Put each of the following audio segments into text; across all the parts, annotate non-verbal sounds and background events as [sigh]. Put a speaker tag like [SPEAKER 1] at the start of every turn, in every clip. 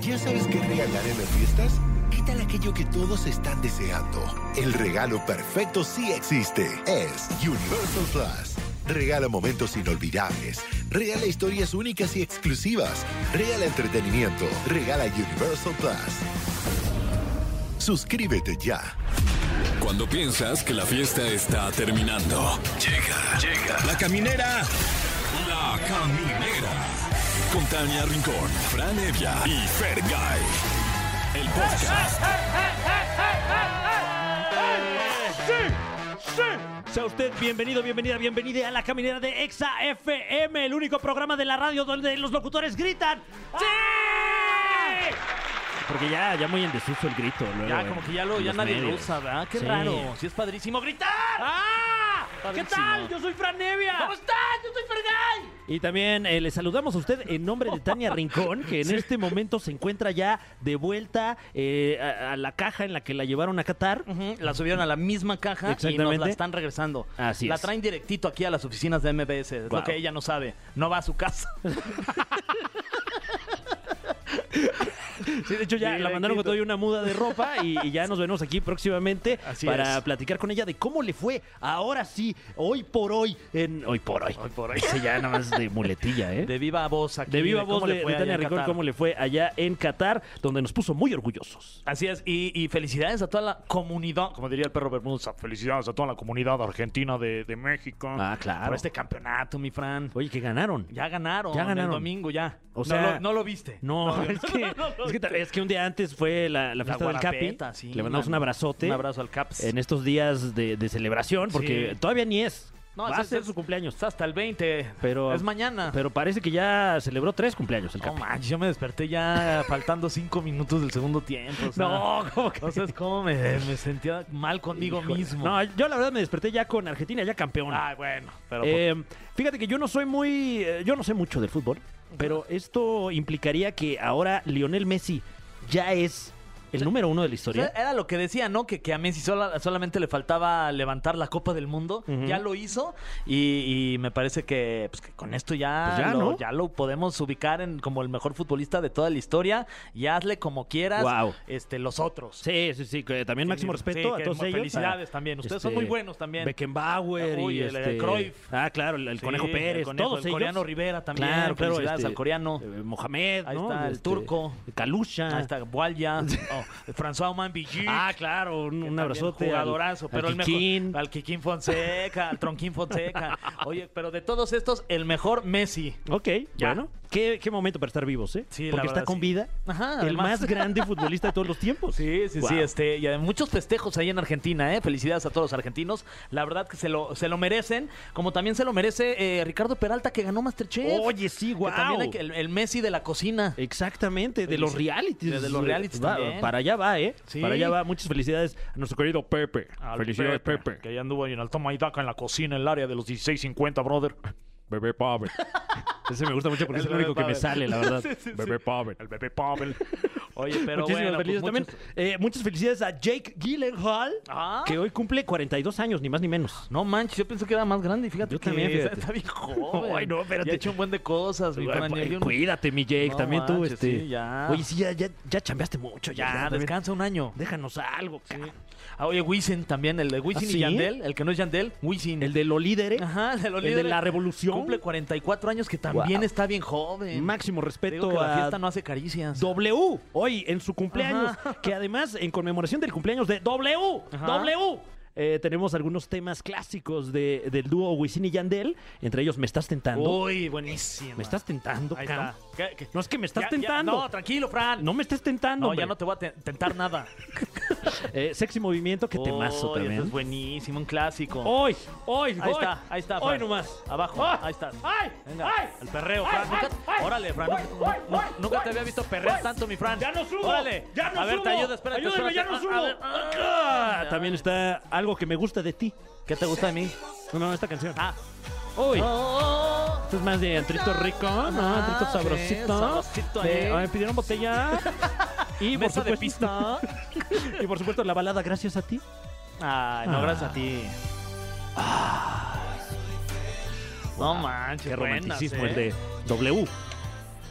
[SPEAKER 1] ¿Ya sabes qué regalar en las fiestas? ¿Qué tal aquello que todos están deseando? El regalo perfecto sí existe. Es Universal Plus. Regala momentos inolvidables. Regala historias únicas y exclusivas. Regala entretenimiento. Regala Universal Plus. Suscríbete ya.
[SPEAKER 2] Cuando piensas que la fiesta está terminando. Llega, llega. La caminera. La caminera. Con Tania Rincón, Fran Evia y Fergay. El podcast.
[SPEAKER 3] ¡Sí! Sea usted bienvenido, bienvenida, bienvenida a la caminera de Exa FM, el único programa de la radio donde los locutores gritan. ¡Sí! Porque ya, ya muy en desuso el grito. luego,
[SPEAKER 4] Ya,
[SPEAKER 3] eh,
[SPEAKER 4] como que ya, lo,
[SPEAKER 3] en
[SPEAKER 4] ya
[SPEAKER 3] los
[SPEAKER 4] nadie lo
[SPEAKER 3] medios.
[SPEAKER 4] usa, ¿verdad? Qué
[SPEAKER 3] Sí.
[SPEAKER 4] raro. Sí, es padrísimo gritar.
[SPEAKER 3] ¡Ah! ¿Qué
[SPEAKER 4] Padrísimo.
[SPEAKER 3] tal? Yo soy Fran Nevia.
[SPEAKER 4] ¿Cómo estás? Yo soy Fergay.
[SPEAKER 3] Y también eh, le saludamos a usted en nombre de Tania Rincón, que en este momento se encuentra ya de vuelta eh, a, a la caja en la que la llevaron a Qatar.
[SPEAKER 4] Ujú, La subieron a la misma caja y nos la
[SPEAKER 3] Exactamente.
[SPEAKER 4] están regresando.
[SPEAKER 3] Así
[SPEAKER 4] la
[SPEAKER 3] es.
[SPEAKER 4] traen directito aquí a las oficinas de MBS. Es
[SPEAKER 3] Guau.
[SPEAKER 4] lo que ella no sabe. No va a su casa.
[SPEAKER 3] Sí, de hecho ya la
[SPEAKER 4] Directito.
[SPEAKER 3] mandaron con todavía una muda de ropa y, y ya nos vemos aquí próximamente
[SPEAKER 4] Así
[SPEAKER 3] para
[SPEAKER 4] es.
[SPEAKER 3] platicar con ella de cómo le fue ahora sí, hoy por hoy, en hoy por hoy.
[SPEAKER 4] Hoy por hoy.
[SPEAKER 3] Sí, ya nada más de muletilla, ¿eh?
[SPEAKER 4] De viva voz aquí.
[SPEAKER 3] De viva voz
[SPEAKER 4] cómo
[SPEAKER 3] de,
[SPEAKER 4] le
[SPEAKER 3] de
[SPEAKER 4] fue allá
[SPEAKER 3] Tania
[SPEAKER 4] en
[SPEAKER 3] Rincón,
[SPEAKER 4] Qatar.
[SPEAKER 3] cómo le fue allá en Qatar, donde nos puso muy orgullosos.
[SPEAKER 4] Así es, y, y felicidades a toda la comunidad, como diría el perro Bermúdez,
[SPEAKER 5] Felicidades a toda la comunidad argentina de, de México.
[SPEAKER 3] Ah, claro.
[SPEAKER 4] por este campeonato, mi Fran.
[SPEAKER 3] Oye, que ganaron.
[SPEAKER 4] Pues, Ya ganaron,
[SPEAKER 3] Ya ganaron.
[SPEAKER 4] el domingo ya.
[SPEAKER 3] O
[SPEAKER 4] No
[SPEAKER 3] sea-
[SPEAKER 4] lo- no lo viste.
[SPEAKER 3] No, [laughs] es, que, es, que, ta- es que un día antes fue la, la
[SPEAKER 4] La
[SPEAKER 3] fiesta del Capi.
[SPEAKER 4] guarapeta, sí,
[SPEAKER 3] Le mandamos un
[SPEAKER 4] mano.
[SPEAKER 3] abrazote.
[SPEAKER 4] Un abrazo al Caps.
[SPEAKER 3] En estos días de, de celebración, porque
[SPEAKER 4] Sí.
[SPEAKER 3] todavía ni es.
[SPEAKER 4] No,
[SPEAKER 3] Va
[SPEAKER 4] es-
[SPEAKER 3] a ser
[SPEAKER 4] es-
[SPEAKER 3] su cumpleaños.
[SPEAKER 4] Está hasta el 20.
[SPEAKER 3] Pero,
[SPEAKER 4] es mañana.
[SPEAKER 3] Pero parece que ya celebró tres cumpleaños el
[SPEAKER 4] no
[SPEAKER 3] Capi.
[SPEAKER 4] manches, yo me desperté ya faltando cinco minutos del segundo tiempo. o sea,
[SPEAKER 3] No, ¿cómo que?
[SPEAKER 4] No sabes cómo me, me sentía mal conmigo
[SPEAKER 3] Híjole.
[SPEAKER 4] mismo. Ah,
[SPEAKER 3] No, yo la verdad me desperté ya con Argentina, ya campeón.
[SPEAKER 4] Ay, bueno. Pero
[SPEAKER 3] Eh, fíjate que yo no soy muy. eh, Yo no sé mucho del fútbol, pero esto implicaría que ahora Lionel Messi ya es el número uno de la
[SPEAKER 4] O sea,
[SPEAKER 3] historia.
[SPEAKER 4] Era lo que decía, ¿no? Que, que a Messi sola- solamente le faltaba levantar la Copa del Mundo.
[SPEAKER 3] Ujú.
[SPEAKER 4] Ya lo hizo. Y, y me parece que, pues, que con esto ya,
[SPEAKER 3] Pues ya,
[SPEAKER 4] lo,
[SPEAKER 3] ¿no?
[SPEAKER 4] ya lo podemos ubicar en como el mejor futbolista de toda la historia. Y hazle como quieras
[SPEAKER 3] Guau.
[SPEAKER 4] este, los otros.
[SPEAKER 3] Sí, sí, sí. que también máximo
[SPEAKER 4] Sí,
[SPEAKER 3] respeto a
[SPEAKER 4] que
[SPEAKER 3] todos
[SPEAKER 4] mu-
[SPEAKER 3] ellos.
[SPEAKER 4] Felicidades
[SPEAKER 3] a,
[SPEAKER 4] también. Ustedes son
[SPEAKER 3] este,
[SPEAKER 4] muy buenos también.
[SPEAKER 3] Beckenbauer
[SPEAKER 4] Uy,
[SPEAKER 3] y
[SPEAKER 4] el- el
[SPEAKER 3] este,
[SPEAKER 4] Cruyff.
[SPEAKER 3] Ah, claro, el, el
[SPEAKER 4] Sí,
[SPEAKER 3] Conejo
[SPEAKER 4] el
[SPEAKER 3] Pérez,
[SPEAKER 4] Conejo,
[SPEAKER 3] todos
[SPEAKER 4] el
[SPEAKER 3] ellos.
[SPEAKER 4] coreano Rivera también.
[SPEAKER 3] Claro, claro.
[SPEAKER 4] Felicidades
[SPEAKER 3] este,
[SPEAKER 4] al coreano.
[SPEAKER 3] eh, Mohamed,
[SPEAKER 4] Ahí
[SPEAKER 3] ¿no?
[SPEAKER 4] está el
[SPEAKER 3] Este,
[SPEAKER 4] turco.
[SPEAKER 3] Kalusha.
[SPEAKER 4] Ahí está Bualia,
[SPEAKER 3] [laughs]
[SPEAKER 4] oh, François Oman
[SPEAKER 3] Ah, claro, un, un abrazote. al-
[SPEAKER 4] Jugadorazo,
[SPEAKER 3] al
[SPEAKER 4] pero el
[SPEAKER 3] Kikín.
[SPEAKER 4] mejor. Al Kikín Fonseca, al Tronquín Fonseca. Oye, pero de todos estos, el mejor Messi.
[SPEAKER 3] Ok,
[SPEAKER 4] Ya.
[SPEAKER 3] bueno. ¿Qué, qué momento para estar vivos, ¿eh?
[SPEAKER 4] Sí, la
[SPEAKER 3] Porque
[SPEAKER 4] verdad,
[SPEAKER 3] está con
[SPEAKER 4] sí.
[SPEAKER 3] vida
[SPEAKER 4] Ajá,
[SPEAKER 3] el
[SPEAKER 4] además. [laughs]
[SPEAKER 3] más grande futbolista de todos los tiempos.
[SPEAKER 4] Sí, sí,
[SPEAKER 3] Wow.
[SPEAKER 4] sí, este, y hay muchos festejos ahí en Argentina, ¿eh? Felicidades a todos los argentinos. La verdad que se lo, se lo merecen, como también se lo merece eh, Ricardo Peralta, que ganó Masterchef.
[SPEAKER 3] Oye, sí,
[SPEAKER 4] Que
[SPEAKER 3] guau.
[SPEAKER 4] también hay que- el, el Messi de la cocina.
[SPEAKER 3] Exactamente, de
[SPEAKER 4] Oye,
[SPEAKER 3] los
[SPEAKER 4] sí,
[SPEAKER 3] realities.
[SPEAKER 4] de los realities
[SPEAKER 3] Va,
[SPEAKER 4] también.
[SPEAKER 3] Para allá va, ¿eh?
[SPEAKER 4] Sí.
[SPEAKER 3] Para allá va. Muchas felicidades a nuestro querido Pepe.
[SPEAKER 5] Al
[SPEAKER 3] felicidades, Pepe.
[SPEAKER 5] Que ya anduvo ahí en el toma y daca en la cocina, en el área de los 16.50, brother.
[SPEAKER 3] Bebé
[SPEAKER 4] [laughs]
[SPEAKER 3] Pavel. Ese me gusta mucho porque
[SPEAKER 4] El
[SPEAKER 3] es el único
[SPEAKER 4] bebé
[SPEAKER 3] que me sale,
[SPEAKER 4] Pavel.
[SPEAKER 3] la verdad.
[SPEAKER 4] [laughs] Sí, sí, sí.
[SPEAKER 3] Bebé Pavel.
[SPEAKER 5] El bebé Pavel.
[SPEAKER 4] Oye, pero
[SPEAKER 3] Muchísimas
[SPEAKER 4] bueno, pues
[SPEAKER 3] felicidades
[SPEAKER 4] muchos-
[SPEAKER 3] también. Eh, muchas felicidades a Jake Gyllenhaal,
[SPEAKER 4] Ah.
[SPEAKER 3] que hoy cumple 42 años, ni más ni menos.
[SPEAKER 4] No manches, yo pensé que era más grande, y fíjate
[SPEAKER 3] Yo
[SPEAKER 4] que
[SPEAKER 3] también,
[SPEAKER 4] está-
[SPEAKER 3] fíjate. [laughs]
[SPEAKER 4] está bien joven.
[SPEAKER 3] Ay, no, espérate.
[SPEAKER 4] Ya ha hecho un buen de cosas, mi Fran,
[SPEAKER 3] Ay, pues,
[SPEAKER 4] ya dio un-
[SPEAKER 3] eh, Cuídate, mi Jake,
[SPEAKER 4] No
[SPEAKER 3] también tú,
[SPEAKER 4] manches,
[SPEAKER 3] este.
[SPEAKER 4] sí, ya.
[SPEAKER 3] Oye, sí, ya, ya, ya chambeaste mucho, ya.
[SPEAKER 4] Ya,
[SPEAKER 3] también.
[SPEAKER 4] descansa un año.
[SPEAKER 3] Déjanos algo, cara.
[SPEAKER 4] Ah, oye, Wisin también, el de Wisin
[SPEAKER 3] ¿Ah,
[SPEAKER 4] y
[SPEAKER 3] sí?
[SPEAKER 4] Yandel, el que no es Yandel, Wisin.
[SPEAKER 3] El de los líderes.
[SPEAKER 4] Ajá, el de, los
[SPEAKER 3] el de
[SPEAKER 4] líderes.
[SPEAKER 3] la revolución.
[SPEAKER 4] Cumple 44 años, que también
[SPEAKER 3] Guau.
[SPEAKER 4] está bien joven.
[SPEAKER 3] Máximo
[SPEAKER 4] Te digo
[SPEAKER 3] respeto
[SPEAKER 4] que la
[SPEAKER 3] a
[SPEAKER 4] fiesta no hace caricias.
[SPEAKER 3] W hoy en su cumpleaños.
[SPEAKER 4] Ajá.
[SPEAKER 3] Que además, en conmemoración del cumpleaños de W,
[SPEAKER 4] Ajá.
[SPEAKER 3] W. eh, tenemos algunos temas clásicos de- del dúo Wisin y Yandel. Entre ellos, Me estás tentando.
[SPEAKER 4] Uy, buenísimo.
[SPEAKER 3] me estás tentando,
[SPEAKER 4] Ahí
[SPEAKER 3] Cam?
[SPEAKER 4] está. ¿Qué- qué?
[SPEAKER 3] No es que me estás
[SPEAKER 4] Ya, ya,
[SPEAKER 3] tentando.
[SPEAKER 4] no, tranquilo, Fran.
[SPEAKER 3] No me estés tentando.
[SPEAKER 4] No, ya
[SPEAKER 3] hombre.
[SPEAKER 4] no te voy a te- tentar
[SPEAKER 3] [laughs]
[SPEAKER 4] nada.
[SPEAKER 3] Eh, sexy movimiento, que temazo
[SPEAKER 4] Uy, ese
[SPEAKER 3] también. Oh.
[SPEAKER 4] es buenísimo, un clásico.
[SPEAKER 3] Hoy, hoy,
[SPEAKER 4] Ahí
[SPEAKER 3] hoy.
[SPEAKER 4] está, ahí está.
[SPEAKER 3] Hoy
[SPEAKER 4] Fran.
[SPEAKER 3] nomás.
[SPEAKER 4] Abajo,
[SPEAKER 3] Ah.
[SPEAKER 4] ahí estás.
[SPEAKER 3] ¡Ay!
[SPEAKER 4] Venga,
[SPEAKER 3] ¡Ay!
[SPEAKER 4] el perreo,
[SPEAKER 3] ¡Ay!
[SPEAKER 4] Fran. Nunca-
[SPEAKER 3] ¡Ay!
[SPEAKER 4] Órale, Fran.
[SPEAKER 3] ¡Ay!
[SPEAKER 4] nunca-
[SPEAKER 3] ¡Ay!
[SPEAKER 4] nu-
[SPEAKER 3] ¡Ay!
[SPEAKER 4] nunca te
[SPEAKER 3] ¡Ay!
[SPEAKER 4] había visto perrear
[SPEAKER 3] ¡Ay!
[SPEAKER 4] tanto, mi Fran.
[SPEAKER 3] ¡Ya no subo!
[SPEAKER 4] Órale.
[SPEAKER 3] ¡Ya no
[SPEAKER 4] A ver,
[SPEAKER 3] subo!
[SPEAKER 4] te ayudo, espérate.
[SPEAKER 3] Ayúdame,
[SPEAKER 4] espérate.
[SPEAKER 3] ya no
[SPEAKER 4] Ah,
[SPEAKER 3] subo.
[SPEAKER 4] a ver, ah,
[SPEAKER 3] Ah, También está algo que me gusta de ti.
[SPEAKER 4] ¿Qué te gusta de mí?
[SPEAKER 3] No, no, esta canción.
[SPEAKER 4] Ah.
[SPEAKER 3] Uy.
[SPEAKER 4] Oh,
[SPEAKER 3] Esto es más de antrito rico, ¿no?
[SPEAKER 4] Ah,
[SPEAKER 3] Antrito
[SPEAKER 4] sí,
[SPEAKER 3] sabrosito.
[SPEAKER 4] sabrosito
[SPEAKER 3] De-
[SPEAKER 4] ahí.
[SPEAKER 3] ah, me pidieron
[SPEAKER 4] [laughs]
[SPEAKER 3] botella. y, por
[SPEAKER 4] mesa de
[SPEAKER 3] supuesto,
[SPEAKER 4] pista.
[SPEAKER 3] y por supuesto, la balada Gracias a ti.
[SPEAKER 4] Ay, no,
[SPEAKER 3] Ah.
[SPEAKER 4] gracias a ti. No manches,
[SPEAKER 3] Qué
[SPEAKER 4] buenas,
[SPEAKER 3] romanticismo
[SPEAKER 4] ¿eh?
[SPEAKER 3] el de W.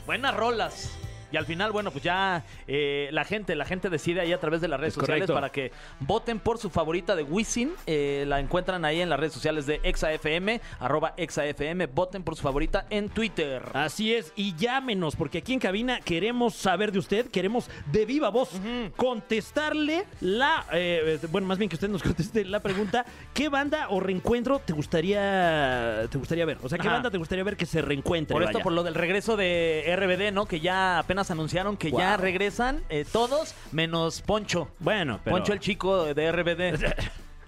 [SPEAKER 4] Buenas rolas. Y al final, bueno, pues ya eh, la gente, la gente decide ahí a través de las redes
[SPEAKER 3] Es
[SPEAKER 4] sociales
[SPEAKER 3] correcto.
[SPEAKER 4] para que voten por su favorita de Wisin. Eh, la encuentran ahí en las redes sociales de ExaFM, arroba ExaFM. Voten por su favorita en Twitter.
[SPEAKER 3] Así es, y llámenos, porque aquí en cabina queremos saber de usted, queremos de viva voz contestarle la, eh, eh, bueno, más bien que usted nos [laughs] conteste la pregunta, ¿qué banda o reencuentro te gustaría te gustaría ver? O sea, ¿qué
[SPEAKER 4] Ajá.
[SPEAKER 3] banda te gustaría ver que se reencuentre?
[SPEAKER 4] Por esto,
[SPEAKER 3] vaya?
[SPEAKER 4] por lo del regreso de RBD, ¿no? Que ya apenas anunciaron que ya
[SPEAKER 3] Wow.
[SPEAKER 4] regresan eh, todos, menos Poncho.
[SPEAKER 3] Bueno, pero...
[SPEAKER 4] Poncho el chico
[SPEAKER 3] [laughs]
[SPEAKER 4] de RBD.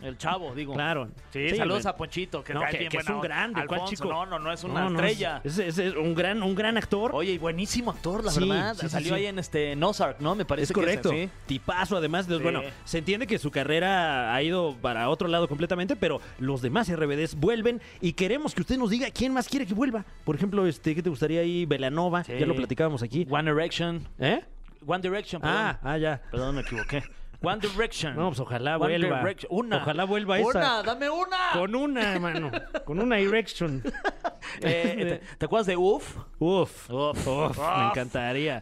[SPEAKER 4] el chavo, digo.
[SPEAKER 3] Claro.
[SPEAKER 4] Sí,
[SPEAKER 3] Sí,
[SPEAKER 4] saludos
[SPEAKER 3] güey.
[SPEAKER 4] a Ponchito,
[SPEAKER 3] [laughs]
[SPEAKER 4] que,
[SPEAKER 3] No,
[SPEAKER 4] cae
[SPEAKER 3] que-
[SPEAKER 4] bien
[SPEAKER 3] que es
[SPEAKER 4] buena
[SPEAKER 3] un
[SPEAKER 4] onda.
[SPEAKER 3] grande, ¿cuál
[SPEAKER 4] Alfonso,
[SPEAKER 3] chico?
[SPEAKER 4] No, no, no, es una
[SPEAKER 3] No, no,
[SPEAKER 4] estrella.
[SPEAKER 3] Es, es- es un, gran, un gran actor.
[SPEAKER 4] Oye, y buenísimo actor, la
[SPEAKER 3] Sí,
[SPEAKER 4] verdad.
[SPEAKER 3] sí, sí,
[SPEAKER 4] Salió
[SPEAKER 3] sí.
[SPEAKER 4] ahí en este Nozark, ¿no? Me
[SPEAKER 3] Es
[SPEAKER 4] parece
[SPEAKER 3] correcto.
[SPEAKER 4] que es
[SPEAKER 3] Tipazo, además. de-
[SPEAKER 4] Sí.
[SPEAKER 3] Bueno, se entiende que su carrera ha ido para otro lado completamente, pero los demás RBDs vuelven y queremos que usted nos diga quién más quiere que vuelva. Por ejemplo, este, ¿qué te gustaría ahí? Velanova,
[SPEAKER 4] Sí.
[SPEAKER 3] ya lo platicábamos aquí.
[SPEAKER 4] así. One Direction.
[SPEAKER 3] ¿Eh?
[SPEAKER 4] One Direction, perdón.
[SPEAKER 3] Ah, ah, ya.
[SPEAKER 4] Perdón, me equivoqué. One Direction.
[SPEAKER 3] No, pues ojalá
[SPEAKER 4] One
[SPEAKER 3] vuelva.
[SPEAKER 4] Direction. Una.
[SPEAKER 3] Ojalá vuelva esa.
[SPEAKER 4] Una, dame una.
[SPEAKER 3] Con una, hermano. Con una Direction.
[SPEAKER 4] [laughs] Eh, ¿te, te acuerdas de Uf?
[SPEAKER 3] Uf, uf, me encantaría.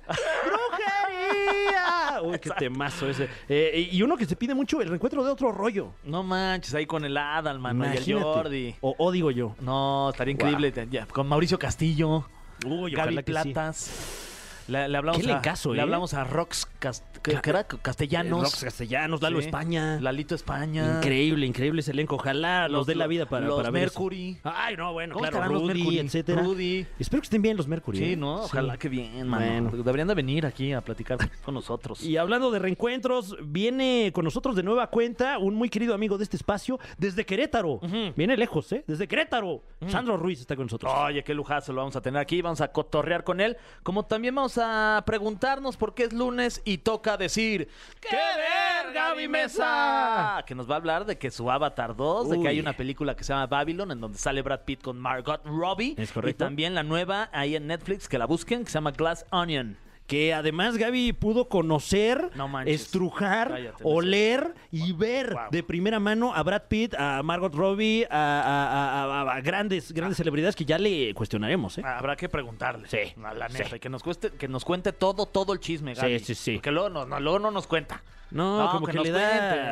[SPEAKER 3] ¡Brujería! Uy, qué temazo ese. Eh, y y uno que se pide mucho, el reencuentro de otro rollo.
[SPEAKER 4] No manches, ahí con el Adal, mano, y el
[SPEAKER 3] Imagínate.
[SPEAKER 4] Jordi.
[SPEAKER 3] O, o digo yo.
[SPEAKER 4] No, estaría increíble. Ya, con Mauricio Castillo,
[SPEAKER 3] Uy,
[SPEAKER 4] Gaby Platas. Le, le hablamos
[SPEAKER 3] Qué
[SPEAKER 4] a,
[SPEAKER 3] lencazo,
[SPEAKER 4] le
[SPEAKER 3] ¿eh?
[SPEAKER 4] hablamos a Rox Cas- ¿qué- qué era? Castellanos.
[SPEAKER 3] Rox Castellanos, Lalo
[SPEAKER 4] Sí.
[SPEAKER 3] España.
[SPEAKER 4] Lalito España.
[SPEAKER 3] Increíble, increíble ese elenco. Ojalá los,
[SPEAKER 4] Los-
[SPEAKER 3] dé la vida para,
[SPEAKER 4] los
[SPEAKER 3] para ver eso.
[SPEAKER 4] Mercury.
[SPEAKER 3] Ay, no, bueno,
[SPEAKER 4] ¿Cómo
[SPEAKER 3] claro.
[SPEAKER 4] estarán los
[SPEAKER 3] Rudy,
[SPEAKER 4] Mercury?
[SPEAKER 3] etcétera.
[SPEAKER 4] Rudy.
[SPEAKER 3] Espero que estén bien los Mercury.
[SPEAKER 4] Sí,
[SPEAKER 3] ¿eh?
[SPEAKER 4] ¿no?
[SPEAKER 3] Sí.
[SPEAKER 4] Ojalá que bien, mano.
[SPEAKER 3] Bueno.
[SPEAKER 4] Deberían de venir aquí a platicar con nosotros.
[SPEAKER 3] Y hablando de reencuentros, viene con nosotros de nueva cuenta un muy querido amigo de este espacio desde Querétaro. Viene lejos, ¿eh? Desde Querétaro. Sandro Ruiz está con nosotros.
[SPEAKER 4] Oye, qué lujazo lo vamos a tener aquí. Vamos a cotorrear con él. Como también vamos a preguntarnos por qué es lunes y toca decir: ¡Qué ver, Gaby Mesa! Que nos va a hablar de que su Avatar 2, de
[SPEAKER 3] Uy.
[SPEAKER 4] que hay una película que se llama Babylon, en donde sale Brad Pitt con Margot Robbie.
[SPEAKER 3] Es correcto.
[SPEAKER 4] Y también la nueva ahí en Netflix, que la busquen, que se llama Glass Onion.
[SPEAKER 3] Que además Gaby pudo conocer,
[SPEAKER 4] No manches.
[SPEAKER 3] estrujar,
[SPEAKER 4] Cállate, no
[SPEAKER 3] oler y ver de primera mano a Brad Pitt, a Margot Robbie, a, a- a- a- a grandes, grandes
[SPEAKER 4] Ah.
[SPEAKER 3] celebridades que ya le cuestionaremos. ¿eh?
[SPEAKER 4] Habrá que preguntarle.
[SPEAKER 3] Sí,
[SPEAKER 4] La, la neta. y Que nos, cueste, que nos cuente todo, todo el chisme, Gaby.
[SPEAKER 3] sí, sí.
[SPEAKER 4] Porque luego no, no, luego no nos cuenta.
[SPEAKER 3] No, como que,
[SPEAKER 4] nos
[SPEAKER 3] le, da,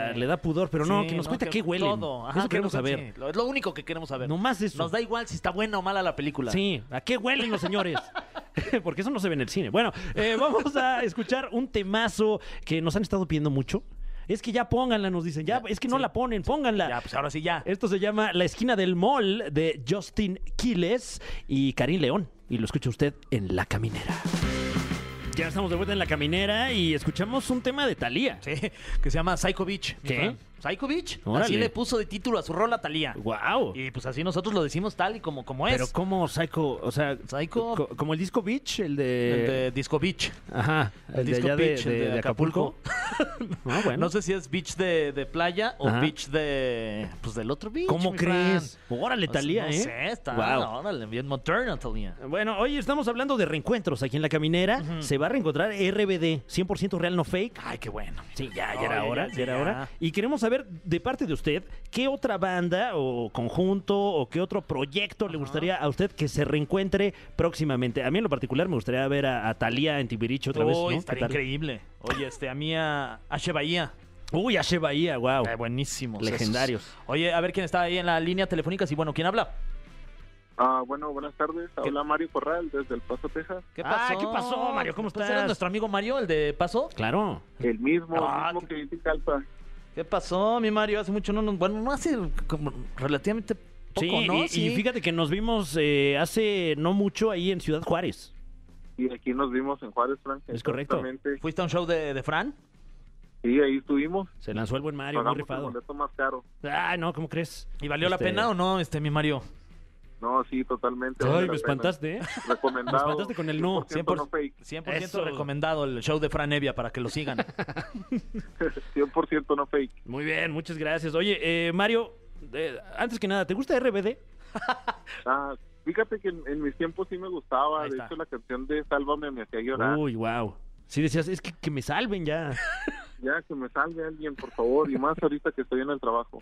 [SPEAKER 4] cuente.
[SPEAKER 3] le da pudor, pero no,
[SPEAKER 4] Sí,
[SPEAKER 3] que nos cuente qué huelen.
[SPEAKER 4] todo. Ajá,
[SPEAKER 3] eso
[SPEAKER 4] que
[SPEAKER 3] queremos
[SPEAKER 4] nos cuente,
[SPEAKER 3] saber.
[SPEAKER 4] sí. Lo- Es lo único que queremos saber.
[SPEAKER 3] Nomás eso.
[SPEAKER 4] Nos da igual si está buena o mala la película.
[SPEAKER 3] Sí, ¿a qué huelen los señores? [laughs] Porque eso no se ve en el cine. Bueno, eh,
[SPEAKER 4] [laughs]
[SPEAKER 3] vamos a escuchar un temazo que nos han estado pidiendo mucho. Es que ya pónganla, nos dicen. Ya, es que no
[SPEAKER 4] sí.
[SPEAKER 3] la ponen, pónganla.
[SPEAKER 4] Ya, pues ahora sí ya.
[SPEAKER 3] Esto se llama La esquina del mall de Justin Quiles y Karim León. Y lo escucha usted en La Caminera. Ya estamos de vuelta en La Caminera y escuchamos un tema de Thalía.
[SPEAKER 4] Sí, que se llama Psycho Beach. mi
[SPEAKER 3] ¿Qué?
[SPEAKER 4] Fran. Psycho Beach. Así
[SPEAKER 3] Órale.
[SPEAKER 4] le puso de título a su rol a Talía.
[SPEAKER 3] ¡Wow!
[SPEAKER 4] Y pues así nosotros lo decimos tal y como, como es.
[SPEAKER 3] Pero como Psycho, o sea,
[SPEAKER 4] Psycho-
[SPEAKER 3] co- como el disco Beach, el
[SPEAKER 4] El
[SPEAKER 3] de...
[SPEAKER 4] de Disco Beach.
[SPEAKER 3] Ajá, el, de
[SPEAKER 4] disco
[SPEAKER 3] allá de,
[SPEAKER 4] Beach, el
[SPEAKER 3] de-
[SPEAKER 4] de
[SPEAKER 3] de Acapulco. [laughs] Ah, bueno.
[SPEAKER 4] No sé si es beach de, de playa o
[SPEAKER 3] Ajá.
[SPEAKER 4] beach de. Pues del otro beach.
[SPEAKER 3] ¿Cómo
[SPEAKER 4] mi
[SPEAKER 3] crees?
[SPEAKER 4] Fran.
[SPEAKER 3] Órale,
[SPEAKER 4] O sea,
[SPEAKER 3] Talía,
[SPEAKER 4] no
[SPEAKER 3] ¿eh?
[SPEAKER 4] sé, está.
[SPEAKER 3] Guau.
[SPEAKER 4] Órale, bien moderna Talía.
[SPEAKER 3] Bueno, hoy estamos hablando de reencuentros aquí en La Caminera. Se va a reencontrar RBD, 100% real, no fake.
[SPEAKER 4] Ay, qué bueno.
[SPEAKER 3] Sí, ya, ya
[SPEAKER 4] Ay,
[SPEAKER 3] era
[SPEAKER 4] ya,
[SPEAKER 3] hora,
[SPEAKER 4] sí,
[SPEAKER 3] ya era
[SPEAKER 4] ya.
[SPEAKER 3] hora. Y queremos saber de parte de usted qué otra banda o conjunto o qué otro proyecto le gustaría a usted que se reencuentre próximamente. A mí en lo particular me gustaría ver a, Talía en Tibiricho otra vez.
[SPEAKER 4] Uy,
[SPEAKER 3] ¿no?
[SPEAKER 4] estaría
[SPEAKER 3] ¿Qué tal?
[SPEAKER 4] increíble. Oye, este, a mí a, a Che Bahía.
[SPEAKER 3] Uy, a Che Bahía, wow.
[SPEAKER 4] Eh, buenísimos.
[SPEAKER 3] Legendarios.
[SPEAKER 4] esos. Oye, a ver quién está ahí en la línea telefónica. Sí, bueno, ¿quién habla?
[SPEAKER 6] Ah, bueno, buenas tardes. Habla Mario Corral desde El Paso, Texas.
[SPEAKER 4] ¿Qué
[SPEAKER 3] Ah, ¿qué pasó, Mario? ¿Cómo
[SPEAKER 4] Pues
[SPEAKER 3] estás?
[SPEAKER 4] era nuestro amigo Mario, el de Paso?
[SPEAKER 3] Claro.
[SPEAKER 6] El mismo, el
[SPEAKER 4] Ah,
[SPEAKER 6] mismo que dice Calpa.
[SPEAKER 4] ¿Qué pasó, mi Mario? Hace mucho no nos... Bueno, no hace como relativamente poco,
[SPEAKER 3] sí,
[SPEAKER 4] ¿no?
[SPEAKER 3] y, y fíjate que nos vimos eh, hace no mucho ahí en Ciudad Juárez.
[SPEAKER 6] Y aquí nos vimos en Juárez, Frank.
[SPEAKER 3] Es correcto.
[SPEAKER 6] Exactamente.
[SPEAKER 4] ¿Fuiste a un show de, de Fran?
[SPEAKER 6] Sí, ahí estuvimos.
[SPEAKER 3] Se lanzó el buen Mario, muy
[SPEAKER 6] Pagamos el
[SPEAKER 3] rifado.
[SPEAKER 6] boleto más caro.
[SPEAKER 3] Ah, no, ¿cómo crees?
[SPEAKER 4] ¿Y valió
[SPEAKER 3] Este-
[SPEAKER 4] la pena o no, este, mi Mario?
[SPEAKER 6] No, sí, totalmente. vale
[SPEAKER 3] Ay,
[SPEAKER 6] la
[SPEAKER 3] me
[SPEAKER 6] pena.
[SPEAKER 3] espantaste, ¿eh?
[SPEAKER 6] Recomendado.
[SPEAKER 3] [laughs] Me espantaste con el no,
[SPEAKER 6] 100% no
[SPEAKER 4] 100%.
[SPEAKER 6] fake.
[SPEAKER 4] 100%
[SPEAKER 3] Eso.
[SPEAKER 4] recomendado el show de Fran Evia para que lo sigan.
[SPEAKER 6] 100% no fake.
[SPEAKER 3] [laughs] Muy bien, muchas gracias. Oye, eh, Mario, eh, antes que nada, ¿te gusta RBD?
[SPEAKER 6] Ah, fíjate que en, en mis tiempos sí me gustaba.
[SPEAKER 4] Ahí
[SPEAKER 6] De
[SPEAKER 4] está.
[SPEAKER 6] hecho, la canción de Sálvame me hacía llorar.
[SPEAKER 3] Uy, wow. Sí decías, es que, que me salven ya.
[SPEAKER 6] Ya, que me salve alguien, por favor. Y más ahorita que estoy en el trabajo.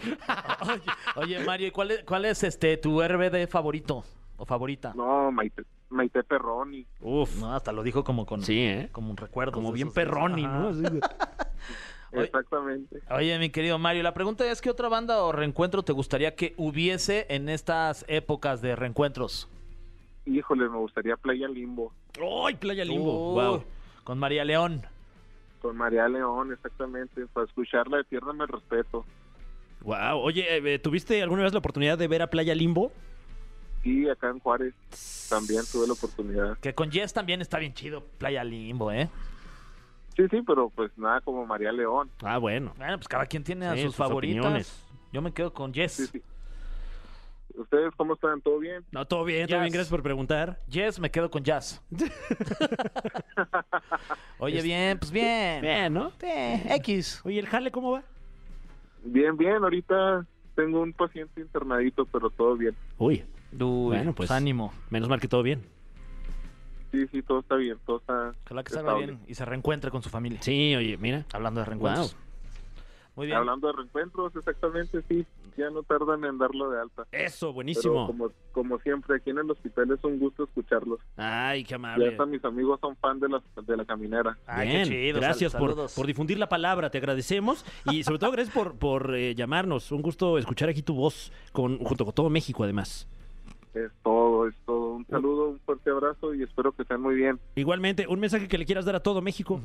[SPEAKER 4] Oye, Mario, ¿y cuál es, cuál es este, tu RBD favorito o favorita?
[SPEAKER 6] No, Maite. Maite Perroni.
[SPEAKER 3] Uf,
[SPEAKER 4] No, hasta lo dijo como con
[SPEAKER 7] Sí, ¿eh?
[SPEAKER 4] como un recuerdo.
[SPEAKER 3] como
[SPEAKER 4] de
[SPEAKER 3] bien
[SPEAKER 4] esos-
[SPEAKER 3] perroni,
[SPEAKER 4] Ajá.
[SPEAKER 3] ¿no? Así de-
[SPEAKER 4] Oye.
[SPEAKER 6] Exactamente.
[SPEAKER 4] Oye, mi querido Mario, la pregunta es ¿qué otra banda o reencuentro te gustaría que hubiese en estas épocas de reencuentros?
[SPEAKER 6] Híjole, me gustaría Playa Limbo
[SPEAKER 3] ¡Ay, Playa Limbo!
[SPEAKER 4] Uy,
[SPEAKER 3] wow.
[SPEAKER 4] Uh, Con María León.
[SPEAKER 6] con María León, exactamente, para escucharla de Piérdame el Respeto.
[SPEAKER 3] Wow. Oye, eh, ¿tuviste alguna vez la oportunidad de ver a Playa Limbo?
[SPEAKER 6] Y acá en Juárez también tuve la oportunidad.
[SPEAKER 4] Que con Jess también está bien chido, Playa Limbo, ¿eh?
[SPEAKER 6] Sí, sí, pero pues nada como María León.
[SPEAKER 3] Ah, bueno.
[SPEAKER 4] Bueno, pues cada quien tiene a
[SPEAKER 3] Sí,
[SPEAKER 4] sus,
[SPEAKER 3] sus
[SPEAKER 4] favoritas.
[SPEAKER 3] opiniones.
[SPEAKER 4] Yo me quedo con Jess.
[SPEAKER 6] Sí, sí. ¿Ustedes cómo están? ¿Todo bien?
[SPEAKER 3] No, todo bien, todo
[SPEAKER 4] Jazz.
[SPEAKER 3] bien, gracias por preguntar.
[SPEAKER 4] Jess, me quedo con Jazz. Oye, bien, pues bien.
[SPEAKER 7] Bien, ¿no?
[SPEAKER 4] Eh, X.
[SPEAKER 3] Oye, ¿el jale cómo va?
[SPEAKER 6] Bien, bien. Ahorita tengo un paciente internadito, pero todo bien.
[SPEAKER 3] Uy,
[SPEAKER 4] Uy,
[SPEAKER 7] Bueno,
[SPEAKER 4] pues
[SPEAKER 7] pues.
[SPEAKER 4] ánimo.
[SPEAKER 3] menos mal que todo bien.
[SPEAKER 6] Sí, sí, todo está bien. Todo está
[SPEAKER 4] Ojalá que salga
[SPEAKER 6] estable.
[SPEAKER 4] bien y se reencuentre con su familia.
[SPEAKER 7] Sí, oye, mira.
[SPEAKER 4] Hablando de reencuentros. Muy bien.
[SPEAKER 6] Hablando de reencuentros, exactamente, sí. Ya no tardan en darlo de alta.
[SPEAKER 3] Eso,
[SPEAKER 6] Pero
[SPEAKER 3] buenísimo.
[SPEAKER 6] como, como siempre, aquí en el hospital es un gusto escucharlos.
[SPEAKER 7] Ay, qué
[SPEAKER 4] Ah,
[SPEAKER 6] Ya
[SPEAKER 7] amable.
[SPEAKER 6] hasta mis amigos son fan de la, de la caminera.
[SPEAKER 4] Ay,
[SPEAKER 3] Bien,
[SPEAKER 4] qué chido.
[SPEAKER 3] gracias
[SPEAKER 4] sal-
[SPEAKER 3] por,
[SPEAKER 4] saludos.
[SPEAKER 3] por difundir la palabra, te agradecemos y sobre todo gracias por, por eh, llamarnos. Un gusto escuchar aquí tu voz con, junto con todo México además.
[SPEAKER 6] Es todo, es todo.
[SPEAKER 4] Uh.
[SPEAKER 6] Un saludo, un fuerte abrazo y espero que estén muy bien.
[SPEAKER 3] Igualmente, un mensaje que le quieras dar a todo México.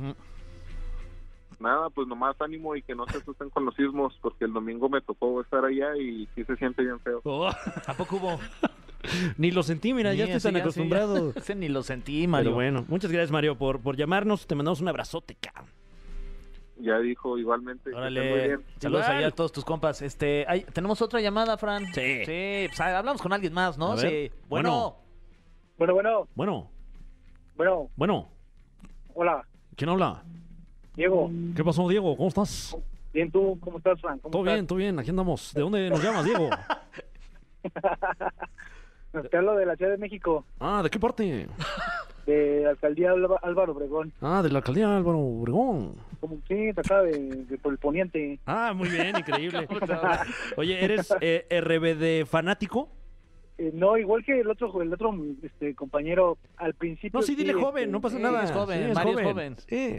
[SPEAKER 6] Nada, pues nomás ánimo y que no se asusten con los sismos, porque el domingo me tocó estar allá y sí se siente bien feo.
[SPEAKER 3] Oh,
[SPEAKER 4] ¿A poco hubo?
[SPEAKER 3] [laughs] ni lo sentí, mira, ya
[SPEAKER 4] Sí,
[SPEAKER 3] estoy
[SPEAKER 4] sí,
[SPEAKER 3] tan
[SPEAKER 4] ya, sí, ya.
[SPEAKER 3] [laughs] acostumbrado.
[SPEAKER 4] [laughs] Ese ni lo sentí,
[SPEAKER 3] Pero
[SPEAKER 4] Mario.
[SPEAKER 3] bueno, muchas gracias Mario por, por llamarnos, te mandamos un abrazote, cabrón.
[SPEAKER 6] Ya dijo igualmente. que estén muy
[SPEAKER 4] Órale.
[SPEAKER 6] bien.
[SPEAKER 4] Saludos
[SPEAKER 3] Igual.
[SPEAKER 4] allá a todos tus compas. Este, ay, tenemos otra llamada, Fran.
[SPEAKER 3] Sí.
[SPEAKER 4] Sí, pues, ah, hablamos con alguien más, ¿no?
[SPEAKER 3] A ver.
[SPEAKER 4] Sí. Bueno.
[SPEAKER 8] Bueno, bueno,
[SPEAKER 3] Bueno,
[SPEAKER 8] bueno,
[SPEAKER 3] bueno,
[SPEAKER 8] hola,
[SPEAKER 3] ¿quién habla?
[SPEAKER 8] Diego.
[SPEAKER 3] ¿Qué pasó, Diego? ¿Cómo estás?
[SPEAKER 8] Bien, tú, ¿cómo estás, Frank? ¿Cómo
[SPEAKER 3] Todo
[SPEAKER 8] estás?
[SPEAKER 3] bien, todo bien, aquí andamos. ¿De dónde nos llamas,
[SPEAKER 4] [laughs]
[SPEAKER 3] Diego?
[SPEAKER 8] Te hablo de la Ciudad de México,
[SPEAKER 3] Ah, ¿de qué parte?
[SPEAKER 8] de la alcaldía Alba- Álvaro Obregón.
[SPEAKER 3] Ah, de la alcaldía Álvaro Obregón.
[SPEAKER 8] Como sí, de acá, de, de por el poniente.
[SPEAKER 3] Ah, muy
[SPEAKER 4] [laughs]
[SPEAKER 3] bien, increíble. Oye, ¿eres eh, RBD fanático?
[SPEAKER 8] Eh, no, igual que el otro, el otro este, compañero, al principio.
[SPEAKER 3] No, sí, dile
[SPEAKER 8] este,
[SPEAKER 3] joven, no pasa
[SPEAKER 4] sí,
[SPEAKER 3] nada.
[SPEAKER 4] es joven,
[SPEAKER 3] Sí,
[SPEAKER 4] Mario es joven.
[SPEAKER 3] Sí.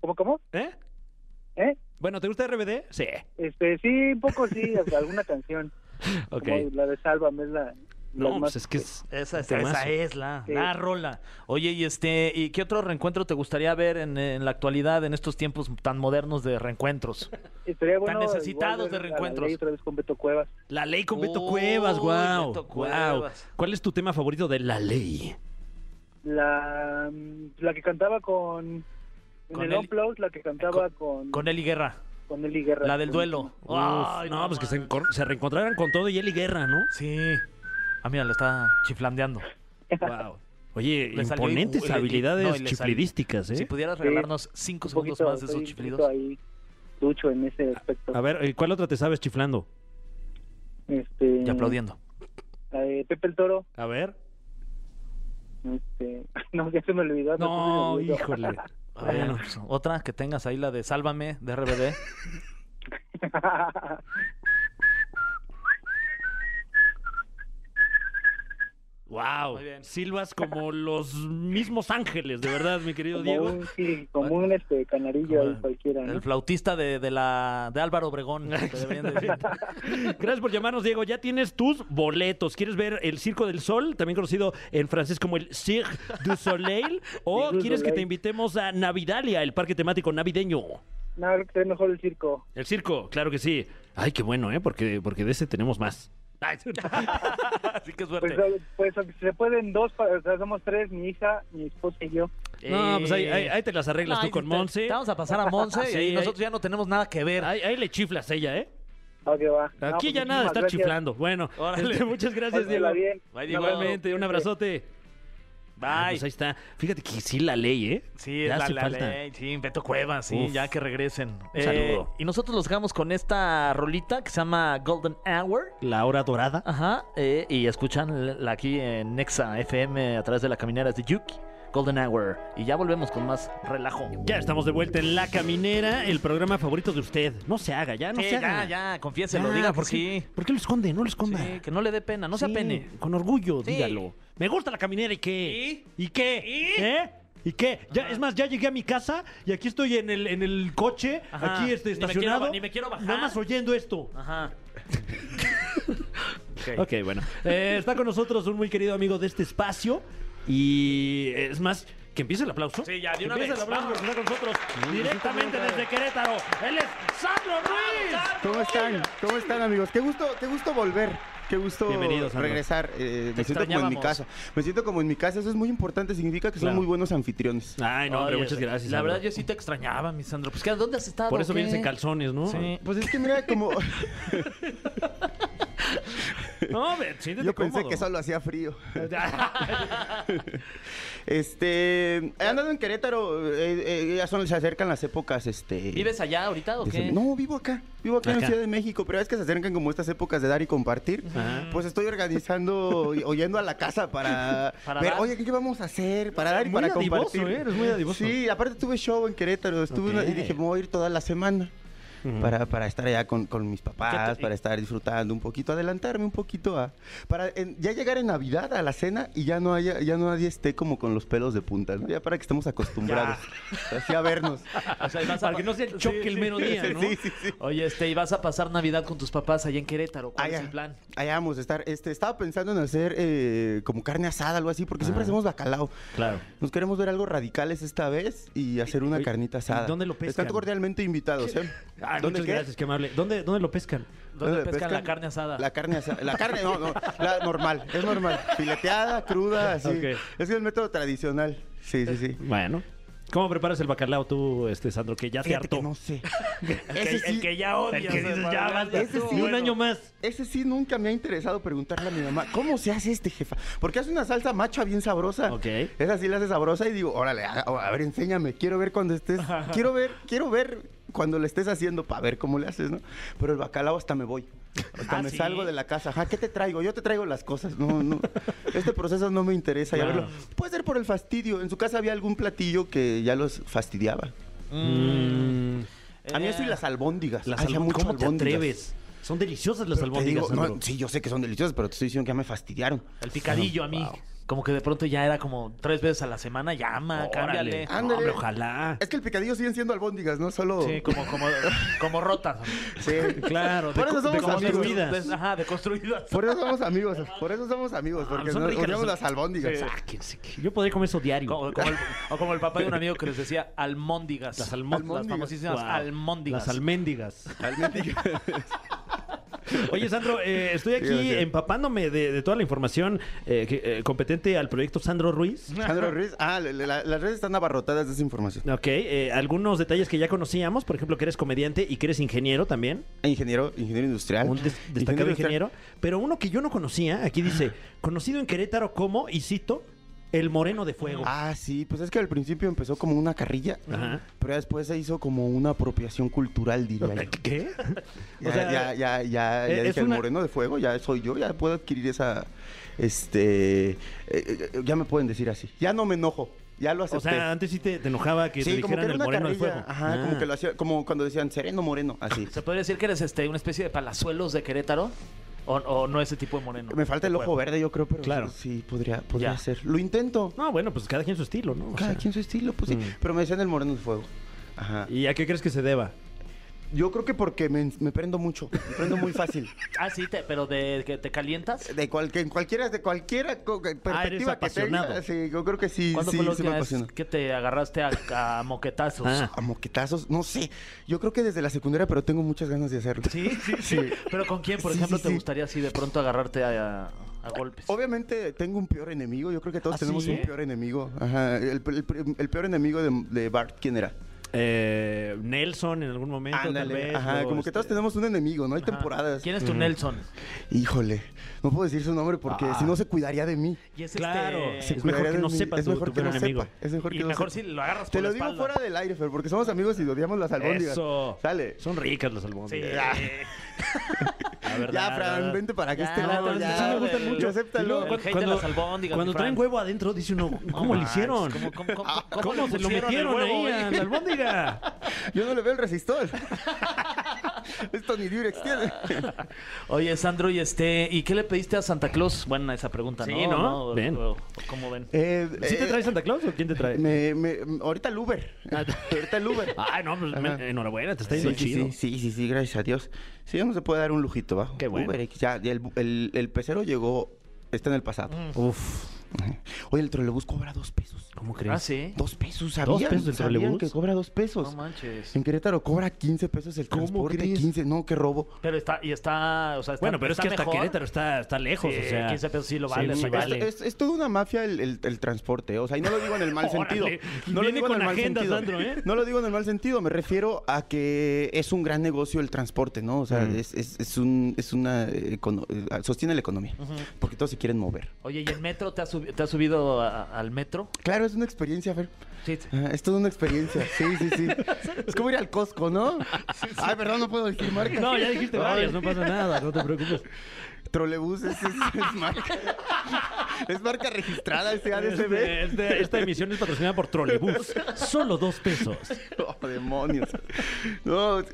[SPEAKER 8] ¿Cómo, cómo?
[SPEAKER 3] ¿Eh?
[SPEAKER 8] ¿Eh?
[SPEAKER 3] Bueno, ¿te gusta RBD? Sí.
[SPEAKER 8] Este, sí, un poco sí, hasta alguna
[SPEAKER 4] [laughs]
[SPEAKER 8] canción.
[SPEAKER 3] Ok.
[SPEAKER 8] Como la de Sálvame es la. la
[SPEAKER 3] No,
[SPEAKER 8] más-
[SPEAKER 3] pues es que es...
[SPEAKER 4] Esa, es-
[SPEAKER 3] Temazo.
[SPEAKER 4] esa es la,
[SPEAKER 8] Sí.
[SPEAKER 4] la rola. Oye, y este, ¿y qué otro reencuentro te gustaría ver en, en la actualidad, en estos tiempos tan modernos de reencuentros?
[SPEAKER 8] Estaría
[SPEAKER 4] Están
[SPEAKER 8] bueno.
[SPEAKER 4] necesitados de
[SPEAKER 8] igual ver a la
[SPEAKER 4] reencuentros.
[SPEAKER 8] ley otra vez con Beto Cuevas.
[SPEAKER 3] La ley con Beto
[SPEAKER 4] Uy,
[SPEAKER 3] Cuevas, wow.
[SPEAKER 4] Beto Cuevas.
[SPEAKER 3] ¿Cuál es tu tema favorito de la ley?
[SPEAKER 8] La, mm, la que cantaba con. En
[SPEAKER 4] Con
[SPEAKER 8] el
[SPEAKER 4] Eli- Eh,
[SPEAKER 8] Unplugged, la que cantaba con.
[SPEAKER 4] Con Eli Guerra,
[SPEAKER 8] con Eli Guerra.
[SPEAKER 4] la del duelo.
[SPEAKER 3] Uf,
[SPEAKER 4] Ay,
[SPEAKER 3] no, pues que se,
[SPEAKER 4] man.
[SPEAKER 3] encor- se reencontraran con todo y Eli Guerra, ¿no?
[SPEAKER 4] Sí. Ah, mira, le está chiflandeando.
[SPEAKER 3] Wow. Oye,
[SPEAKER 4] Le salió
[SPEAKER 3] imponentes
[SPEAKER 4] igual, le-
[SPEAKER 3] habilidades
[SPEAKER 4] no, y le salió- pues.
[SPEAKER 3] chiflidísticas, ¿eh?
[SPEAKER 4] Si pudieras regalarnos cinco
[SPEAKER 8] Un
[SPEAKER 4] segundos
[SPEAKER 8] poquito,
[SPEAKER 4] más de Ah, esos
[SPEAKER 8] soy un poquito
[SPEAKER 4] chiflidos.
[SPEAKER 8] ahí ducho en ese aspecto.
[SPEAKER 3] A ver, eh, ¿cuál otra te sabes chiflando?
[SPEAKER 8] Este,
[SPEAKER 4] Y aplaudiendo.
[SPEAKER 8] La de Pepe el Toro.
[SPEAKER 3] A ver.
[SPEAKER 8] Este, [laughs] no, ya se me olvidó.
[SPEAKER 3] No,
[SPEAKER 8] se me
[SPEAKER 4] [laughs]
[SPEAKER 8] olvidó.
[SPEAKER 3] híjole.
[SPEAKER 4] A ver, pues, otra que tengas ahí, la de Sálvame, de RBD.
[SPEAKER 3] Wow.
[SPEAKER 4] Muy bien.
[SPEAKER 3] Silvas como los mismos ángeles, de verdad, mi querido
[SPEAKER 8] como
[SPEAKER 3] Diego.
[SPEAKER 8] un, sí, como un este, canarillo ahí
[SPEAKER 4] Como
[SPEAKER 8] cualquiera. ¿no?
[SPEAKER 4] El flautista de, de la de Álvaro Obregón. te deberían
[SPEAKER 8] [laughs]
[SPEAKER 4] decir. [laughs]
[SPEAKER 3] Gracias por llamarnos, Diego. Ya tienes tus boletos. ¿Quieres ver el Circo del Sol, también conocido en francés como el Cirque du
[SPEAKER 8] [laughs]
[SPEAKER 3] Soleil? ¿O
[SPEAKER 8] Cirque du
[SPEAKER 3] quieres que
[SPEAKER 8] Soleil.
[SPEAKER 3] te invitemos a Navidalia, el parque temático navideño?
[SPEAKER 8] No, creo que es mejor el circo.
[SPEAKER 3] El circo, claro que sí. Ay, qué bueno, ¿eh? Porque, porque de ese tenemos más. [laughs] Ay,
[SPEAKER 4] Así que
[SPEAKER 8] Pues,
[SPEAKER 4] suerte.
[SPEAKER 8] pues aunque se pueden dos, para, o sea, somos tres, mi hija, mi esposa y yo.
[SPEAKER 3] no, pues ahí, ahí- ahí te las arreglas
[SPEAKER 4] No,
[SPEAKER 3] tú
[SPEAKER 4] ahí
[SPEAKER 3] con
[SPEAKER 4] te-
[SPEAKER 3] Monse.
[SPEAKER 4] te Vamos a pasar a Monse
[SPEAKER 3] [laughs] Sí, ¿eh?
[SPEAKER 4] y ahí
[SPEAKER 3] ahí-
[SPEAKER 4] nosotros ya no tenemos nada que ver.
[SPEAKER 3] Ahí, ahí le chiflas ella, ¿eh?
[SPEAKER 8] Ah, que va. No,
[SPEAKER 3] Aquí
[SPEAKER 8] pues
[SPEAKER 3] ya nada de
[SPEAKER 8] muchísimas
[SPEAKER 3] estar
[SPEAKER 8] gracias.
[SPEAKER 3] chiflando. Bueno,
[SPEAKER 4] Órale.
[SPEAKER 3] este, muchas gracias, Diego.
[SPEAKER 8] Pásenla bien.
[SPEAKER 4] Bye, Diego.
[SPEAKER 3] Igualmente, un abrazote. Ah,
[SPEAKER 4] Bye.
[SPEAKER 3] pues ahí está. Fíjate que sí la ley, ¿eh?
[SPEAKER 4] Sí,
[SPEAKER 3] Ya
[SPEAKER 4] la,
[SPEAKER 3] hace
[SPEAKER 4] la
[SPEAKER 3] falta.
[SPEAKER 4] ley, sí, Beto Cuevas, sí,
[SPEAKER 3] Uf.
[SPEAKER 4] ya que regresen.
[SPEAKER 3] saludo.
[SPEAKER 4] Eh, Y nosotros los dejamos con esta rolita que se llama Golden Hour.
[SPEAKER 3] La hora dorada.
[SPEAKER 4] Ajá, eh, y escuchan la aquí en Nexa FM a través de la caminera de Yuki. Golden Hour. Y ya volvemos con más relajo.
[SPEAKER 3] Ya estamos de vuelta en La Caminera, el programa favorito de usted. No se haga, ya no
[SPEAKER 4] Sí,
[SPEAKER 3] se haga.
[SPEAKER 4] Eh, ya, ya, confiéselo,
[SPEAKER 3] Ya,
[SPEAKER 4] diga
[SPEAKER 3] que
[SPEAKER 4] por
[SPEAKER 3] sí.
[SPEAKER 4] sí.
[SPEAKER 3] ¿Por qué lo esconde? No lo esconda.
[SPEAKER 4] Sí, que no le dé pena, no se
[SPEAKER 3] Sí,
[SPEAKER 4] apene.
[SPEAKER 3] Con orgullo,
[SPEAKER 4] Sí.
[SPEAKER 3] dígalo. Me gusta la caminera y qué. ¿Y, qué?
[SPEAKER 4] ¿Y?
[SPEAKER 3] ¿Eh? ¿Y qué? Ya, es más, ya llegué a mi casa y aquí estoy en el, en el coche,
[SPEAKER 4] Ajá.
[SPEAKER 3] aquí este,
[SPEAKER 4] Ni me quiero
[SPEAKER 3] estacionado.
[SPEAKER 4] ba- ni me quiero bajar.
[SPEAKER 3] Nada más oyendo esto.
[SPEAKER 4] Ajá. Ok.
[SPEAKER 3] Ok, bueno. Eh, está con nosotros un muy querido amigo de este espacio. Y es más, que empiece el aplauso.
[SPEAKER 4] Sí, ya, de
[SPEAKER 3] Que
[SPEAKER 4] una
[SPEAKER 3] empiece
[SPEAKER 4] vez,
[SPEAKER 3] el aplauso
[SPEAKER 4] vamos.
[SPEAKER 3] porque está con nosotros directamente desde Querétaro. Él es Sandro Ruiz.
[SPEAKER 7] ¿Cómo están? ¿Cómo están, amigos? Qué gusto, qué gusto volver. Qué gusto
[SPEAKER 3] Bienvenidos, Sandro.
[SPEAKER 7] regresar. Eh,
[SPEAKER 4] Te
[SPEAKER 7] me siento como en mi
[SPEAKER 4] extrañábamos.
[SPEAKER 7] casa. Me siento como en mi casa. Eso es muy importante. Significa que son
[SPEAKER 3] Claro. Ah.
[SPEAKER 7] muy buenos anfitriones.
[SPEAKER 3] Ay, no, hombre,
[SPEAKER 4] Oye,
[SPEAKER 3] muchas gracias.
[SPEAKER 4] La
[SPEAKER 3] Sandro.
[SPEAKER 4] verdad, yo sí te extrañaba, mi Sandro. Pues, ¿qué? ¿dónde has estado?
[SPEAKER 3] Por eso
[SPEAKER 4] ¿Qué?
[SPEAKER 3] vienes en calzones, ¿no?
[SPEAKER 4] Sí.
[SPEAKER 7] Pues es que mira, como
[SPEAKER 3] [laughs] No, ve, siéntete
[SPEAKER 7] yo pensé
[SPEAKER 3] cómodo. [laughs]
[SPEAKER 7] que solo hacía frío. Este, he andado en Querétaro. eh, eh, ya son, se acercan las épocas, este.
[SPEAKER 4] ¿Vives allá ahorita o
[SPEAKER 7] de
[SPEAKER 4] qué?
[SPEAKER 7] sem- No, vivo acá, vivo acá, en
[SPEAKER 3] Acá.
[SPEAKER 7] la Ciudad de México, pero es que se acercan como estas épocas de dar y compartir.
[SPEAKER 3] Ah.
[SPEAKER 7] Pues estoy organizando, y- oyendo a la
[SPEAKER 3] [laughs]
[SPEAKER 7] casa para,
[SPEAKER 4] Para
[SPEAKER 7] ver,
[SPEAKER 4] dar.
[SPEAKER 7] oye, ¿qué vamos a hacer? Para dar y
[SPEAKER 3] Muy
[SPEAKER 7] para
[SPEAKER 3] dadivoso,
[SPEAKER 7] compartir.
[SPEAKER 3] ¿eh? Eres muy dadivoso.
[SPEAKER 7] Sí, aparte tuve show en Querétaro, estuve una- y
[SPEAKER 3] Ok.
[SPEAKER 7] dije, me voy a ir toda la semana. Para, para estar allá con, con mis papás, para estar disfrutando un poquito, adelantarme un poquito a... Para en- ya llegar en Navidad a la cena y ya no haya, ya nadie esté como con los pelos de punta, ¿no? Ya para que estemos acostumbrados. Así
[SPEAKER 3] [laughs]
[SPEAKER 7] a vernos.
[SPEAKER 4] O sea, y vas a
[SPEAKER 3] Para que no sea el choque el mero
[SPEAKER 4] [laughs]
[SPEAKER 3] día, ¿no?
[SPEAKER 7] Sí, sí, sí.
[SPEAKER 4] Oye, este, y vas a pasar Navidad con tus papás allá en Querétaro. ¿Cuál
[SPEAKER 7] Allá.
[SPEAKER 4] es el plan?
[SPEAKER 7] Allá vamos a estar. Este, estaba pensando en hacer eh, como carne asada, algo así, porque siempre hacemos bacalao.
[SPEAKER 3] Claro.
[SPEAKER 7] Nos queremos ver algo radicales esta vez y hacer una
[SPEAKER 3] oye,
[SPEAKER 7] carnita
[SPEAKER 3] ¿y
[SPEAKER 7] asada.
[SPEAKER 3] dónde lo pescan?
[SPEAKER 7] Están cordialmente invitados, ¿eh?
[SPEAKER 3] Ay,
[SPEAKER 7] ¿Dónde
[SPEAKER 3] muchas
[SPEAKER 7] qué?
[SPEAKER 3] gracias, qué amable. ¿Dónde, ¿Dónde lo pescan?
[SPEAKER 4] ¿Dónde, pescan, la carne asada?
[SPEAKER 7] Pues, La carne asada. La carne, no, no. La normal, es normal. Fileteada, cruda, así.
[SPEAKER 3] Ok.
[SPEAKER 7] Es el método tradicional. Sí, sí, sí.
[SPEAKER 3] Bueno. ¿Cómo preparas el bacalao tú, este Sandro, que ya te
[SPEAKER 7] Fíjate
[SPEAKER 3] hartó? [laughs]
[SPEAKER 7] que no sé.
[SPEAKER 4] El que-
[SPEAKER 7] Ese sí,
[SPEAKER 4] el que ya odias.
[SPEAKER 3] El que dices, ya basta,
[SPEAKER 7] ese sí.
[SPEAKER 3] ni un año más.
[SPEAKER 7] ese sí nunca me ha interesado preguntarle a mi mamá, ¿cómo se hace este jefa? Porque hace una salsa macha bien sabrosa.
[SPEAKER 3] Ok.
[SPEAKER 7] Esa sí la hace sabrosa y digo, órale, a, a ver, enséñame. Quiero ver
[SPEAKER 3] [laughs]
[SPEAKER 7] cuando estés, quiero ver, quiero ver cuando le estés haciendo para ver cómo le haces, ¿no? Pero el bacalao hasta me voy. Hasta
[SPEAKER 4] Ah,
[SPEAKER 7] me
[SPEAKER 4] ¿sí?
[SPEAKER 7] salgo de la casa. Ajá, ¿qué te traigo? Yo te traigo las cosas. No, no. Este proceso no me interesa. ya
[SPEAKER 3] Claro.
[SPEAKER 7] verlo. Puede ser por el fastidio. En su casa había algún platillo que ya los fastidiaba.
[SPEAKER 3] Mm,
[SPEAKER 7] A mí eso y las albóndigas.
[SPEAKER 3] las
[SPEAKER 7] Ay, ya
[SPEAKER 3] alb-
[SPEAKER 7] mucho
[SPEAKER 3] ¿Cómo te
[SPEAKER 7] albóndigas.
[SPEAKER 3] atreves? Son deliciosas las
[SPEAKER 7] Pero te digo,
[SPEAKER 3] albóndigas, Sandro.
[SPEAKER 7] no, sí, yo sé que son deliciosas, pero te estoy diciendo que ya me fastidiaron.
[SPEAKER 4] El picadillo a mí. Como que de pronto ya era como tres veces a la semana. Llama, Ah, cámbiale.
[SPEAKER 3] Órale. No,
[SPEAKER 7] Ándale.
[SPEAKER 3] hombre, ojalá.
[SPEAKER 7] Es que el picadillo siguen siendo albóndigas, Ah, no solo.
[SPEAKER 4] Sí, como, como, como rotas.
[SPEAKER 7] [laughs]
[SPEAKER 3] [laughs]
[SPEAKER 7] Sí.
[SPEAKER 3] Claro,
[SPEAKER 7] Por
[SPEAKER 3] de-
[SPEAKER 7] eso
[SPEAKER 3] de
[SPEAKER 7] somos
[SPEAKER 3] como
[SPEAKER 7] amigos. ah,
[SPEAKER 3] destruidas.
[SPEAKER 4] Pues, Ajá, deconstruidas.
[SPEAKER 7] Por eso somos amigos. Por eso somos amigos. Porque
[SPEAKER 3] son
[SPEAKER 7] nos
[SPEAKER 3] ricas
[SPEAKER 7] odiamos
[SPEAKER 3] las-
[SPEAKER 7] las albóndigas.
[SPEAKER 3] Sáquense, que- Yo podría comer eso diario.
[SPEAKER 4] Como, como el, o como el papá de un amigo que les decía almóndigas.
[SPEAKER 3] Las almón-
[SPEAKER 4] almóndigas.
[SPEAKER 7] Almóndigas.
[SPEAKER 4] Las famosísimas
[SPEAKER 3] Wow.
[SPEAKER 4] almóndigas.
[SPEAKER 3] Las alméndigas.
[SPEAKER 7] Albóndigas.
[SPEAKER 3] [laughs] Oye, Sandro, eh, estoy aquí
[SPEAKER 7] Dígame, dígame.
[SPEAKER 3] empapándome de, de toda la información eh, que- eh, competente al proyecto Sandro Ruiz.
[SPEAKER 7] Sandro Ruiz. Ah, le- le- la- las redes están abarrotadas de esa información.
[SPEAKER 3] Ok, eh, algunos detalles que ya conocíamos, por ejemplo, que eres comediante y que eres ingeniero también,
[SPEAKER 7] E Ingeniero, ingeniero industrial.
[SPEAKER 3] un des- destacado
[SPEAKER 7] industrial. Ah.
[SPEAKER 3] ingeniero, pero uno que yo no conocía, aquí dice, conocido en Querétaro como, y cito, el moreno de fuego.
[SPEAKER 7] Ah, sí, pues es que al principio empezó como una carrilla,
[SPEAKER 3] Ajá.
[SPEAKER 7] pero después se hizo como una apropiación cultural, diría yo.
[SPEAKER 3] ¿Qué?
[SPEAKER 7] Ya,
[SPEAKER 3] O sea,
[SPEAKER 7] ya, ya, ya,
[SPEAKER 3] eh,
[SPEAKER 7] ya
[SPEAKER 3] es
[SPEAKER 7] dije, el
[SPEAKER 3] una-
[SPEAKER 7] moreno de fuego, ya soy yo, ya puedo adquirir esa, este, eh, eh, ya me pueden decir así. Ya no me enojo, ya lo
[SPEAKER 3] O
[SPEAKER 7] acepté.
[SPEAKER 3] sea, antes sí te, te enojaba que te
[SPEAKER 7] sí, como que
[SPEAKER 3] dijeran
[SPEAKER 7] era
[SPEAKER 3] el
[SPEAKER 7] una
[SPEAKER 3] moreno de
[SPEAKER 7] carrilla,
[SPEAKER 3] fuego.
[SPEAKER 7] ajá,
[SPEAKER 3] Ah.
[SPEAKER 7] como que lo hacía, como cuando decían sereno moreno,
[SPEAKER 3] [laughs]
[SPEAKER 7] así.
[SPEAKER 4] ¿Se podría decir que eres este, una especie de palazuelos de Querétaro? ¿O, o no ese tipo de moreno?
[SPEAKER 7] me falta el ojo verde, yo creo, pero
[SPEAKER 3] Claro.
[SPEAKER 7] sí, sí, podría, podría
[SPEAKER 4] Ya.
[SPEAKER 7] ser. Lo intento,
[SPEAKER 3] No, bueno, pues cada quien su estilo, ¿no? O
[SPEAKER 7] cada
[SPEAKER 3] sea, Mm.
[SPEAKER 7] quien su estilo, pues sí, pero me decían el moreno de fuego. Ajá.
[SPEAKER 3] ¿Y a qué crees que se deba?
[SPEAKER 7] Yo creo que porque me, me prendo mucho, me prendo [laughs] muy fácil.
[SPEAKER 4] Ah, sí, te- pero de que te calientas.
[SPEAKER 7] De cualquier, cualquiera, de cualquiera co- perspectiva que
[SPEAKER 3] Ah, apasionado.
[SPEAKER 7] tenga, sí, yo creo que sí,
[SPEAKER 4] ¿Cuándo
[SPEAKER 7] sí,
[SPEAKER 4] fue la
[SPEAKER 7] sí me
[SPEAKER 4] última vez
[SPEAKER 7] apasiona.
[SPEAKER 4] que te agarraste a, a moquetazos?
[SPEAKER 3] Ah.
[SPEAKER 7] a moquetazos, no sé. Yo creo que desde la secundaria, pero tengo muchas ganas de hacerlo.
[SPEAKER 4] Sí, sí, [laughs] sí. ¿Pero con quién, por
[SPEAKER 7] Sí,
[SPEAKER 4] ejemplo,
[SPEAKER 7] sí,
[SPEAKER 4] te
[SPEAKER 7] sí.
[SPEAKER 4] gustaría así de pronto agarrarte a, a- a golpes?
[SPEAKER 7] Obviamente tengo un peor enemigo. Yo creo que todos
[SPEAKER 4] ¿Ah,
[SPEAKER 7] tenemos
[SPEAKER 4] sí?
[SPEAKER 7] un peor enemigo. Ajá. El, el- el peor enemigo de, de Bart, ¿quién era?
[SPEAKER 3] [laughs] eh, Nelson en algún momento,
[SPEAKER 7] Ándale,
[SPEAKER 3] tal vez.
[SPEAKER 7] ajá,
[SPEAKER 3] o
[SPEAKER 7] como que todos
[SPEAKER 3] este-
[SPEAKER 7] tenemos un enemigo, ¿no? Hay
[SPEAKER 3] Ajá.
[SPEAKER 7] temporadas.
[SPEAKER 4] ¿Quién es tu Nelson?
[SPEAKER 7] Híjole, no puedo decir su nombre porque
[SPEAKER 4] Ah.
[SPEAKER 7] si no se cuidaría de mí.
[SPEAKER 4] Y es
[SPEAKER 3] Claro.
[SPEAKER 4] este-
[SPEAKER 3] Se
[SPEAKER 7] Se
[SPEAKER 3] Es mejor
[SPEAKER 7] cuidaría
[SPEAKER 3] que
[SPEAKER 7] de
[SPEAKER 3] no
[SPEAKER 7] mí.
[SPEAKER 3] sepa
[SPEAKER 7] es
[SPEAKER 3] tu-
[SPEAKER 7] mejor
[SPEAKER 3] tu
[SPEAKER 7] que no
[SPEAKER 3] peor enemigo.
[SPEAKER 7] sepa. Es mejor que
[SPEAKER 4] Y
[SPEAKER 7] no
[SPEAKER 4] mejor
[SPEAKER 7] sepa.
[SPEAKER 4] si lo agarras
[SPEAKER 7] Te
[SPEAKER 4] por
[SPEAKER 7] lo
[SPEAKER 4] la
[SPEAKER 7] digo
[SPEAKER 4] espalda.
[SPEAKER 7] fuera del aire, Fer, porque somos amigos y odiamos las albóndigas.
[SPEAKER 3] Eso.
[SPEAKER 7] Sale.
[SPEAKER 3] Son ricas las
[SPEAKER 4] Sí.
[SPEAKER 3] albóndigas.
[SPEAKER 7] Ah.
[SPEAKER 3] Ah, La verdad,
[SPEAKER 7] Ya,
[SPEAKER 3] la
[SPEAKER 7] Fran,
[SPEAKER 3] verdad.
[SPEAKER 7] vente para que
[SPEAKER 4] Ya,
[SPEAKER 7] este
[SPEAKER 4] no,
[SPEAKER 7] lado.
[SPEAKER 4] entonces
[SPEAKER 7] ya,
[SPEAKER 4] sí me gustan
[SPEAKER 7] güey.
[SPEAKER 4] mucho.
[SPEAKER 7] Acéptalo.
[SPEAKER 4] El hate de las albóndigas,
[SPEAKER 3] cuando
[SPEAKER 4] mi
[SPEAKER 3] traen
[SPEAKER 4] Fran.
[SPEAKER 3] huevo adentro, dice uno,
[SPEAKER 4] No
[SPEAKER 3] ¿cómo lo
[SPEAKER 4] manches,
[SPEAKER 3] hicieron?
[SPEAKER 4] ¿Cómo, cómo, cómo, cómo,
[SPEAKER 3] ¿Cómo
[SPEAKER 4] le
[SPEAKER 3] se lo
[SPEAKER 4] pusieron el
[SPEAKER 3] metieron
[SPEAKER 4] huevo,
[SPEAKER 3] ahí
[SPEAKER 4] eh?
[SPEAKER 3] a la albóndiga?
[SPEAKER 7] Yo no le veo el resistor. [laughs] Esto ni
[SPEAKER 3] [laughs]
[SPEAKER 7] Durex tiene.
[SPEAKER 4] Oye, Sandro, ¿y, este, ¿y qué le pediste a Santa Claus? Buena esa pregunta, ¿no?
[SPEAKER 3] Sí, ¿no?
[SPEAKER 4] O-
[SPEAKER 3] Ven.
[SPEAKER 4] o- o- ¿Cómo ven?
[SPEAKER 7] Eh,
[SPEAKER 3] ¿Sí te
[SPEAKER 7] eh,
[SPEAKER 3] trae Santa Claus o quién te trae?
[SPEAKER 7] me- me- ahorita el Uber. [laughs] ahorita el Uber.
[SPEAKER 3] Ay, no, pues, me-
[SPEAKER 7] Ajá.
[SPEAKER 3] enhorabuena, te Ah, está
[SPEAKER 7] Sí,
[SPEAKER 3] yendo
[SPEAKER 7] sí,
[SPEAKER 3] chido.
[SPEAKER 7] sí, sí, sí, sí, gracias a Dios. Sí, uno se puede dar un lujito, ¿va?
[SPEAKER 3] Qué bueno.
[SPEAKER 7] Uber X, ya, y el, el- el pecero llegó, está en el pasado.
[SPEAKER 3] Mm. Uf,
[SPEAKER 7] Ajá. Oye, el trolebús cobra dos pesos.
[SPEAKER 3] ¿cómo crees?
[SPEAKER 4] Ah, sí.
[SPEAKER 7] Dos pesos, ¿sabían?
[SPEAKER 3] pesos el
[SPEAKER 7] ¿Sabían
[SPEAKER 3] trolebús?
[SPEAKER 7] que cobra dos pesos.
[SPEAKER 4] No manches.
[SPEAKER 7] en Querétaro cobra 15 pesos el
[SPEAKER 3] ¿Cómo
[SPEAKER 7] transporte,
[SPEAKER 3] crees?
[SPEAKER 7] 15, no, qué robo.
[SPEAKER 4] Pero está, y está, o sea, está-
[SPEAKER 3] Bueno, pero es
[SPEAKER 4] está
[SPEAKER 3] que hasta
[SPEAKER 4] mejor.
[SPEAKER 3] Querétaro está, está lejos,
[SPEAKER 4] Sí,
[SPEAKER 3] o sea.
[SPEAKER 4] 15 pesos sí lo vale,
[SPEAKER 3] sí
[SPEAKER 4] sí
[SPEAKER 3] vale.
[SPEAKER 7] Es, es- es toda una mafia el, el- el transporte, o sea, y no lo digo en el mal sentido.
[SPEAKER 3] [laughs] Órale.
[SPEAKER 7] No lo
[SPEAKER 3] Viene
[SPEAKER 7] digo en
[SPEAKER 3] con
[SPEAKER 7] el mal
[SPEAKER 3] agenda,
[SPEAKER 7] sentido.
[SPEAKER 3] Sandro, ¿eh?
[SPEAKER 7] No lo digo en el mal sentido, me refiero a que es un gran negocio el transporte, ¿no? O sea, es, es- es un, es una... eh, econo- eh, sostiene la economía, porque todos se quieren mover.
[SPEAKER 4] Oye, ¿y el metro te has, subi- te has subido a- a- al metro?
[SPEAKER 7] Claro, es una experiencia, Fer.
[SPEAKER 4] Sí.
[SPEAKER 7] Ah, Es toda una experiencia, sí, sí,
[SPEAKER 3] [laughs]
[SPEAKER 7] sí. Es como ir al Costco, ¿no? Ay, perdón, no puedo decir marcas.
[SPEAKER 3] No, ya dijiste varias, no pasa nada, no te preocupes.
[SPEAKER 7] Trolebús es, es- es marca. [laughs] Es marca registrada, ese
[SPEAKER 3] Este-
[SPEAKER 7] ADCB.
[SPEAKER 3] este- esta emisión es patrocinada por Trolebús. Solo dos pesos.
[SPEAKER 7] [laughs] Oh, demonios. No.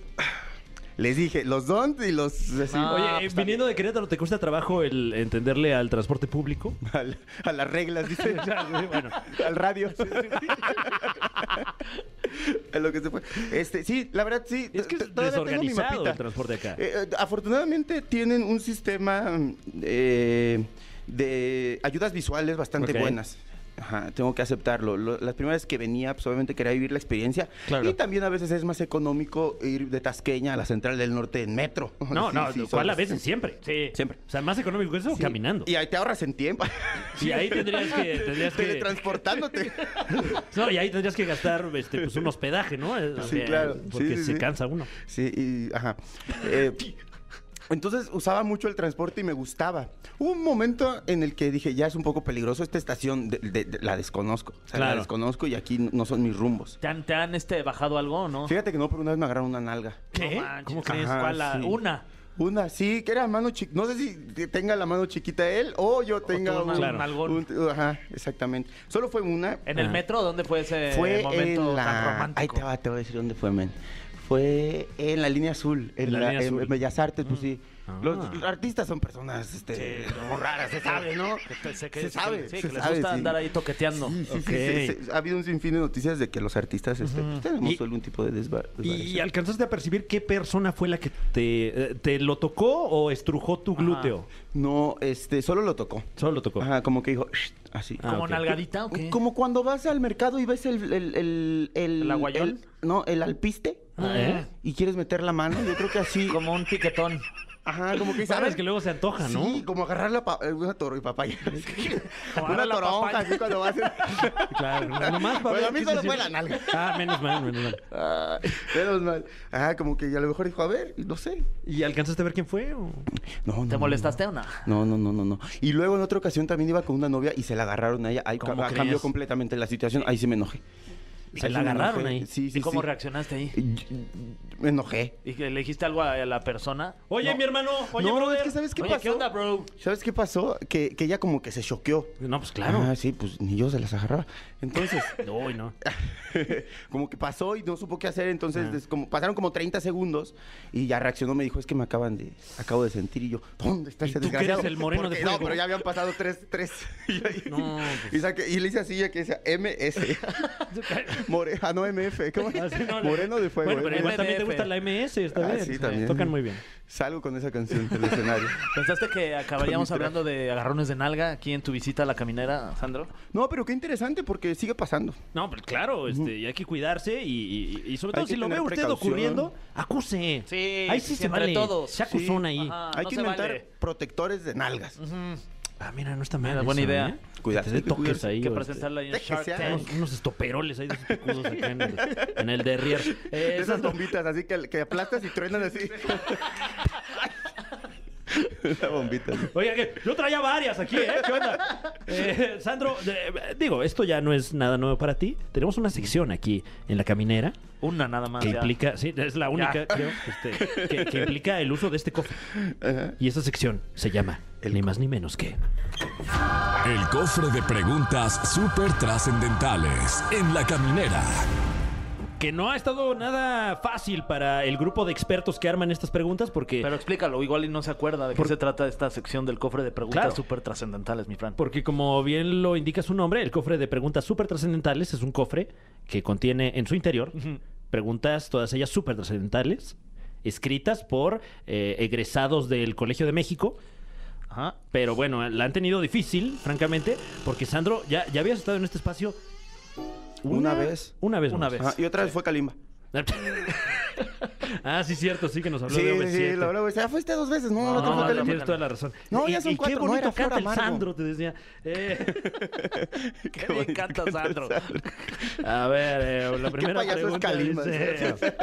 [SPEAKER 7] Les dije, los don y los... así,
[SPEAKER 4] No.
[SPEAKER 3] Oye,
[SPEAKER 4] Ah,
[SPEAKER 3] eh,
[SPEAKER 4] pues,
[SPEAKER 3] viniendo de Querétaro, ¿te cuesta trabajo el entenderle al transporte público?
[SPEAKER 7] al- a las reglas, dice.
[SPEAKER 3] [laughs] bueno.
[SPEAKER 7] Al radio. [laughs] A lo que se fue. Este, sí, la verdad, sí.
[SPEAKER 3] Es que es
[SPEAKER 7] Todavía tengo mi
[SPEAKER 3] desorganizado
[SPEAKER 7] mapita.
[SPEAKER 3] el transporte acá.
[SPEAKER 7] Eh, eh, afortunadamente tienen un sistema mm, eh, de ayudas visuales bastante
[SPEAKER 3] Ok.
[SPEAKER 7] buenas. Ajá, tengo que aceptarlo. Lo- las primeras que venía, pues obviamente quería vivir la experiencia.
[SPEAKER 3] Claro.
[SPEAKER 7] Y también a veces es más económico ir de Tasqueña a la Central del Norte en metro.
[SPEAKER 3] No,
[SPEAKER 7] [laughs] Sí,
[SPEAKER 3] no,
[SPEAKER 7] sí,
[SPEAKER 3] ¿cuál
[SPEAKER 7] son-
[SPEAKER 3] a veces? Siempre. Sí.
[SPEAKER 7] Siempre.
[SPEAKER 3] O sea, más económico que eso,
[SPEAKER 7] Sí.
[SPEAKER 3] caminando.
[SPEAKER 7] Y ahí te ahorras en tiempo.
[SPEAKER 3] Y ahí tendrías que-
[SPEAKER 7] [laughs]
[SPEAKER 3] tendrías que- [laughs]
[SPEAKER 7] Teletransportándote.
[SPEAKER 3] No, y ahí tendrías que gastar este, pues, un hospedaje, ¿no? O
[SPEAKER 7] Sí,
[SPEAKER 3] sea,
[SPEAKER 7] claro.
[SPEAKER 3] Porque
[SPEAKER 7] Sí, sí,
[SPEAKER 3] se
[SPEAKER 7] sí.
[SPEAKER 3] cansa uno.
[SPEAKER 7] Sí, y, ajá. Eh, entonces usaba mucho el transporte y me gustaba. Hubo un momento en el que dije, ya es un poco peligroso esta estación, de- de- de- la desconozco. O sea,
[SPEAKER 3] Claro.
[SPEAKER 7] la desconozco y aquí no son mis rumbos.
[SPEAKER 4] ¿Te han, te han, este, bajado algo o no?
[SPEAKER 7] Fíjate que no, pero una vez me agarraron una nalga.
[SPEAKER 4] No
[SPEAKER 3] ¿Qué?
[SPEAKER 4] manches.
[SPEAKER 3] ¿Cómo
[SPEAKER 4] crees?
[SPEAKER 7] Ajá,
[SPEAKER 4] ¿Cuál la-
[SPEAKER 7] sí.
[SPEAKER 4] Una.
[SPEAKER 7] Una, sí, que era mano chiquita. No sé si te- tenga la mano chiquita él o yo tenga
[SPEAKER 4] tú una-
[SPEAKER 7] un,
[SPEAKER 4] Claro. un algón.
[SPEAKER 7] un- Ajá, exactamente. Solo fue una.
[SPEAKER 4] ¿En el
[SPEAKER 3] Ajá.
[SPEAKER 4] metro? ¿Dónde fue ese
[SPEAKER 7] Ah. fue
[SPEAKER 4] eh, momento
[SPEAKER 7] en la...
[SPEAKER 4] tan
[SPEAKER 7] Ahí
[SPEAKER 4] romántico?
[SPEAKER 7] te, va, te voy a decir dónde fue, men. Fue en la línea azul, en,
[SPEAKER 3] En la
[SPEAKER 7] la-
[SPEAKER 3] línea
[SPEAKER 7] en
[SPEAKER 3] azul.
[SPEAKER 7] Bellas Artes, pues sí.
[SPEAKER 3] Ah.
[SPEAKER 7] Los artistas son personas este, como raras, se sabe, ¿no?
[SPEAKER 4] Se,
[SPEAKER 7] se sabe,
[SPEAKER 4] Sí,
[SPEAKER 7] se
[SPEAKER 4] que les
[SPEAKER 7] sabe,
[SPEAKER 4] gusta
[SPEAKER 7] sí.
[SPEAKER 4] andar ahí toqueteando.
[SPEAKER 7] Sí, sí, sí,
[SPEAKER 3] Ok.
[SPEAKER 7] se- se- ha habido un sinfín de noticias de que los artistas este, pues, tenemos
[SPEAKER 3] Y-
[SPEAKER 7] algún tipo de desbar.
[SPEAKER 3] ¿Y
[SPEAKER 7] desvariación.
[SPEAKER 3] alcanzaste a percibir qué persona fue la que te, eh, te lo tocó o estrujó tu
[SPEAKER 4] Ajá.
[SPEAKER 3] glúteo?
[SPEAKER 7] No, este, solo lo tocó.
[SPEAKER 3] Solo lo tocó.
[SPEAKER 7] Ajá, como que dijo, "Shh", así.
[SPEAKER 3] Ah,
[SPEAKER 4] ¿Como
[SPEAKER 3] ok.
[SPEAKER 4] nalgadita o qué?
[SPEAKER 7] Como cuando vas al mercado y ves el... ¿El, el, el,
[SPEAKER 4] ¿El aguayón?
[SPEAKER 7] el- no, el alpiste.
[SPEAKER 3] Ah, ¿eh?
[SPEAKER 7] Y quieres meter la mano, yo creo que
[SPEAKER 4] [laughs]
[SPEAKER 7] así.
[SPEAKER 4] Como un piquetón.
[SPEAKER 7] Ajá, como que
[SPEAKER 3] Sabes
[SPEAKER 7] sabes
[SPEAKER 3] que luego se antoja, ¿no?
[SPEAKER 7] Sí, como agarrar la pa- eh, una toro y papaya. [laughs]
[SPEAKER 4] Como
[SPEAKER 7] una
[SPEAKER 4] agarrar la
[SPEAKER 7] toronja
[SPEAKER 4] papaya.
[SPEAKER 7] así cuando vas. [laughs] a-
[SPEAKER 3] [laughs] Claro, nomás para
[SPEAKER 7] Bueno,
[SPEAKER 3] ver
[SPEAKER 7] a mí
[SPEAKER 3] qué
[SPEAKER 7] solo
[SPEAKER 3] se
[SPEAKER 7] fue
[SPEAKER 3] siente.
[SPEAKER 7] la nalga.
[SPEAKER 3] Ah, menos mal, menos mal.
[SPEAKER 7] Ah, menos mal. Ajá, como que a lo mejor dijo, a ver, no sé.
[SPEAKER 3] ¿Y alcanzaste a ver quién fue? o?
[SPEAKER 7] No, no,
[SPEAKER 4] ¿Te
[SPEAKER 7] no,
[SPEAKER 4] molestaste o no?
[SPEAKER 7] No, no, no, no, no. Y luego en otra ocasión también iba con una novia y se la agarraron a ella. Ahí
[SPEAKER 4] ¿Cómo
[SPEAKER 7] ca- ah,
[SPEAKER 4] crees?
[SPEAKER 7] cambió completamente la situación. Ahí sí me enojé.
[SPEAKER 4] ¿Se
[SPEAKER 7] Ahí
[SPEAKER 4] la
[SPEAKER 7] sí me
[SPEAKER 4] agarraron
[SPEAKER 7] enojé.
[SPEAKER 4] ahí?
[SPEAKER 7] Sí, sí,
[SPEAKER 4] ¿Y cómo
[SPEAKER 7] sí.
[SPEAKER 4] reaccionaste ahí?
[SPEAKER 7] Y- Me enojé.
[SPEAKER 4] ¿Y que le dijiste algo a la persona?
[SPEAKER 3] Oye, mi hermano, oye,
[SPEAKER 7] no,
[SPEAKER 3] brother.
[SPEAKER 7] es que ¿sabes qué
[SPEAKER 4] Oye,
[SPEAKER 7] pasó?
[SPEAKER 4] ¿qué onda, bro?
[SPEAKER 7] ¿Sabes qué pasó? Que, que ella como que se choqueó.
[SPEAKER 3] No, pues claro.
[SPEAKER 7] Ah, sí, pues ni yo se las agarraba. Entonces,
[SPEAKER 3] Uy, [laughs] no.
[SPEAKER 7] [laughs] como que pasó y no supo qué hacer, entonces des- como, pasaron como 30 segundos y ya reaccionó, me dijo, es que me acaban de, acabo de sentir y yo, ¿dónde está
[SPEAKER 3] ¿Y
[SPEAKER 7] ese
[SPEAKER 3] tú que eres
[SPEAKER 7] desgraciado?
[SPEAKER 3] el moreno de
[SPEAKER 7] Porque-
[SPEAKER 3] fuego.
[SPEAKER 7] No, pero ya habían pasado tres, tres. [laughs] y, y-
[SPEAKER 4] No,
[SPEAKER 3] pues.
[SPEAKER 7] y saqué- y le hice así, ya que decía MS. [laughs] More- ah, no, MF, ¿cómo es?
[SPEAKER 3] [laughs] Ah, sí, no, la-
[SPEAKER 7] moreno de fuego.
[SPEAKER 3] Bueno, pero
[SPEAKER 7] ¿eh?
[SPEAKER 3] igual también te
[SPEAKER 4] MDF.
[SPEAKER 3] gusta la MS, está
[SPEAKER 7] Ah,
[SPEAKER 3] bien.
[SPEAKER 7] sí, también.
[SPEAKER 3] Tocan muy bien.
[SPEAKER 7] Salgo con esa canción del escenario.
[SPEAKER 4] ¿Pensaste que acabaríamos
[SPEAKER 7] Con mi traje.
[SPEAKER 4] hablando de agarrones de nalga aquí en tu visita a la caminera, Sandro?
[SPEAKER 7] No, pero qué interesante porque sigue pasando.
[SPEAKER 3] No, pero claro, este, y hay que cuidarse y, y- y sobre
[SPEAKER 7] Hay
[SPEAKER 3] todo
[SPEAKER 7] que
[SPEAKER 3] si lo ve
[SPEAKER 7] tener
[SPEAKER 3] usted
[SPEAKER 7] precaución.
[SPEAKER 3] ocurriendo, acuse.
[SPEAKER 4] Sí,
[SPEAKER 3] ahí sí
[SPEAKER 4] sí,
[SPEAKER 3] se
[SPEAKER 4] entre
[SPEAKER 3] vale.
[SPEAKER 4] todos.
[SPEAKER 3] Se acusón
[SPEAKER 7] Sí.
[SPEAKER 3] ahí.
[SPEAKER 4] Ajá. Ah,
[SPEAKER 7] Hay
[SPEAKER 4] no
[SPEAKER 7] que
[SPEAKER 4] se
[SPEAKER 7] inventar
[SPEAKER 4] vale.
[SPEAKER 7] protectores de nalgas.
[SPEAKER 3] Ah, mira, no está mal.
[SPEAKER 4] Mira,
[SPEAKER 3] eso,
[SPEAKER 4] buena idea.
[SPEAKER 3] ¿eh?
[SPEAKER 7] Cuidarte,
[SPEAKER 3] Que te dé toques
[SPEAKER 7] cuidarte.
[SPEAKER 3] ahí.
[SPEAKER 4] Hay que
[SPEAKER 3] o este, [laughs]
[SPEAKER 4] presentarla ahí en
[SPEAKER 7] Deje
[SPEAKER 4] Shark
[SPEAKER 7] sea.
[SPEAKER 4] Tank.
[SPEAKER 3] unos, unos estoperoles ahí de esos picudos acá en el, en el
[SPEAKER 4] [laughs]
[SPEAKER 3] derrier. Eh,
[SPEAKER 7] De
[SPEAKER 3] esas
[SPEAKER 7] esas bombitas, así que, que aplastas y truenan
[SPEAKER 3] [laughs]
[SPEAKER 7] así. Una bombita. así.
[SPEAKER 3] Oiga, que yo traía varias aquí, ¿eh? ¿Qué onda? Eh, Sandro, eh, digo, esto ya no es nada nuevo para ti. Tenemos una sección aquí en la caminera
[SPEAKER 4] Una nada más.
[SPEAKER 3] que
[SPEAKER 4] ya.
[SPEAKER 3] implica, sí, es la única, creo, este, que, que implica el uso de este cofre. Y esta sección se llama Ni más ni menos que.
[SPEAKER 2] El cofre de preguntas súper trascendentales en la caminera.
[SPEAKER 3] Que no ha estado nada fácil para el grupo de expertos que arman estas preguntas porque.
[SPEAKER 4] Pero explícalo, igual y no se acuerda de qué se trata esta sección del cofre de preguntas
[SPEAKER 3] Claro.
[SPEAKER 4] súper trascendentales, mi Fran.
[SPEAKER 3] Porque como bien lo indica su nombre, el cofre de preguntas súper trascendentales es un cofre que contiene en su interior preguntas, todas ellas súper trascendentales, escritas por eh, egresados del Colegio de México.
[SPEAKER 4] Ajá.
[SPEAKER 3] Pero bueno, la han tenido difícil, francamente, porque Sandro, ya, ya habías estado en este espacio...
[SPEAKER 7] Una vez.
[SPEAKER 3] Una vez.
[SPEAKER 4] Una
[SPEAKER 3] nomás.
[SPEAKER 7] Ajá, y otra vez fue Kalimba.
[SPEAKER 3] [laughs] ah, sí, cierto, sí que nos habló
[SPEAKER 7] Sí,
[SPEAKER 3] de
[SPEAKER 7] sí,
[SPEAKER 3] V7.
[SPEAKER 7] sí, lo habló. Ya fuiste dos veces, no, la otra
[SPEAKER 3] No,
[SPEAKER 7] fue
[SPEAKER 3] no,
[SPEAKER 7] Kalimba.
[SPEAKER 3] tienes toda la razón.
[SPEAKER 7] No,
[SPEAKER 3] Y-
[SPEAKER 7] ya son
[SPEAKER 3] y
[SPEAKER 7] cuatro,
[SPEAKER 3] Qué
[SPEAKER 7] no,
[SPEAKER 3] bonito
[SPEAKER 7] era Flor
[SPEAKER 3] canta el
[SPEAKER 7] Amargo.
[SPEAKER 3] Sandro, te decía. Eh,
[SPEAKER 4] Qué me
[SPEAKER 7] bonito
[SPEAKER 4] encanta,
[SPEAKER 7] canta
[SPEAKER 4] Sandro.
[SPEAKER 3] A ver,
[SPEAKER 7] [laughs]
[SPEAKER 3] eh, la primera
[SPEAKER 7] payaso es
[SPEAKER 3] pregunta
[SPEAKER 7] Kalimba?
[SPEAKER 3] dice... [laughs]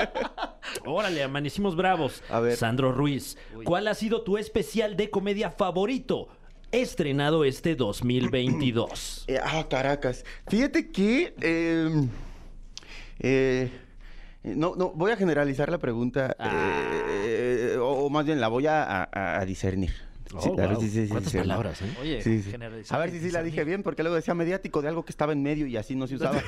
[SPEAKER 3] Órale, amanecimos bravos.
[SPEAKER 7] A ver.
[SPEAKER 3] Sandro Ruiz, ¿cuál ha sido tu especial de comedia favorito estrenado este
[SPEAKER 7] [clears throat]
[SPEAKER 3] 2022?
[SPEAKER 7] [laughs] Eh, ah, Caracas. Fíjate que. eh, eh, no, no, voy a generalizar la pregunta. eh, o, o más bien la voy a, a- a discernir.
[SPEAKER 3] Ah.
[SPEAKER 7] Sí,
[SPEAKER 3] Oh,
[SPEAKER 7] a ver
[SPEAKER 3] wow.
[SPEAKER 7] si- si- si-
[SPEAKER 3] ¿Cuántas
[SPEAKER 7] si-
[SPEAKER 3] palabras, eh?
[SPEAKER 4] Oye,
[SPEAKER 7] Sí, sí.
[SPEAKER 4] generalizar
[SPEAKER 7] A ver si sí la dije bien, porque luego decía mediático de algo que estaba en medio y así no
[SPEAKER 4] [laughs]
[SPEAKER 7] se usaba.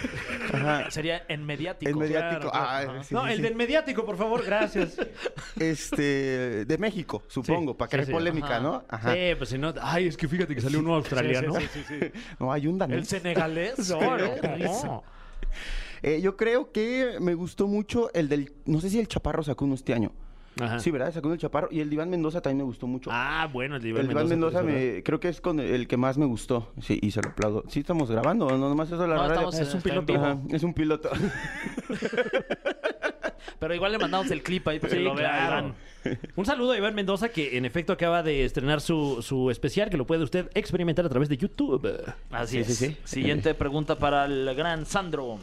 [SPEAKER 7] Ajá.
[SPEAKER 4] Sería en mediático.
[SPEAKER 7] En mediático.
[SPEAKER 4] Claro, claro.
[SPEAKER 7] ah,
[SPEAKER 4] Ajá.
[SPEAKER 7] sí,
[SPEAKER 3] no,
[SPEAKER 7] sí,
[SPEAKER 3] el
[SPEAKER 7] sí.
[SPEAKER 3] del mediático, por favor, gracias.
[SPEAKER 7] Este, de México, supongo, para crear
[SPEAKER 3] sí,
[SPEAKER 7] polémica,
[SPEAKER 4] ajá.
[SPEAKER 7] ¿no? [laughs] Ajá.
[SPEAKER 3] Sí, pues si no. Ay, es que fíjate que salió uno australiano.
[SPEAKER 7] [laughs] No, hay un danés.
[SPEAKER 4] El senegalés. No, no, no.
[SPEAKER 7] Eh, yo creo que me gustó mucho el del. No sé si el Chaparro sacó uno este año.
[SPEAKER 4] Ah.
[SPEAKER 3] Ajá.
[SPEAKER 7] Sí, ¿verdad? Sacó uno el Chaparro. Y el de Iván Mendoza también me gustó mucho.
[SPEAKER 3] Ah, bueno, el de Iván
[SPEAKER 7] el de Iván
[SPEAKER 3] Mendoza.
[SPEAKER 7] Mendoza
[SPEAKER 3] pues,
[SPEAKER 7] me, creo que es con el que más me gustó. Sí, y se lo aplaudo. Sí, estamos grabando, no nomás eso de la
[SPEAKER 4] No,
[SPEAKER 7] radio.
[SPEAKER 4] estamos- Es un está en
[SPEAKER 7] Ajá,
[SPEAKER 4] piloto.
[SPEAKER 7] es
[SPEAKER 4] [laughs]
[SPEAKER 7] un piloto.
[SPEAKER 4] Pero igual le mandamos el clip ahí para
[SPEAKER 3] Sí,
[SPEAKER 4] que lo vea
[SPEAKER 3] claro.
[SPEAKER 4] Iván.
[SPEAKER 3] Un saludo a Iván Mendoza, que en efecto acaba de estrenar su, su especial, que lo puede usted experimentar a través de YouTube.
[SPEAKER 4] Así
[SPEAKER 7] Sí,
[SPEAKER 4] es.
[SPEAKER 7] sí, sí.
[SPEAKER 4] Siguiente pregunta para el gran Sandro.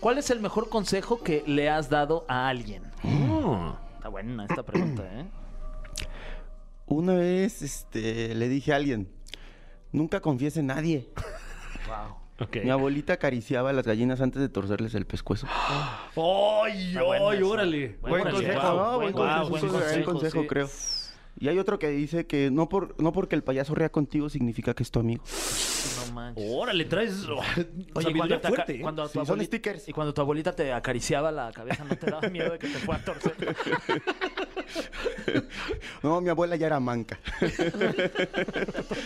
[SPEAKER 4] ¿Cuál es el mejor consejo que le has dado a alguien?
[SPEAKER 3] Oh.
[SPEAKER 4] Está buena esta pregunta, ¿eh?
[SPEAKER 7] Una vez este, le dije a alguien: nunca confíes en nadie.
[SPEAKER 4] Wow.
[SPEAKER 3] Ok.
[SPEAKER 7] Mi abuelita acariciaba a las gallinas antes de torcerles el pescuezo.
[SPEAKER 3] ¡Ay,
[SPEAKER 4] Está buena
[SPEAKER 3] ay,
[SPEAKER 4] esa.
[SPEAKER 3] órale!
[SPEAKER 4] Buen
[SPEAKER 3] Órale,
[SPEAKER 4] consejo,
[SPEAKER 3] guau,
[SPEAKER 4] ¿no?
[SPEAKER 3] buen
[SPEAKER 4] Buen consejo,
[SPEAKER 3] guau, buen
[SPEAKER 7] es un gran
[SPEAKER 3] consejo.
[SPEAKER 7] consejo,
[SPEAKER 4] sí.
[SPEAKER 7] creo. Y hay otro que dice que no, por, no porque el payaso ría contigo significa que es tu amigo.
[SPEAKER 4] No manches.
[SPEAKER 3] Órale, traes oh,
[SPEAKER 4] Oye,
[SPEAKER 3] sabiduría
[SPEAKER 4] cuando, te aca-
[SPEAKER 3] fuerte. ¿eh?
[SPEAKER 4] cuando a tu
[SPEAKER 7] Sí, son
[SPEAKER 4] abuelita-
[SPEAKER 7] stickers.
[SPEAKER 4] Y cuando tu abuelita te acariciaba la cabeza, ¿no te daba miedo de que te fuera a
[SPEAKER 7] [laughs]
[SPEAKER 4] torcer?
[SPEAKER 7] No, mi abuela ya era manca.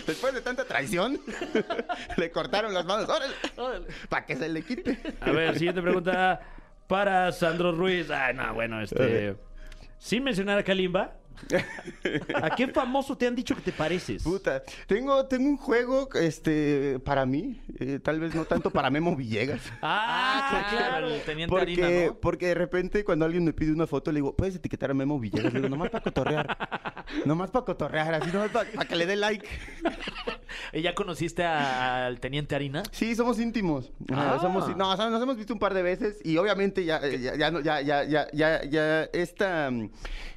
[SPEAKER 7] Después de tanta traición, [laughs] le cortaron las manos. ¡Órale! Para que se le quite.
[SPEAKER 3] A ver, siguiente pregunta para Sandro Ruiz. Ay, no, bueno, este... Sin mencionar a [laughs] Kalimba, ¿a qué famoso te han dicho que te pareces?
[SPEAKER 7] Puta, tengo, tengo un juego este, para mí, eh, tal vez no tanto para Memo Villegas.
[SPEAKER 4] Ah, claro. El teniente
[SPEAKER 7] Porque,
[SPEAKER 4] harina, ¿no?
[SPEAKER 7] porque de repente cuando alguien me pide una foto, le digo, ¿puedes etiquetar a Memo Villegas? Le digo, nomás
[SPEAKER 4] [laughs]
[SPEAKER 7] para cotorrear. Nomás para cotorrear, así nomás para que le dé like.
[SPEAKER 4] ¿Y Eh, ya conociste a- al teniente harina?
[SPEAKER 7] Sí, somos íntimos. Ajá,
[SPEAKER 4] Ah.
[SPEAKER 7] somos í- no, o sea, nos hemos visto un par de veces y obviamente ya, eh, ya, ya, no- ya, ya, ya, ya, ya esta mm,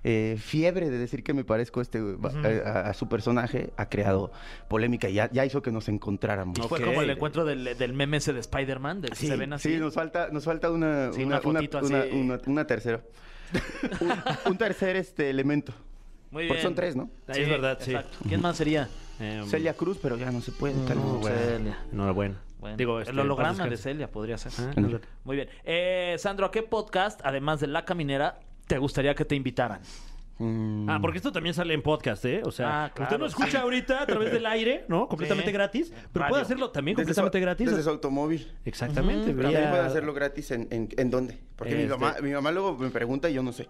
[SPEAKER 7] eh, fiebre de decir que me parezco a este, güey, va- a, a su personaje ha creado polémica y ya, ya hizo que nos encontráramos.
[SPEAKER 4] Fue
[SPEAKER 3] Ok.
[SPEAKER 4] como el encuentro del, del meme ese de Spider-Man, de que
[SPEAKER 7] Sí,
[SPEAKER 4] se ven así.
[SPEAKER 7] sí, nos falta, nos falta una,
[SPEAKER 4] Sí,
[SPEAKER 7] una,
[SPEAKER 4] una fotito
[SPEAKER 7] una-
[SPEAKER 4] así.
[SPEAKER 7] una-
[SPEAKER 4] [laughs]
[SPEAKER 7] una tercera. un, un tercer este elemento.
[SPEAKER 4] Muy
[SPEAKER 7] Porque son
[SPEAKER 4] bien.
[SPEAKER 7] tres, ¿no?
[SPEAKER 3] Sí, es verdad, sí.
[SPEAKER 4] exacto. ¿Quién más sería?
[SPEAKER 3] Em,
[SPEAKER 7] Celia Cruz, pero ya no se puede. tal vez.
[SPEAKER 4] Celia.
[SPEAKER 3] Enhorabuena.
[SPEAKER 4] Bueno,
[SPEAKER 3] Digo, este,
[SPEAKER 4] el holograma de Celia podría ser.
[SPEAKER 7] Ah,
[SPEAKER 3] Celia.
[SPEAKER 4] Muy bien. Eh, Sandro, ¿a qué podcast, además de La Caminera, te gustaría que te invitaran?
[SPEAKER 7] Mm.
[SPEAKER 3] Ah, porque esto también sale en podcast, ¿eh? O sea,
[SPEAKER 4] Ah, claro,
[SPEAKER 3] usted no escucha
[SPEAKER 4] sí.
[SPEAKER 3] ahorita a través del aire, ¿no? Completamente
[SPEAKER 4] Sí.
[SPEAKER 3] gratis, pero
[SPEAKER 4] Radio.
[SPEAKER 3] puede hacerlo también
[SPEAKER 7] Mm. Desde su-
[SPEAKER 3] completamente gratis.
[SPEAKER 7] Desde su automóvil.
[SPEAKER 3] Exactamente.
[SPEAKER 7] Pero
[SPEAKER 3] vía-
[SPEAKER 7] También puede hacerlo gratis en, en, en dónde. Porque mi,
[SPEAKER 3] Este-
[SPEAKER 7] mamá, mi mamá luego me pregunta y yo no sé.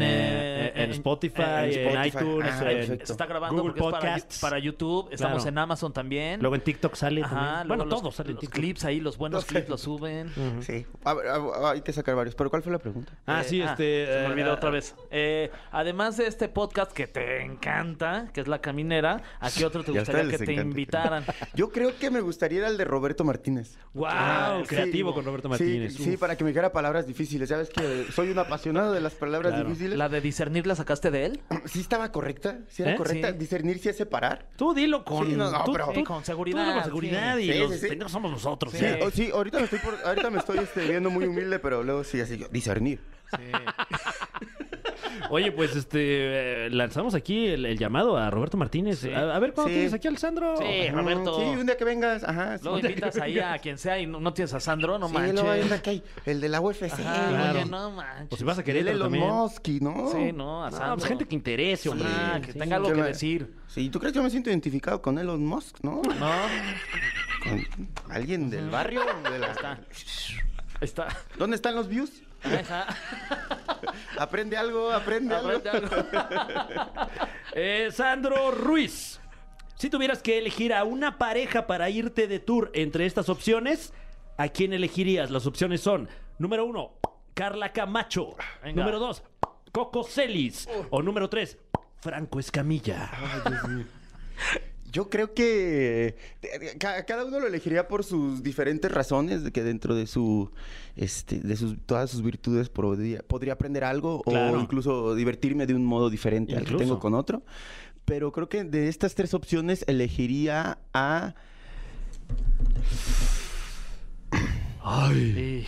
[SPEAKER 3] En,
[SPEAKER 4] eh,
[SPEAKER 3] en Spotify, en,
[SPEAKER 7] en Spotify.
[SPEAKER 3] iTunes,
[SPEAKER 7] Ah,
[SPEAKER 3] en-
[SPEAKER 7] perfecto.
[SPEAKER 4] Está grabando
[SPEAKER 3] Google
[SPEAKER 4] porque es para-
[SPEAKER 3] Podcasts.
[SPEAKER 4] para, YouTube. Estamos
[SPEAKER 3] Claro.
[SPEAKER 4] en Amazon también.
[SPEAKER 3] luego en TikTok sale
[SPEAKER 4] Ajá,
[SPEAKER 3] también.
[SPEAKER 4] luego
[SPEAKER 3] Bueno,
[SPEAKER 4] los-
[SPEAKER 3] todo sale en
[SPEAKER 4] los
[SPEAKER 3] TikTok.
[SPEAKER 4] clips ahí, los buenos
[SPEAKER 7] Los-
[SPEAKER 4] clips los suben.
[SPEAKER 7] Sí. A ver, a- a- hay que sacar varios. Pero ¿cuál fue la pregunta?
[SPEAKER 3] Ah,
[SPEAKER 4] Eh,
[SPEAKER 3] sí, este...
[SPEAKER 4] Se me
[SPEAKER 3] eh,
[SPEAKER 4] olvidó
[SPEAKER 3] ah,
[SPEAKER 4] otra vez. Eh, además además de este podcast que te encanta, que es La Caminera, ¿a qué otro te
[SPEAKER 7] [laughs] Ya
[SPEAKER 4] gustaría que
[SPEAKER 7] ustedes les
[SPEAKER 4] te
[SPEAKER 7] encanta.
[SPEAKER 4] invitaran?
[SPEAKER 7] [laughs] Yo creo que me gustaría ir al de Roberto Martínez.
[SPEAKER 3] ¡Wow!
[SPEAKER 7] Ah, sí.
[SPEAKER 3] creativo con Roberto
[SPEAKER 7] Sí,
[SPEAKER 3] Martínez.
[SPEAKER 7] Sí,
[SPEAKER 3] Uf.
[SPEAKER 7] para que me dijera palabras difíciles. Ya ves que soy un apasionado de las palabras
[SPEAKER 3] Claro.
[SPEAKER 7] difíciles.
[SPEAKER 4] ¿La de discernir la sacaste de él?
[SPEAKER 7] ¿Sí estaba correcta? ¿Sí era
[SPEAKER 3] ¿Eh?
[SPEAKER 7] correcta?
[SPEAKER 4] Sí.
[SPEAKER 7] ¿Discernir si es separar?
[SPEAKER 4] Tú dilo con,
[SPEAKER 7] Sí, no, no,
[SPEAKER 4] tú-
[SPEAKER 7] pero-
[SPEAKER 4] tú-
[SPEAKER 7] Sí,
[SPEAKER 3] Tú
[SPEAKER 4] con
[SPEAKER 3] dilo
[SPEAKER 4] seguridad.
[SPEAKER 3] con seguridad y
[SPEAKER 7] Sí,
[SPEAKER 3] los
[SPEAKER 7] sí, sí.
[SPEAKER 3] pendejos somos nosotros.
[SPEAKER 7] Sí,
[SPEAKER 3] ¿eh?
[SPEAKER 7] o- sí, ahorita me estoy, por- ahorita me estoy este, viendo muy humilde, pero luego sí, así, yo, discernir.
[SPEAKER 3] Oye, pues este eh, lanzamos aquí el, el llamado a Roberto Martínez. A, a ver cuándo
[SPEAKER 7] Sí.
[SPEAKER 3] tienes aquí al Sandro.
[SPEAKER 4] Sí,
[SPEAKER 7] Ujú,
[SPEAKER 4] Roberto.
[SPEAKER 7] Sí, un día que vengas, ajá. sí,
[SPEAKER 4] Luego
[SPEAKER 7] un día
[SPEAKER 4] invitas
[SPEAKER 7] que
[SPEAKER 4] ahí
[SPEAKER 7] vengas.
[SPEAKER 4] a quien sea y no, no tienes a Sandro, no
[SPEAKER 7] Sí,
[SPEAKER 4] manches.
[SPEAKER 7] luego hay una que hay, el de la UFC.
[SPEAKER 4] Ajá,
[SPEAKER 3] claro.
[SPEAKER 4] oye, no
[SPEAKER 3] O
[SPEAKER 4] manches.
[SPEAKER 3] Pues, si vas a
[SPEAKER 7] el
[SPEAKER 3] Querétaro
[SPEAKER 7] Elon
[SPEAKER 3] también.
[SPEAKER 7] Musk, y ¿no?
[SPEAKER 4] Sí, no, a
[SPEAKER 3] Ah,
[SPEAKER 4] Sandro.
[SPEAKER 3] pues gente que interese, hombre.
[SPEAKER 4] Ajá, que
[SPEAKER 3] Sí.
[SPEAKER 4] tenga algo
[SPEAKER 7] Yo
[SPEAKER 4] que
[SPEAKER 7] me-
[SPEAKER 4] decir.
[SPEAKER 7] Sí, ¿tú crees que yo me siento identificado con Elon Musk,
[SPEAKER 4] ¿No?
[SPEAKER 7] no?
[SPEAKER 3] [laughs]
[SPEAKER 7] Con alguien del barrio. de la-
[SPEAKER 4] Está.
[SPEAKER 7] ¿Dónde están los views?
[SPEAKER 4] ahí [laughs] está.
[SPEAKER 7] Aprende algo, aprende,
[SPEAKER 4] Aprende
[SPEAKER 7] algo.
[SPEAKER 4] algo.
[SPEAKER 3] [laughs] Eh, Sandro Ruiz. Si tuvieras que elegir a una pareja para irte de tour entre estas opciones, ¿a quién elegirías? Las opciones son: número uno, Carla Camacho.
[SPEAKER 4] Venga.
[SPEAKER 3] Número dos, Coco Celis. O número tres, Franco Escamilla.
[SPEAKER 7] Yo creo que eh, ca- cada uno lo elegiría por sus diferentes razones, de que dentro de su este, de sus todas sus virtudes podría, podría aprender algo
[SPEAKER 3] Claro.
[SPEAKER 7] o incluso divertirme de un modo diferente al
[SPEAKER 3] Incluso.
[SPEAKER 7] que tengo con otro. Pero creo que de estas tres opciones elegiría a
[SPEAKER 4] Híjole.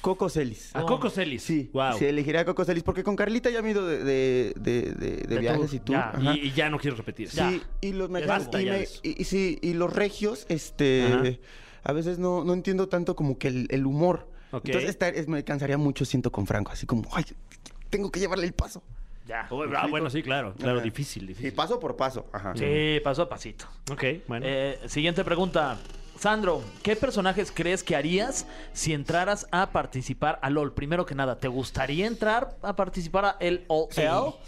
[SPEAKER 7] Coco Celis.
[SPEAKER 3] A Coco Celis.
[SPEAKER 7] Sí,
[SPEAKER 3] Wow.
[SPEAKER 7] sí, elegiría a Coco Celis porque con Carlita ya me he ido de, de- de- de- de viajes y tú.
[SPEAKER 3] Ya, y, y ya no quiero repetir.
[SPEAKER 7] Sí,
[SPEAKER 3] Ya.
[SPEAKER 7] y los mexa-
[SPEAKER 3] basta
[SPEAKER 7] y,
[SPEAKER 3] ya
[SPEAKER 7] me-
[SPEAKER 3] de eso.
[SPEAKER 7] y- y sí, y los regios, este,
[SPEAKER 3] Ajá.
[SPEAKER 7] a veces no, no entiendo tanto como que el, el humor.
[SPEAKER 3] Ok.
[SPEAKER 7] Entonces estar- es- me cansaría mucho, siento, con Franco, así como, ay, tengo que llevarle el paso.
[SPEAKER 4] Ya.
[SPEAKER 3] Oh, ah, bueno, sí, claro. Claro,
[SPEAKER 7] Ajá.
[SPEAKER 3] difícil,
[SPEAKER 7] Y
[SPEAKER 3] difícil.
[SPEAKER 7] paso por paso. Ajá.
[SPEAKER 4] Sí, paso a pasito.
[SPEAKER 3] Ok, bueno.
[SPEAKER 4] Eh, siguiente pregunta. Sandro, ¿qué personajes crees que harías si entraras a participar a LOL? Primero que nada, ¿te gustaría entrar a participar a LOL?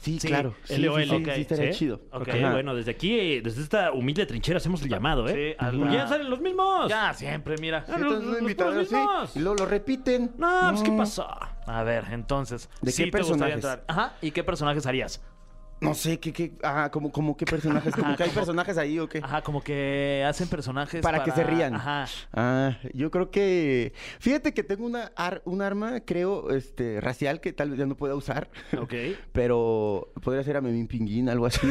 [SPEAKER 7] Sí, sí, claro. Sí, sí,
[SPEAKER 3] LOL,
[SPEAKER 7] sí, sí,
[SPEAKER 3] ok.
[SPEAKER 7] estaría
[SPEAKER 3] ¿Sí?
[SPEAKER 7] chido.
[SPEAKER 3] Ok,
[SPEAKER 7] Ajá.
[SPEAKER 3] bueno, desde aquí, eh, desde esta humilde trinchera hacemos el llamado, ¿eh?
[SPEAKER 4] Sí, al-
[SPEAKER 3] Y ya salen los mismos.
[SPEAKER 4] Ya, siempre, mira.
[SPEAKER 3] Ah, no,
[SPEAKER 7] Entonces,
[SPEAKER 3] los-
[SPEAKER 7] los
[SPEAKER 3] los
[SPEAKER 7] invitados, sí,
[SPEAKER 3] mismos.
[SPEAKER 7] y luego lo repiten.
[SPEAKER 3] No, pues ¿qué
[SPEAKER 7] No,
[SPEAKER 3] pasó?
[SPEAKER 4] A ver, entonces.
[SPEAKER 7] ¿De
[SPEAKER 4] sí
[SPEAKER 7] qué
[SPEAKER 4] te gustaría
[SPEAKER 7] personajes?
[SPEAKER 4] entrar. Ajá, ¿y qué personajes harías?
[SPEAKER 7] No sé, ¿qué, qué? Ajá, como, como qué personajes,
[SPEAKER 3] [laughs]
[SPEAKER 7] como que hay personajes ahí o qué.
[SPEAKER 4] Ajá, como que hacen personajes
[SPEAKER 7] Para que se rían.
[SPEAKER 4] Ajá.
[SPEAKER 7] Ah, yo creo que. Fíjate que tengo una ar- un arma, creo, este, racial que tal vez ya no pueda usar.
[SPEAKER 3] Ok.
[SPEAKER 7] Pero podría ser a Memín Pinguín, algo así.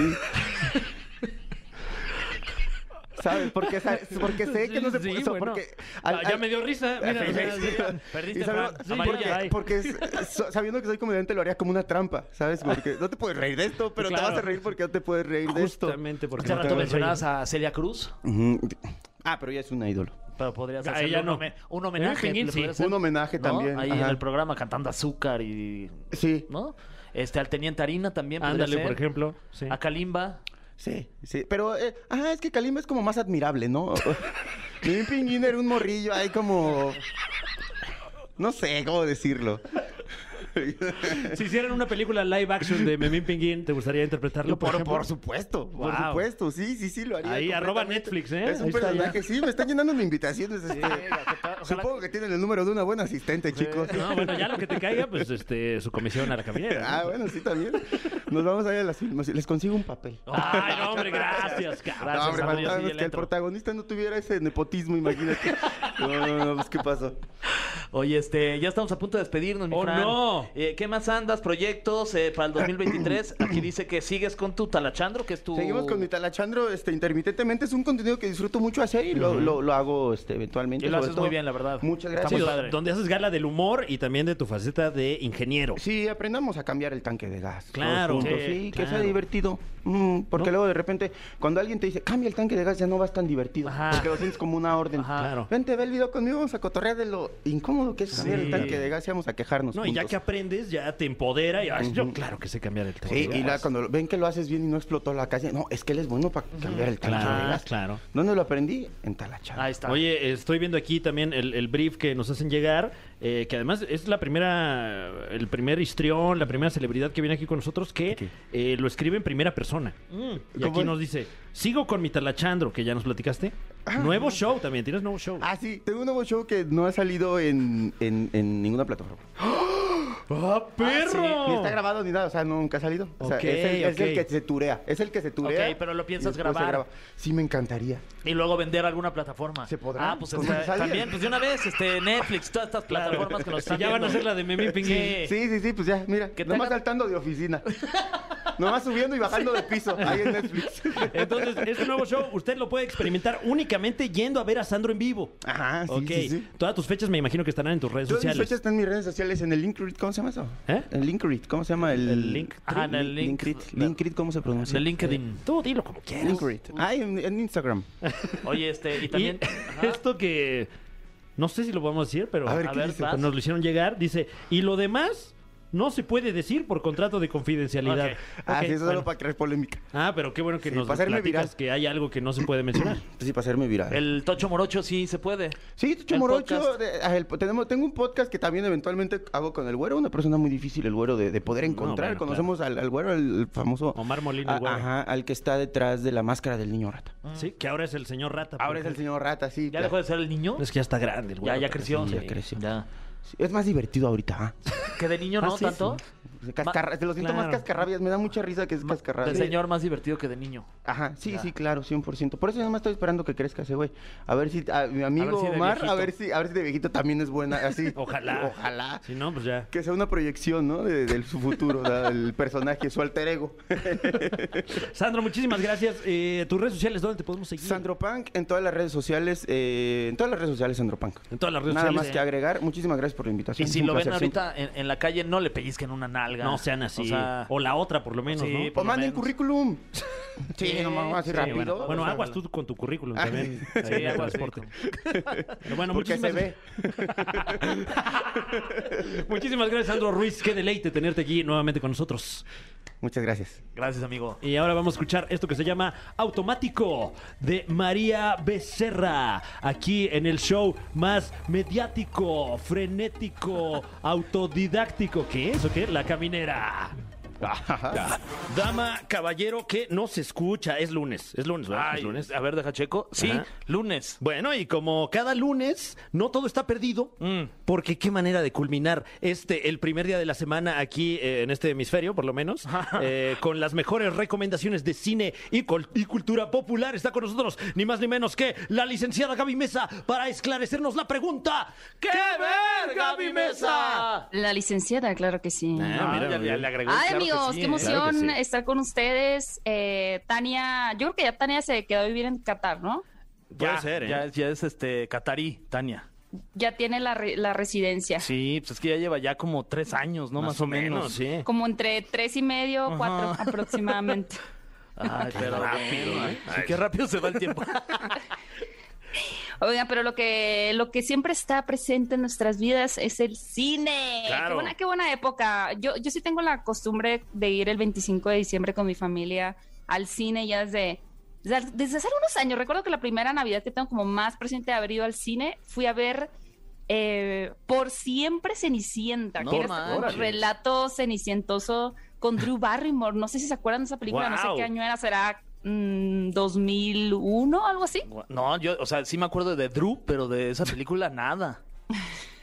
[SPEAKER 7] ¿Sabes? Porque, sa- porque sé que no se
[SPEAKER 3] Sí,
[SPEAKER 7] puede. o sea,
[SPEAKER 3] bueno.
[SPEAKER 7] porque
[SPEAKER 3] Ah, ya me dio
[SPEAKER 7] [laughs]
[SPEAKER 3] risa. Mira,
[SPEAKER 7] Sí,
[SPEAKER 3] o sea,
[SPEAKER 7] sí.
[SPEAKER 4] Perdiste,
[SPEAKER 7] Y sabiendo-
[SPEAKER 4] Fran.
[SPEAKER 7] sí,
[SPEAKER 4] Amarilla, bye.
[SPEAKER 7] porque, porque es- so- sabiendo que soy comediante lo haría como una trampa, ¿sabes? Porque no te puedes reír de esto,
[SPEAKER 3] Ah.
[SPEAKER 7] pero
[SPEAKER 3] Claro.
[SPEAKER 7] te vas a reír porque no te puedes reír de esto.
[SPEAKER 3] Justamente porque
[SPEAKER 4] Hace
[SPEAKER 3] no
[SPEAKER 4] rato
[SPEAKER 3] tengo
[SPEAKER 4] mencionabas
[SPEAKER 3] sueño.
[SPEAKER 4] a Celia Cruz,
[SPEAKER 7] Ujú. Ah, pero ya es una ídolo.
[SPEAKER 4] pero podrías
[SPEAKER 3] A
[SPEAKER 4] hacerle
[SPEAKER 3] ella
[SPEAKER 4] un,
[SPEAKER 3] no.
[SPEAKER 4] home- un
[SPEAKER 3] Eh,
[SPEAKER 4] homenaje.
[SPEAKER 3] Pinguín,
[SPEAKER 4] le
[SPEAKER 3] sí.
[SPEAKER 4] podrías hacer,
[SPEAKER 7] Un homenaje
[SPEAKER 4] ¿no?
[SPEAKER 7] también,
[SPEAKER 4] Ahí en
[SPEAKER 7] ajá.
[SPEAKER 4] el programa cantando azúcar y.
[SPEAKER 7] Sí.
[SPEAKER 4] ¿No? Este, al Teniente Harina también. podría
[SPEAKER 3] Ándale,
[SPEAKER 4] ser.
[SPEAKER 3] por ejemplo. Sí.
[SPEAKER 4] A Kalimba.
[SPEAKER 7] Sí, sí. Pero, eh, ajá, es que Kalimba es como más admirable, ¿no? [laughs] Mimín Pinguín era un morrillo ahí como. No sé cómo decirlo.
[SPEAKER 3] Si hicieran una película live action de Memín Pinguín, ¿te gustaría interpretarlo?
[SPEAKER 7] Por,
[SPEAKER 3] Por, ejemplo?
[SPEAKER 7] por supuesto, por
[SPEAKER 3] Wow.
[SPEAKER 7] supuesto, sí, sí, sí, lo haría.
[SPEAKER 3] Ahí, arroba
[SPEAKER 7] completamente.
[SPEAKER 3] Netflix, ¿eh?
[SPEAKER 7] Es un
[SPEAKER 3] Ahí está
[SPEAKER 7] personaje, sí, me están llenando de invitaciones. este. Supongo que tienen el número de una buena asistente, chicos.
[SPEAKER 3] No, bueno, ya lo que te caiga, pues este, su comisión a la caminera. ¿no?
[SPEAKER 7] [laughs] Ah, bueno, sí, también. Nos vamos a ir a las filmaciones. Les consigo un papel.
[SPEAKER 3] Ay, no, hombre, gracias,
[SPEAKER 7] No,
[SPEAKER 3] cabrón.
[SPEAKER 7] hombre,
[SPEAKER 4] Sandro, yo sí
[SPEAKER 7] faltaba
[SPEAKER 4] le
[SPEAKER 7] que el
[SPEAKER 4] entro.
[SPEAKER 7] protagonista no tuviera ese nepotismo, imagínate. [laughs] No, no, no, pues, ¿qué pasó?
[SPEAKER 4] Oye, este, ya estamos a punto de despedirnos, mi
[SPEAKER 3] ¡Oh,
[SPEAKER 4] Fran.
[SPEAKER 3] no!
[SPEAKER 4] Eh, ¿Qué más andas? ¿Proyectos eh, para el
[SPEAKER 7] [coughs]
[SPEAKER 4] 2023? Aquí dice que sigues con tu talachandro, que es tu...
[SPEAKER 7] Seguimos con mi talachandro este, intermitentemente. Es un contenido que disfruto mucho hacer y lo, lo- lo hago este, eventualmente.
[SPEAKER 4] Y lo
[SPEAKER 7] sobre
[SPEAKER 4] haces
[SPEAKER 7] todo.
[SPEAKER 4] muy bien, la verdad.
[SPEAKER 7] Muchas
[SPEAKER 4] Está muy
[SPEAKER 7] gracias.
[SPEAKER 3] Sí, do-
[SPEAKER 4] padre.
[SPEAKER 3] donde haces gala del humor y también de tu faceta de ingeniero.
[SPEAKER 7] Sí, aprendamos a cambiar el tanque de gas. todos
[SPEAKER 3] Claro,
[SPEAKER 7] juntos.
[SPEAKER 3] sí,
[SPEAKER 7] Sí, que sea
[SPEAKER 3] claro.
[SPEAKER 7] divertido. Mm, porque luego de repente, cuando alguien te dice, cambia el tanque de gas, ya no vas tan divertido.
[SPEAKER 4] Ajá.
[SPEAKER 7] Porque lo sientes como una orden.
[SPEAKER 4] Ajá.
[SPEAKER 3] Claro.
[SPEAKER 7] Vente, ve el video conmigo, vamos a cotorrear de lo incómodo que es cambiar
[SPEAKER 3] Sí.
[SPEAKER 7] el tanque de gas y vamos a quejarnos.
[SPEAKER 3] No, y ya que
[SPEAKER 7] juntos.
[SPEAKER 3] aprendes, ya te empodera y ay, yo claro que sé cambiar el tema.
[SPEAKER 7] Sí, y la- cuando lo- ven que lo haces bien y no explotó la calle, no, es que él es bueno para cambiar el tanque de
[SPEAKER 3] Claro,
[SPEAKER 7] gas.
[SPEAKER 3] claro.
[SPEAKER 7] ¿Dónde lo aprendí? En Talachán.
[SPEAKER 4] Ahí está.
[SPEAKER 3] Oye, estoy viendo aquí también el, el brief que nos hacen llegar, eh, que además es la primera, el primer histrión, la primera celebridad que viene aquí con nosotros que eh, lo escribe en primera persona. Y
[SPEAKER 7] ¿Cómo
[SPEAKER 3] aquí
[SPEAKER 7] es?
[SPEAKER 3] nos dice, sigo con mi talachandro, que ya nos platicaste. nuevo show también, tienes nuevo show.
[SPEAKER 7] Ah, sí, tengo un nuevo show que no ha salido en, en- en ninguna plataforma.
[SPEAKER 3] ¡Ah,
[SPEAKER 4] Oh.
[SPEAKER 3] perro!
[SPEAKER 7] Ni está grabado ni nada, o sea, nunca ha salido. O sea,
[SPEAKER 3] Ok,
[SPEAKER 7] es, el, es el
[SPEAKER 3] ok.
[SPEAKER 7] que se turea. Es el que se turea.
[SPEAKER 4] Ok, pero lo
[SPEAKER 7] y
[SPEAKER 4] piensas
[SPEAKER 7] después se
[SPEAKER 4] grabar.
[SPEAKER 7] Sí, me encantaría.
[SPEAKER 4] Y luego vender a alguna plataforma.
[SPEAKER 7] ¿Se podrá?
[SPEAKER 4] Ah, pues
[SPEAKER 7] ¿Con
[SPEAKER 4] está-
[SPEAKER 7] quién sale?
[SPEAKER 4] también, pues de una vez, este, Netflix, todas estas plataformas que nos
[SPEAKER 3] Si
[SPEAKER 4] están
[SPEAKER 3] ya van a
[SPEAKER 4] viendo.
[SPEAKER 3] hacer la de Memín Pinguín.
[SPEAKER 4] Sí.
[SPEAKER 7] Sí, sí, sí, pues ya, mira.
[SPEAKER 4] Que te
[SPEAKER 7] Nomás
[SPEAKER 4] hagan-
[SPEAKER 7] saltando de
[SPEAKER 4] [laughs]
[SPEAKER 7] oficina. nomás subiendo y bajando de piso. Ahí en Netflix. [laughs]
[SPEAKER 3] Entonces, este nuevo show usted lo puede experimentar únicamente yendo a ver a Sandro en vivo.
[SPEAKER 7] Ajá, Ah, sí,
[SPEAKER 3] ok.
[SPEAKER 7] sí, sí.
[SPEAKER 3] Todas tus fechas me imagino que estarán en tus redes
[SPEAKER 7] Yo mis
[SPEAKER 3] sociales.
[SPEAKER 7] fechas están en mis redes sociales, en el Linkrit, ¿cómo se llama eso?
[SPEAKER 3] ¿Eh?
[SPEAKER 7] El Linkrit, ¿cómo se llama? El,
[SPEAKER 4] El Link- Ah, en el Link-
[SPEAKER 7] Linkrit. Linkrit, ¿cómo se pronuncia?
[SPEAKER 4] De LinkedIn.
[SPEAKER 3] Tú dilo como quieras.
[SPEAKER 7] Linkrit. Ah, en,
[SPEAKER 4] [laughs]
[SPEAKER 7] en Instagram.
[SPEAKER 4] Oye, este, y
[SPEAKER 3] Y
[SPEAKER 4] también.
[SPEAKER 3] [laughs] esto que no sé si lo podemos decir, pero
[SPEAKER 7] A ver, ¿qué
[SPEAKER 4] dice?
[SPEAKER 3] pues, nos lo hicieron llegar. Dice, y lo demás no se puede decir por contrato de confidencialidad.
[SPEAKER 4] Ok.
[SPEAKER 3] Ok,
[SPEAKER 7] Ah, sí, eso
[SPEAKER 3] bueno.
[SPEAKER 7] solo para crear polémica.
[SPEAKER 3] Ah, pero qué bueno que
[SPEAKER 7] Sí,
[SPEAKER 3] nos
[SPEAKER 7] para hacerme
[SPEAKER 3] platicas
[SPEAKER 7] viral.
[SPEAKER 3] que hay algo que no se puede
[SPEAKER 7] [clears throat]
[SPEAKER 3] mencionar.
[SPEAKER 7] Pues sí, para hacerme viral.
[SPEAKER 4] El Tocho Morocho sí se puede.
[SPEAKER 7] Sí, Tucho
[SPEAKER 4] El
[SPEAKER 7] Morocho.
[SPEAKER 4] podcast.
[SPEAKER 7] de- ah, el- tenemos, tengo un podcast que también eventualmente hago con el güero. Una persona muy difícil, el güero, de, de poder encontrar.
[SPEAKER 3] bueno,
[SPEAKER 7] Conocemos al, al güero, el, el famoso.
[SPEAKER 3] Omar Molina, el
[SPEAKER 7] Ah,
[SPEAKER 3] güero.
[SPEAKER 7] Ajá, al que está detrás de la máscara del niño rata.
[SPEAKER 3] Ah. Sí, que ahora es el señor Rata.
[SPEAKER 7] Ahora es
[SPEAKER 3] porque-
[SPEAKER 7] el señor rata, sí.
[SPEAKER 4] ¿Ya
[SPEAKER 7] claro.
[SPEAKER 4] dejó de ser el niño?
[SPEAKER 3] Es que ya está grande el
[SPEAKER 4] Ya,
[SPEAKER 3] güero.
[SPEAKER 4] ya creció.
[SPEAKER 7] sí, ya creció.
[SPEAKER 4] Ya.
[SPEAKER 7] Sí, Es más divertido ahorita.
[SPEAKER 4] [laughs]
[SPEAKER 7] ¿ah?
[SPEAKER 4] Que de niño no
[SPEAKER 7] Ah, sí,
[SPEAKER 4] tanto.
[SPEAKER 7] sí. Cascarra- Te lo siento
[SPEAKER 3] claro.
[SPEAKER 7] más cascarrabias. Me da mucha risa que es
[SPEAKER 4] El
[SPEAKER 7] cascarrabias.
[SPEAKER 4] señor más divertido que de niño.
[SPEAKER 7] Ajá, sí, sí, claro, 100%. Por eso yo nomás estoy esperando que crezca ese güey. A ver si a mi amigo
[SPEAKER 4] si de
[SPEAKER 7] Omar,
[SPEAKER 4] viejito.
[SPEAKER 7] a ver si a ver si de viejito también es buena
[SPEAKER 4] [laughs]
[SPEAKER 7] así.
[SPEAKER 3] Ojalá.
[SPEAKER 7] Ojalá.
[SPEAKER 3] Si no, pues ya.
[SPEAKER 7] Que sea una proyección, ¿no? De, de su futuro, o
[SPEAKER 4] [laughs]
[SPEAKER 7] sea, el personaje, su alter ego.
[SPEAKER 3] Sandro, muchísimas gracias. Eh, tus redes sociales, ¿dónde te podemos seguir?
[SPEAKER 7] Sandro Punk en todas las redes sociales, eh, en todas las redes sociales Sandro Punk.
[SPEAKER 3] En todas las redes
[SPEAKER 7] Nada
[SPEAKER 3] sociales.
[SPEAKER 7] más que agregar. Muchísimas gracias por la invitación.
[SPEAKER 4] Y si
[SPEAKER 7] Es un
[SPEAKER 4] lo ven
[SPEAKER 7] placer siempre.
[SPEAKER 4] ahorita en, en la calle, no le pellizquen una nalga.
[SPEAKER 3] No sean así. O,
[SPEAKER 4] O sea,
[SPEAKER 3] la otra, por lo menos,
[SPEAKER 4] Sí,
[SPEAKER 3] ¿no?
[SPEAKER 4] por
[SPEAKER 7] O
[SPEAKER 4] lo
[SPEAKER 7] manden
[SPEAKER 4] menos. [laughs]
[SPEAKER 7] currículum. sí, nomás así
[SPEAKER 4] sí,
[SPEAKER 7] pues, rápido.
[SPEAKER 3] Bueno, bueno,
[SPEAKER 7] O sea,
[SPEAKER 3] aguas tú con tu currículum
[SPEAKER 7] Ah,
[SPEAKER 3] también.
[SPEAKER 7] [laughs] sí,
[SPEAKER 3] Ahí en el
[SPEAKER 4] aguas, [laughs] sí.
[SPEAKER 3] transporte. Pero bueno,
[SPEAKER 7] Porque se
[SPEAKER 3] muchísimas,
[SPEAKER 7] ve.
[SPEAKER 3] [laughs] muchísimas gracias, Sandro Ruiz. Qué deleite tenerte aquí nuevamente con nosotros.
[SPEAKER 7] Muchas gracias.
[SPEAKER 4] Gracias, amigo.
[SPEAKER 3] Y ahora vamos a escuchar esto que se llama Automático de María Becerra. Aquí en el show más mediático, frenético, autodidáctico. ¿Qué es o qué? La caminera. Dama, caballero, que no se escucha. Es lunes. Es lunes, ¿verdad?
[SPEAKER 4] Ay,
[SPEAKER 3] es lunes.
[SPEAKER 4] A ver, deja checo. Sí,
[SPEAKER 3] Ajá.
[SPEAKER 4] lunes.
[SPEAKER 3] Bueno, y como cada lunes, no todo está perdido,
[SPEAKER 4] Mm.
[SPEAKER 3] porque qué manera de culminar este, el primer día de la semana aquí eh, en este hemisferio, por lo
[SPEAKER 4] [laughs]
[SPEAKER 3] menos, eh, con las mejores recomendaciones de cine y, col- y cultura popular. Está con nosotros, ni más ni menos que la licenciada Gaby Mesa, para esclarecernos la pregunta: ¿Qué ver, Gaby Mesa?
[SPEAKER 9] La licenciada, claro que sí.
[SPEAKER 4] Ah, ya, ya le agregó.
[SPEAKER 9] Ay,
[SPEAKER 4] claro que
[SPEAKER 9] amigos,
[SPEAKER 4] sí,
[SPEAKER 9] qué
[SPEAKER 4] ¿eh?
[SPEAKER 9] emoción estar con ustedes. Eh, Tania, yo creo que ya Tania se quedó a vivir en Qatar, ¿no?
[SPEAKER 4] Ya,
[SPEAKER 3] Puede ser, ¿eh?
[SPEAKER 4] ya, ya es este catarí, Tania.
[SPEAKER 9] Ya tiene la, re- la residencia.
[SPEAKER 4] Sí, pues es que ya lleva ya como tres años, ¿no? Más, o menos.
[SPEAKER 3] sí.
[SPEAKER 9] Como entre tres y medio, cuatro
[SPEAKER 4] [laughs]
[SPEAKER 9] aproximadamente.
[SPEAKER 4] Ay, pero rápido, ¿eh? qué rápido se va el [laughs] tiempo.
[SPEAKER 9] Oigan, pero lo que, lo que siempre está presente en nuestras vidas es el cine. Qué, buena, qué buena época. Yo, yo sí tengo la costumbre de ir el 25 de diciembre con mi familia al cine ya desde, desde desde hace unos años. Recuerdo que la primera Navidad que tengo como más presente de haber ido al cine, fui a ver eh, Por Siempre Cenicienta,
[SPEAKER 4] No
[SPEAKER 9] que era
[SPEAKER 4] manches.
[SPEAKER 9] este como relato cenicientoso con Drew Barrymore. No sé si se acuerdan de esa película, no sé
[SPEAKER 3] Guau.
[SPEAKER 9] qué año era, será mm, 2001, algo así.
[SPEAKER 4] No, yo, o sea, sí me acuerdo de Drew, pero de esa película nada.
[SPEAKER 3] [laughs]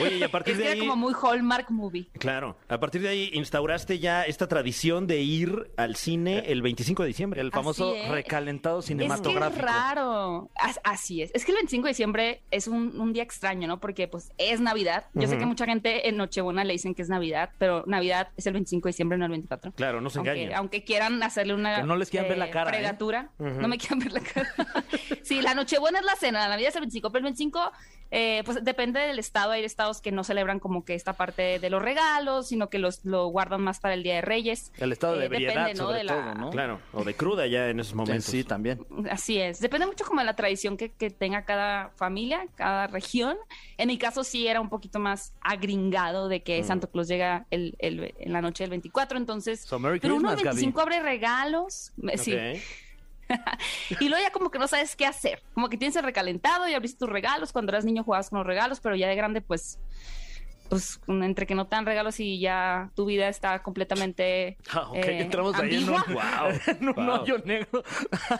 [SPEAKER 3] Oye, y a partir
[SPEAKER 9] Es que
[SPEAKER 3] de
[SPEAKER 9] era
[SPEAKER 3] ahí.
[SPEAKER 9] como muy Hallmark movie.
[SPEAKER 3] Claro, a partir de ahí instauraste ya esta tradición de ir al cine el 25 de diciembre.
[SPEAKER 4] Eh. El famoso
[SPEAKER 9] es.
[SPEAKER 4] recalentado cinematográfico.
[SPEAKER 9] Es que es raro. As- Así es. Es que el 25 de diciembre es un, un día extraño, ¿no? Porque pues es Navidad. Yo sé que mucha gente en Nochebuena le dicen que es Navidad, pero Navidad es el 25 de diciembre, no el 24.
[SPEAKER 3] Claro, no se engañen.
[SPEAKER 9] Aunque, aunque quieran hacerle una
[SPEAKER 4] Que no les quieran ver la cara, ¿eh?
[SPEAKER 9] fregatura. No me quieran ver la cara. [laughs] sí, la Nochebuena es la cena, la Navidad es el 25, pero el 25 eh, pues depende del estado. Hay estados que no celebran como que esta parte de los regalos, sino que los lo guardan más para el Día de Reyes.
[SPEAKER 4] El estado de
[SPEAKER 9] Eh, depende,
[SPEAKER 4] ebriedad,
[SPEAKER 9] ¿no?
[SPEAKER 4] sobre
[SPEAKER 9] De la-
[SPEAKER 4] todo, ¿no?
[SPEAKER 3] Claro, o de cruda ya en esos momentos.
[SPEAKER 4] Sí, también.
[SPEAKER 9] Así es. Depende mucho como de la tradición que, que tenga cada familia, cada región. En mi caso sí era un poquito más agringado de que Santo Claus llega el, el- en la noche del 24, entonces...
[SPEAKER 4] So, Merry
[SPEAKER 9] pero uno el
[SPEAKER 4] Christmas, Gaby.
[SPEAKER 9] 25 abre regalos.
[SPEAKER 4] Eh,
[SPEAKER 9] me- sí. Y luego ya como que no sabes qué hacer. Como que tienes el recalentado y abriste tus regalos. Cuando eras niño jugabas con los regalos, pero ya de grande pues... pues entre que no te dan regalos y ya tu vida está completamente
[SPEAKER 4] Ah, ok,
[SPEAKER 9] eh,
[SPEAKER 4] entramos ahí en un,
[SPEAKER 9] ambigua.
[SPEAKER 4] [laughs] en un hoyo negro.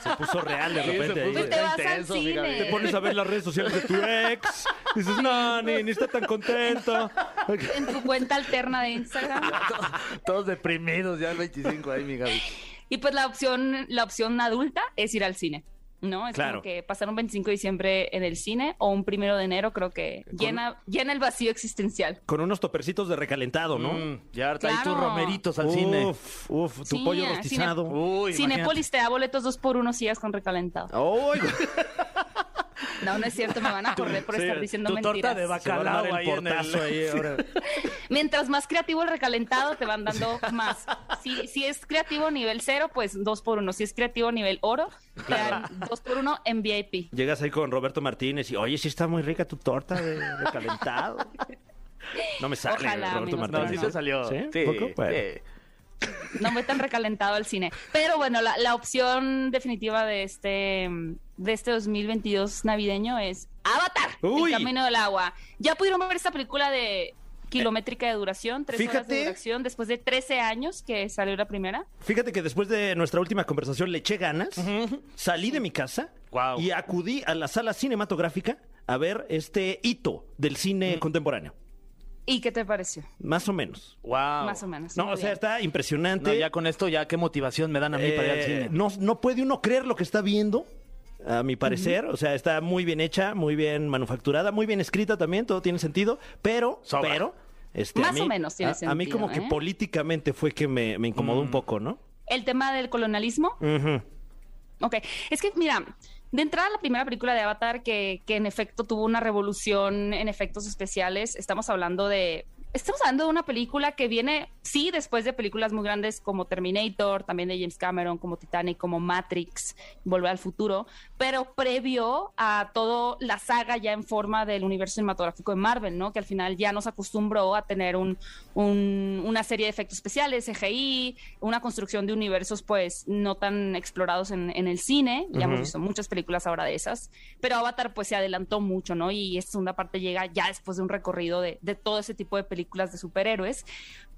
[SPEAKER 3] Se puso real de
[SPEAKER 4] Sí, se
[SPEAKER 3] repente. ahí.
[SPEAKER 4] puso
[SPEAKER 9] Pues te vas
[SPEAKER 4] intenso,
[SPEAKER 9] al cine.
[SPEAKER 3] Te
[SPEAKER 4] fíjate.
[SPEAKER 3] pones a ver las redes sociales de tu ex. Dices, no, ni, ni está tan contento.
[SPEAKER 9] en tu cuenta alterna de Instagram.
[SPEAKER 4] Todos deprimidos ya al 25 ahí, mi Gaby.
[SPEAKER 9] Y pues la opción, la opción adulta es ir al cine. ¿No? Es
[SPEAKER 3] Claro.
[SPEAKER 9] como que pasar un 25 de diciembre en el cine o un primero de enero, creo que llena, llena el vacío existencial.
[SPEAKER 3] Con unos topercitos de recalentado, ¿no?
[SPEAKER 4] Mm, ya harta ahí tus
[SPEAKER 9] Claro.
[SPEAKER 4] romeritos al cine. Uh,
[SPEAKER 3] Uf, uf, tu
[SPEAKER 9] Sí,
[SPEAKER 3] pollo
[SPEAKER 9] a cine-
[SPEAKER 3] rostizado.
[SPEAKER 4] Uy,
[SPEAKER 9] Cinépolis te da boletos dos por uno si llegas con recalentado.
[SPEAKER 4] Uy,
[SPEAKER 9] [laughs] No, no es cierto, me van a correr por estar diciendo
[SPEAKER 4] tu torta
[SPEAKER 9] mentiras.
[SPEAKER 4] de
[SPEAKER 3] Se va a armar
[SPEAKER 4] bacalao
[SPEAKER 3] el
[SPEAKER 4] ahí en
[SPEAKER 3] portazo
[SPEAKER 4] [laughs] el...
[SPEAKER 3] ahí ahora.
[SPEAKER 9] Mientras más creativo el recalentado, te van dando más. Si, si es creativo nivel cero, pues dos por uno. Si es creativo nivel oro, te dan dos por uno en VIP.
[SPEAKER 3] Llegas ahí con Roberto Martínez y, oye, sí está muy rica tu torta de, de calentado. No me sale,
[SPEAKER 9] Ojalá,
[SPEAKER 3] Roberto
[SPEAKER 9] amigos,
[SPEAKER 3] Martínez.
[SPEAKER 4] No, sí se salió.
[SPEAKER 3] ¿Sí?
[SPEAKER 4] Sí,
[SPEAKER 3] ¿Poco? Bueno.
[SPEAKER 4] sí.
[SPEAKER 9] No me tan recalentado al cine. Pero bueno, la, la opción definitiva de este, de este 2022 navideño es Avatar,
[SPEAKER 3] Uy.
[SPEAKER 9] El Camino del Agua. Ya pudieron ver esta película de kilométrica de duración, tres horas
[SPEAKER 3] fíjate.
[SPEAKER 9] de duración, después de 13 años que salió la primera.
[SPEAKER 3] Fíjate que después de nuestra última conversación le eché ganas, salí de mi casa
[SPEAKER 4] Guau.
[SPEAKER 3] y acudí a la sala cinematográfica a ver este hito del cine contemporáneo.
[SPEAKER 9] ¿Y qué te pareció?
[SPEAKER 3] Más o menos.
[SPEAKER 4] Wow.
[SPEAKER 9] Más o menos.
[SPEAKER 3] No,
[SPEAKER 9] muy
[SPEAKER 3] o sea,
[SPEAKER 9] bien.
[SPEAKER 3] está impresionante.
[SPEAKER 4] No, ya con esto, ya qué motivación me dan a mí para ir al
[SPEAKER 3] Eh,
[SPEAKER 4] cine.
[SPEAKER 3] No, no puede uno creer lo que está viendo, a mi parecer. O sea, está muy bien hecha, muy bien manufacturada, muy bien escrita también, todo tiene sentido, pero,
[SPEAKER 4] Sobra.
[SPEAKER 3] pero, este, a
[SPEAKER 9] Más
[SPEAKER 3] mí-
[SPEAKER 9] o menos tiene
[SPEAKER 3] a, a mí
[SPEAKER 9] sentido,
[SPEAKER 3] como que
[SPEAKER 9] ¿eh?
[SPEAKER 3] políticamente fue que me, me incomodó
[SPEAKER 4] Mm.
[SPEAKER 3] un poco, ¿no?
[SPEAKER 9] El tema del colonialismo. Ok, es que mira, de entrada la primera película de Avatar que, que en efecto tuvo una revolución en efectos especiales, estamos hablando de... Estamos hablando de una película que viene, sí, después de películas muy grandes como Terminator, también de James Cameron, como Titanic, como Matrix, Volver al Futuro, pero previo a toda la saga ya en forma del universo cinematográfico de Marvel, ¿no? Que al final ya nos acostumbró a tener un, un- una serie de efectos especiales, CGI, una construcción de universos pues no tan explorados en, en el cine. Ya hemos visto muchas películas ahora de esas, pero Avatar pues se adelantó mucho, ¿no? Y esta segunda parte llega ya después de un recorrido de, de todo ese tipo de películas de superhéroes.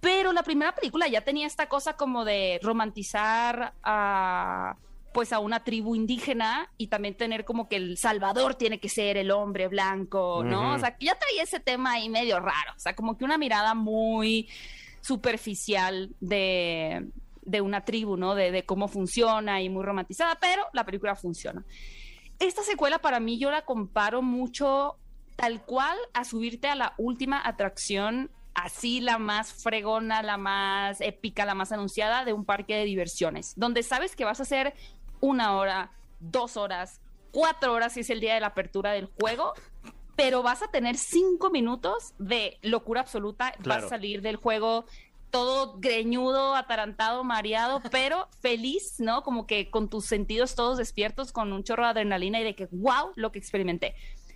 [SPEAKER 9] Pero la primera película ya tenía esta cosa como de romantizar a pues a una tribu indígena y también tener como que el salvador tiene que ser el hombre blanco, ¿no? O sea, que ya traía ese tema ahí medio raro, o sea, como que una mirada muy superficial de, de una tribu, ¿no? De, de cómo funciona y muy romantizada, pero la película funciona. Esta secuela para mí yo la comparo mucho tal cual a subirte a la última atracción, así la más fregona, la más épica, la más anunciada de un parque de diversiones, donde sabes que vas a hacer una hora, dos horas, cuatro horas si es el día de la apertura del juego. Pero vas a tener cinco minutos de locura absoluta. Vas
[SPEAKER 4] Claro.
[SPEAKER 9] a salir del juego todo greñudo, atarantado, mareado, pero feliz, ¿no? Como que con tus sentidos todos despiertos, con un chorro de adrenalina y de que, wow, lo que experimenté.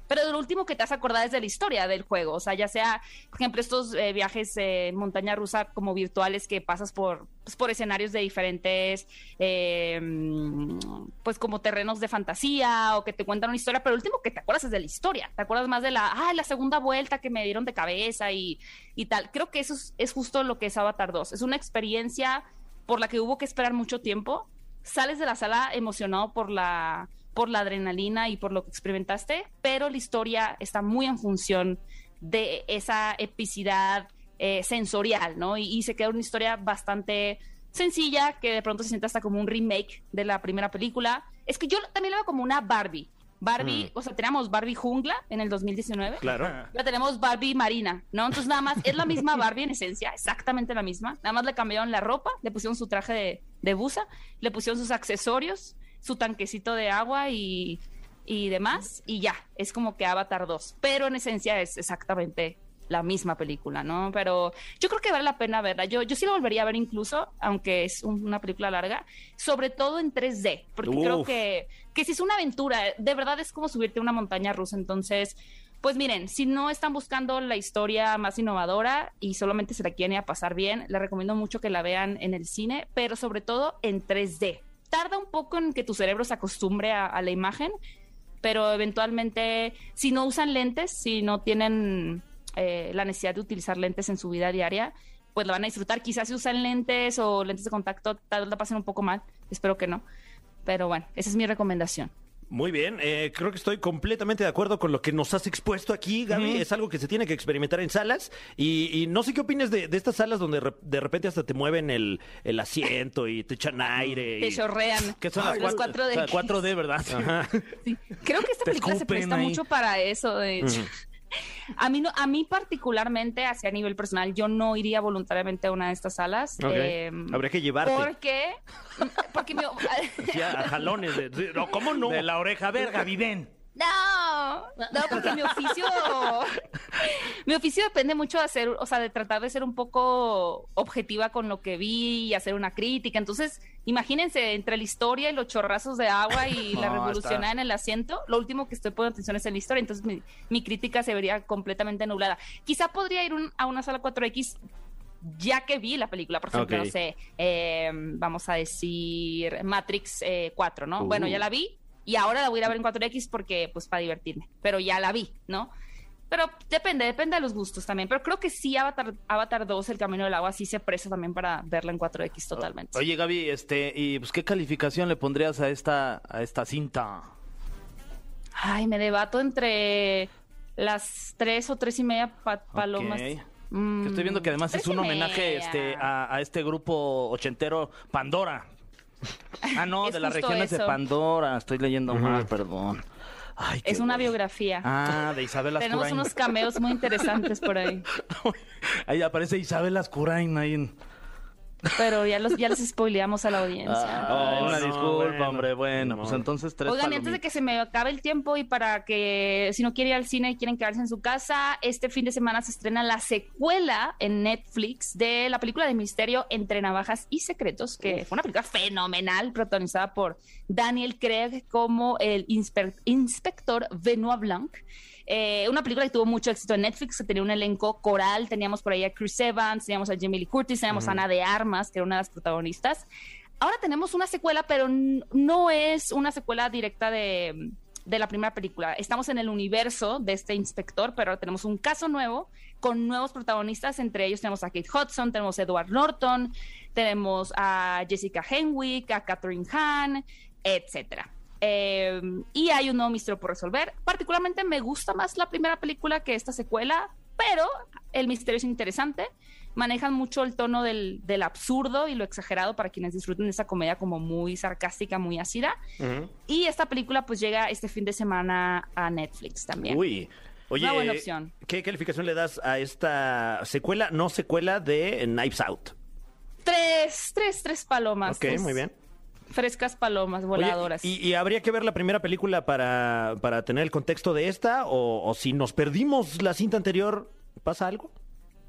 [SPEAKER 9] Pero de lo último que te has acordado es de la historia del juego, o sea, ya sea, por ejemplo, estos eh, viajes eh, en montaña rusa como virtuales que pasas por, pues, por escenarios de diferentes, eh, mm, pues como terrenos de fantasía o que te cuentan una historia, pero lo último que te acuerdas es de la historia, te acuerdas más de la, ah, la segunda vuelta que me dieron de cabeza y, y tal. Creo que eso es, es justo lo que es Avatar 2. Es una experiencia por la que hubo que esperar mucho tiempo. Sales de la sala emocionado por la, por la adrenalina y por lo que experimentaste, pero la historia está muy en función de esa epicidad eh, sensorial, ¿no? Y, y se queda una historia bastante sencilla que de pronto se siente hasta como un remake de la primera película. Es que yo también lo veo como una Barbie. Barbie, o sea, teníamos Barbie Jungla en el 2019.
[SPEAKER 3] Claro.
[SPEAKER 9] Ya tenemos Barbie Marina, ¿no? Entonces nada más es la misma Barbie en esencia, exactamente la misma. Nada más le cambiaron la ropa, le pusieron su traje de, de buza, le pusieron sus accesorios, su tanquecito de agua y, y demás. Y ya, es como que Avatar 2. Pero en esencia es exactamente la misma película, ¿no? Pero yo creo que vale la pena verla. Yo, yo sí la volvería a ver incluso, aunque es un- una película larga, sobre todo en 3D, porque creo
[SPEAKER 3] Uf.
[SPEAKER 9] que, que si es una aventura, de verdad es como subirte a una montaña rusa, entonces... Pues miren, si no están buscando la historia más innovadora y solamente se la quieren ir a pasar bien, les recomiendo mucho que la vean en el cine, pero sobre todo en 3D. Tarda un poco en que tu cerebro se acostumbre a, a la imagen, pero eventualmente, si no usan lentes, si no tienen eh, la necesidad de utilizar lentes en su vida diaria, pues la van a disfrutar. Quizás si usan lentes o lentes de contacto, tal vez la pasen un poco mal. Espero que no. Pero bueno, esa es mi recomendación.
[SPEAKER 3] Muy bien, eh, creo que estoy completamente de acuerdo con lo que nos has expuesto aquí, Gaby. Es algo que se tiene que experimentar en salas. Y, y no sé qué opinas de, de estas salas donde re- de repente hasta te mueven el, el asiento y te echan aire.
[SPEAKER 9] Te
[SPEAKER 3] y-
[SPEAKER 9] chorrean.
[SPEAKER 3] ¿Qué son las
[SPEAKER 9] Los
[SPEAKER 3] cuatro-
[SPEAKER 9] 4D.
[SPEAKER 4] O sea, 4D, ¿verdad?
[SPEAKER 3] [laughs]
[SPEAKER 9] Sí. Creo que esta
[SPEAKER 4] Te
[SPEAKER 9] película se
[SPEAKER 4] escupen
[SPEAKER 9] presta
[SPEAKER 4] ahí.
[SPEAKER 9] mucho para eso, de hecho. A mí, no, a mí particularmente, hacia a nivel personal, yo no iría voluntariamente a una de estas salas.
[SPEAKER 3] Ok.
[SPEAKER 9] eh,
[SPEAKER 3] Habría que llevarte.
[SPEAKER 9] porque, porque mi-
[SPEAKER 3] [laughs] Sí, a- a jalones. de- de- no, ¿Cómo no?
[SPEAKER 4] De la oreja verga, viven.
[SPEAKER 9] No, no, porque
[SPEAKER 4] [laughs]
[SPEAKER 9] mi oficio, mi oficio depende mucho de hacer, o sea, de tratar de ser un poco objetiva con lo que vi y hacer una crítica. Entonces, imagínense, entre la historia y los chorrazos de agua y
[SPEAKER 4] [laughs]
[SPEAKER 9] la
[SPEAKER 4] No,
[SPEAKER 9] revolucionada
[SPEAKER 4] está-
[SPEAKER 9] en el asiento, lo último que estoy poniendo atención es en la historia. Entonces, mi, mi crítica se vería completamente nublada. Quizá podría ir un- a una sala 4X ya que vi la película, por ejemplo,
[SPEAKER 3] Ok.
[SPEAKER 9] no sé, eh, vamos a decir Matrix eh, 4, ¿no? Bueno, ya la vi y ahora la voy a ir a ver en 4X porque, pues, para divertirme, pero ya la vi, ¿no? Pero depende, depende de los gustos también. Pero creo que sí, Avatar, Avatar 2, El Camino del Agua, sí se presta también para verla en 4X totalmente.
[SPEAKER 4] Oye, Gaby, este, ¿y pues qué calificación le pondrías a esta, a esta cinta?
[SPEAKER 9] Ay, me debato entre las 3 o 3 y media pa- palomas.
[SPEAKER 4] Ok.
[SPEAKER 9] Mm,
[SPEAKER 4] Que estoy viendo que además es
[SPEAKER 9] tres y
[SPEAKER 4] un homenaje
[SPEAKER 9] media.
[SPEAKER 4] este, a, a este grupo ochentero Pandora. Ah, no,
[SPEAKER 9] [laughs] Es
[SPEAKER 4] de las
[SPEAKER 9] justo
[SPEAKER 4] regiones de
[SPEAKER 9] eso.
[SPEAKER 4] Pandora. Estoy leyendo mal, perdón. Ay, qué
[SPEAKER 9] Es una
[SPEAKER 4] güey.
[SPEAKER 9] biografía.
[SPEAKER 4] Ah, de Isabel
[SPEAKER 9] Tenemos
[SPEAKER 4] Ascurain.
[SPEAKER 9] unos cameos muy interesantes
[SPEAKER 4] [laughs]
[SPEAKER 9] por ahí.
[SPEAKER 4] Ahí aparece Isabel Ascurain ahí en...
[SPEAKER 9] Pero ya los ya les spoileamos a la audiencia.
[SPEAKER 4] Ah,
[SPEAKER 3] no,
[SPEAKER 4] una disculpa,
[SPEAKER 3] bueno.
[SPEAKER 4] hombre. Bueno, pues entonces tres
[SPEAKER 9] Oigan, y antes de que se me acabe el tiempo y para que si no quieren ir al cine y quieren quedarse en su casa, este fin de semana se estrena la secuela en Netflix de la película de misterio Entre Navajas y Secretos, que fue una película fenomenal protagonizada por Daniel Craig como el inspe- inspector Benoit Blanc. Eh, una película que tuvo mucho éxito en Netflix, que tenía un elenco coral, teníamos por ahí a Chris Evans, teníamos a Jamie Lee Curtis, teníamos a Ana de Armas, que era una de las protagonistas. Ahora tenemos una secuela, pero n- no es una secuela directa de, de la primera película. Estamos en el universo de este inspector, pero ahora tenemos un caso nuevo con nuevos protagonistas. Entre ellos tenemos a Kate Hudson, tenemos a Edward Norton, tenemos a Jessica Henwick, a Catherine Hahn, etcétera. Eh, y hay un nuevo misterio por resolver. Particularmente me gusta más la primera película que esta secuela, pero el misterio es interesante. Manejan mucho el tono del, del absurdo y lo exagerado para quienes disfruten de esa comedia como muy sarcástica, muy ácida. Y esta película pues llega este fin de semana a Netflix también.
[SPEAKER 3] Uy. Oye,
[SPEAKER 9] Una buena opción.
[SPEAKER 3] ¿qué calificación le das a esta secuela, no secuela de Knives Out?
[SPEAKER 9] Tres, tres, tres palomas.
[SPEAKER 3] ok,
[SPEAKER 9] tres
[SPEAKER 3] muy bien.
[SPEAKER 9] Frescas palomas
[SPEAKER 3] Oye,
[SPEAKER 9] voladoras.
[SPEAKER 3] ¿y, y habría que ver la primera película para, para tener el contexto de esta? ¿O, o si nos perdimos la cinta anterior, pasa algo?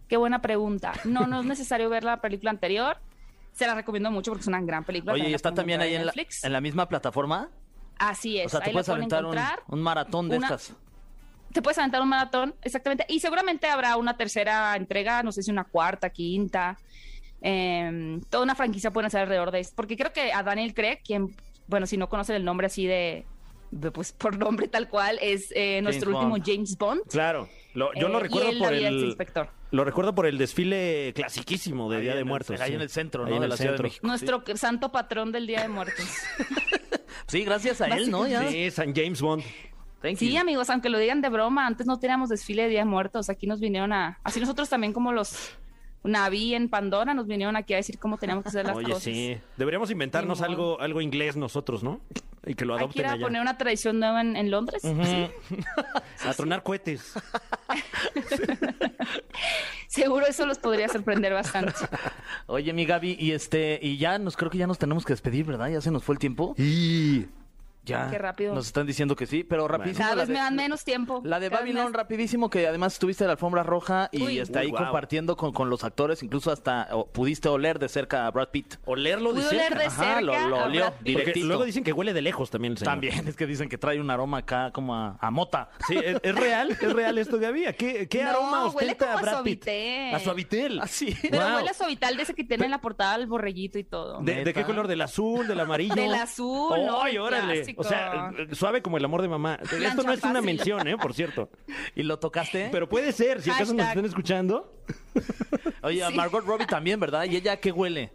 [SPEAKER 9] Qué buena pregunta. No, no es necesario ver la película anterior. Se la recomiendo mucho porque es una gran película.
[SPEAKER 4] Oye, ¿y
[SPEAKER 9] la
[SPEAKER 4] está
[SPEAKER 9] pueden
[SPEAKER 4] también
[SPEAKER 9] encontrar
[SPEAKER 4] ahí en la,
[SPEAKER 9] Netflix.
[SPEAKER 4] en la misma plataforma?
[SPEAKER 9] Así es.
[SPEAKER 4] o sea, te
[SPEAKER 9] ahí la
[SPEAKER 4] puedes
[SPEAKER 9] pueden
[SPEAKER 4] aventar un,
[SPEAKER 9] encontrar.
[SPEAKER 4] un maratón de
[SPEAKER 9] Una-
[SPEAKER 4] estas.
[SPEAKER 9] Te puedes aventar un maratón, exactamente. Y seguramente habrá una tercera entrega, no sé si una cuarta, quinta. Em, toda una franquicia pueden hacer alrededor de esto. Porque creo que a Daniel Craig, quien, bueno, si no conocen el nombre así de, de, pues por nombre tal cual, es eh, nuestro
[SPEAKER 4] Bond.
[SPEAKER 9] último James Bond.
[SPEAKER 3] Claro. Lo- yo
[SPEAKER 9] Eh,
[SPEAKER 3] lo
[SPEAKER 9] y
[SPEAKER 3] recuerdo
[SPEAKER 9] él, la
[SPEAKER 3] por
[SPEAKER 9] vida de este
[SPEAKER 3] el.
[SPEAKER 9] inspector.
[SPEAKER 3] Lo recuerdo por el desfile clasiquísimo de
[SPEAKER 4] Ahí
[SPEAKER 3] Día
[SPEAKER 4] en
[SPEAKER 3] de
[SPEAKER 4] el-
[SPEAKER 3] Muertos.
[SPEAKER 4] ahí
[SPEAKER 3] sí.
[SPEAKER 4] en el centro,
[SPEAKER 3] Ahí
[SPEAKER 4] ¿no?
[SPEAKER 3] en
[SPEAKER 4] De
[SPEAKER 3] el
[SPEAKER 4] la Ciudad de
[SPEAKER 3] centro.
[SPEAKER 4] México.
[SPEAKER 9] Nuestro santo patrón del Día de Muertos.
[SPEAKER 4] Sí, gracias a él, ¿no? Ya.
[SPEAKER 3] Sí, San James Bond.
[SPEAKER 4] [laughs] Thank
[SPEAKER 9] Sí,
[SPEAKER 4] you.
[SPEAKER 9] amigos, aunque lo digan de broma, antes no teníamos desfile de Día de Muertos, aquí nos vinieron a, así nosotros también como los Naví en Pandora, nos vinieron aquí a decir cómo teníamos que hacer las
[SPEAKER 3] Oye,
[SPEAKER 9] cosas.
[SPEAKER 3] sí. Deberíamos inventarnos
[SPEAKER 9] Ni modo.
[SPEAKER 3] algo, algo inglés nosotros, ¿no? Y que lo
[SPEAKER 9] Hay que
[SPEAKER 3] adopten
[SPEAKER 9] ir a
[SPEAKER 3] allá.
[SPEAKER 9] poner una tradición nueva en, en Londres.
[SPEAKER 3] A tronar
[SPEAKER 4] [laughs]
[SPEAKER 3] cohetes.
[SPEAKER 9] [laughs] Seguro eso los podría
[SPEAKER 4] [laughs]
[SPEAKER 9] sorprender bastante.
[SPEAKER 4] Oye, mi Gaby, y este, y ya nos creo que ya nos tenemos que despedir, ¿verdad? Ya se nos fue el tiempo.
[SPEAKER 3] Y...
[SPEAKER 4] Ya.
[SPEAKER 9] Qué rápido.
[SPEAKER 4] Nos están diciendo que sí, pero rapidísimo.
[SPEAKER 9] Cada
[SPEAKER 4] la
[SPEAKER 9] vez
[SPEAKER 4] de-
[SPEAKER 9] me dan menos tiempo.
[SPEAKER 4] La de
[SPEAKER 9] Cada vez me
[SPEAKER 4] Babylon,
[SPEAKER 9] dan-
[SPEAKER 4] rapidísimo, que además estuviste en la alfombra roja y
[SPEAKER 9] Uy.
[SPEAKER 4] está
[SPEAKER 3] Uy,
[SPEAKER 4] ahí
[SPEAKER 3] guau.
[SPEAKER 4] compartiendo con, con los actores, incluso hasta o, pudiste oler de cerca a Brad Pitt.
[SPEAKER 3] Olerlo de
[SPEAKER 9] Pude
[SPEAKER 3] cerca.
[SPEAKER 9] oler de
[SPEAKER 4] Ajá,
[SPEAKER 9] cerca.
[SPEAKER 4] lo- lo
[SPEAKER 9] a
[SPEAKER 4] olió
[SPEAKER 9] Brad Pitt.
[SPEAKER 3] Porque
[SPEAKER 4] directito. [laughs]
[SPEAKER 3] luego dicen que huele de lejos también el señor.
[SPEAKER 4] También es que dicen que trae un aroma acá como a, a mota.
[SPEAKER 3] Sí, ¿es, es real, es real esto, Gaby. ¿A ¿Qué, qué
[SPEAKER 9] No,
[SPEAKER 3] aroma
[SPEAKER 9] huele
[SPEAKER 3] ostenta
[SPEAKER 9] como
[SPEAKER 3] a
[SPEAKER 9] a
[SPEAKER 3] Brad Pitt?
[SPEAKER 9] suavitel.
[SPEAKER 3] A suavitel.
[SPEAKER 4] Así.
[SPEAKER 9] Pero
[SPEAKER 3] Wow.
[SPEAKER 9] huele a suavital de ese que tiene en la portada el borreguito y todo.
[SPEAKER 3] ¿De, de qué
[SPEAKER 4] Neta.
[SPEAKER 3] color? ¿Del azul, del amarillo?
[SPEAKER 9] Del azul, ¿no?
[SPEAKER 3] ¡Ay,
[SPEAKER 9] Del
[SPEAKER 3] órale! O sea, eh, suave como el amor de mamá. Esto no es una
[SPEAKER 9] fácil.
[SPEAKER 3] mención, ¿eh? Por cierto.
[SPEAKER 4] ¿Y lo tocaste?
[SPEAKER 3] Pero puede ser, si acaso nos
[SPEAKER 9] Hashtag.
[SPEAKER 3] están escuchando.
[SPEAKER 4] Oye, a
[SPEAKER 9] Sí.
[SPEAKER 4] Margot Robbie también, ¿verdad? ¿Y ella qué huele?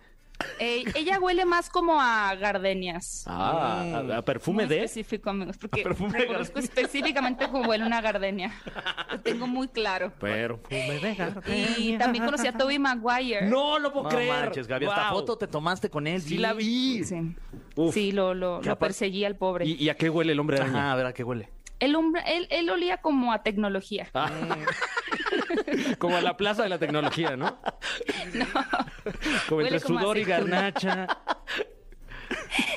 [SPEAKER 9] Eh, ella huele más como a gardenias.
[SPEAKER 3] Ah,
[SPEAKER 9] Mm.
[SPEAKER 3] a, a perfume
[SPEAKER 9] Muy
[SPEAKER 3] de. Ah,
[SPEAKER 9] específico, amigos, porque
[SPEAKER 3] perfume de
[SPEAKER 9] reconozco específicamente como huele
[SPEAKER 3] [laughs]
[SPEAKER 9] una gardenia. Lo tengo muy claro.
[SPEAKER 3] Perfume de.
[SPEAKER 9] Y también conocí a Toby Maguire.
[SPEAKER 3] No lo puedo
[SPEAKER 4] No
[SPEAKER 3] creer.
[SPEAKER 4] manches, Gaby, hasta
[SPEAKER 3] Wow.
[SPEAKER 4] foto te tomaste con él.
[SPEAKER 3] Sí la vi.
[SPEAKER 9] Sí,
[SPEAKER 3] Uf.
[SPEAKER 9] Sí, lo, lo,
[SPEAKER 3] Que
[SPEAKER 9] lo
[SPEAKER 3] aparte-
[SPEAKER 9] perseguí al pobre.
[SPEAKER 3] ¿Y, y a qué huele el hombre araña?
[SPEAKER 4] Ajá, a ver a qué huele.
[SPEAKER 9] Él, hombre- él, él olía como a tecnología.
[SPEAKER 3] Como a la plaza de la tecnología,
[SPEAKER 9] [laughs]
[SPEAKER 3] ¿no? Como entre
[SPEAKER 9] Huele como a
[SPEAKER 3] sudor y
[SPEAKER 9] aceituna.
[SPEAKER 3] garnacha.
[SPEAKER 9] [laughs]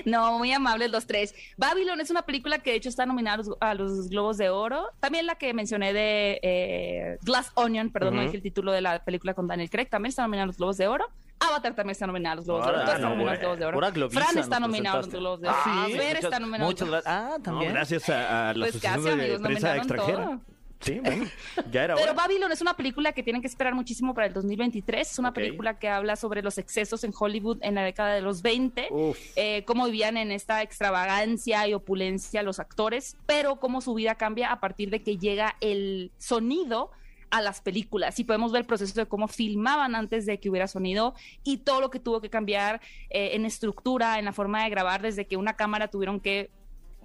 [SPEAKER 9] No, muy amables los tres. Babylon es una película que de hecho está nominada a los, a los Globos de Oro. También la que mencioné de eh, Glass Onion, perdón, no dije el título de la película con Daniel Craig, también está nominada a los Globos de Oro. Avatar también está nominada a los Globos
[SPEAKER 4] Ahora,
[SPEAKER 9] de Oro. Todas están
[SPEAKER 4] Ah, no,
[SPEAKER 9] nominadas
[SPEAKER 4] güey.
[SPEAKER 9] a los Globos de Oro.
[SPEAKER 4] Pura globiza
[SPEAKER 9] Fran
[SPEAKER 4] nos
[SPEAKER 9] está nominado a los
[SPEAKER 4] presentaste.
[SPEAKER 9] Globos de Oro.
[SPEAKER 4] Ah,
[SPEAKER 9] Fer
[SPEAKER 4] muchas-
[SPEAKER 9] está nominado a los
[SPEAKER 4] Muchas
[SPEAKER 9] Globos de Oro.
[SPEAKER 4] gracias. Ah,
[SPEAKER 3] No,
[SPEAKER 4] también.
[SPEAKER 3] gracias a, a la
[SPEAKER 9] Pues
[SPEAKER 3] Asociación
[SPEAKER 9] casi,
[SPEAKER 3] de
[SPEAKER 9] amigos,
[SPEAKER 3] Prensa
[SPEAKER 9] nominaron
[SPEAKER 3] Extranjera.
[SPEAKER 9] todo.
[SPEAKER 3] Sí, bueno, ya era
[SPEAKER 9] [laughs] Pero
[SPEAKER 3] hora.
[SPEAKER 9] Babylon es una película que tienen que esperar muchísimo para el 2023. Es una
[SPEAKER 3] Ok.
[SPEAKER 9] película que habla sobre los excesos en Hollywood en la década de los 20,
[SPEAKER 3] Uf.
[SPEAKER 9] eh, cómo vivían en esta extravagancia y opulencia los actores, pero cómo su vida cambia a partir de que llega el sonido a las películas y podemos ver el proceso de cómo filmaban antes de que hubiera sonido y todo lo que tuvo que cambiar eh, en estructura, en la forma de grabar, desde que una cámara tuvieron que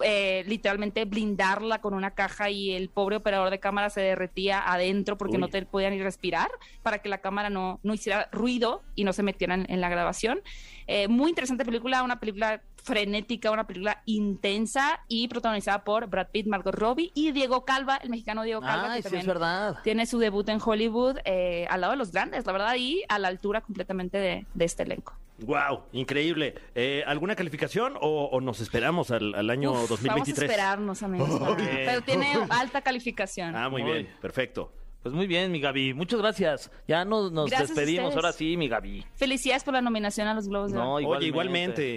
[SPEAKER 9] eh, literalmente blindarla con una caja y el pobre operador de cámara se derretía adentro porque
[SPEAKER 3] Uy.
[SPEAKER 9] no te podían ni respirar para que la cámara no, no hiciera ruido y no se metieran en, en la grabación. Eh, muy interesante película, una película frenética, una película intensa y protagonizada por Brad Pitt, Margot Robbie y Diego Calva, el mexicano Diego Calva,
[SPEAKER 4] Ay,
[SPEAKER 9] que
[SPEAKER 4] sí, es
[SPEAKER 9] también
[SPEAKER 4] verdad.
[SPEAKER 9] tiene su debut en Hollywood eh, al lado de los grandes, la verdad, y a la altura completamente de, de este elenco.
[SPEAKER 3] Wow, increíble. Eh, ¿Alguna calificación o, o nos esperamos al, al año
[SPEAKER 9] Uf,
[SPEAKER 3] 2023?
[SPEAKER 9] Vamos a esperarnos, amigos. para- Pero tiene
[SPEAKER 4] [laughs]
[SPEAKER 9] alta calificación.
[SPEAKER 3] Ah, muy
[SPEAKER 4] Muy
[SPEAKER 3] bien,
[SPEAKER 4] bien.
[SPEAKER 3] perfecto.
[SPEAKER 4] Pues muy bien, mi Gaby. Muchas gracias. Ya nos, nos
[SPEAKER 9] Gracias a
[SPEAKER 4] despedimos.
[SPEAKER 9] ustedes.
[SPEAKER 4] Ahora sí, mi Gaby.
[SPEAKER 9] Felicidades por la nominación a los Globos de Oro.
[SPEAKER 4] No,
[SPEAKER 3] Oye,
[SPEAKER 4] igualmente.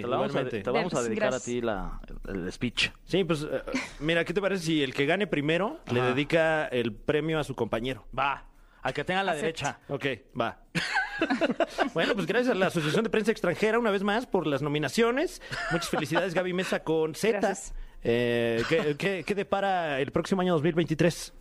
[SPEAKER 3] igualmente,
[SPEAKER 4] Te la vamos,
[SPEAKER 3] igualmente.
[SPEAKER 4] A, te vamos a
[SPEAKER 9] Gracias.
[SPEAKER 4] dedicar a ti la, el speech.
[SPEAKER 3] Sí, pues eh, mira, ¿qué te parece si el que gane primero le dedica el premio a su compañero?
[SPEAKER 4] Va, a que tenga a la derecha.
[SPEAKER 3] Ok, va. [laughs] bueno, pues gracias a la Asociación de Prensa Extranjera una vez más por las nominaciones. Muchas felicidades, Gaby Mesa con Z.
[SPEAKER 9] Gracias.
[SPEAKER 3] Eh, ¿qué, qué, qué depara el próximo año 2023?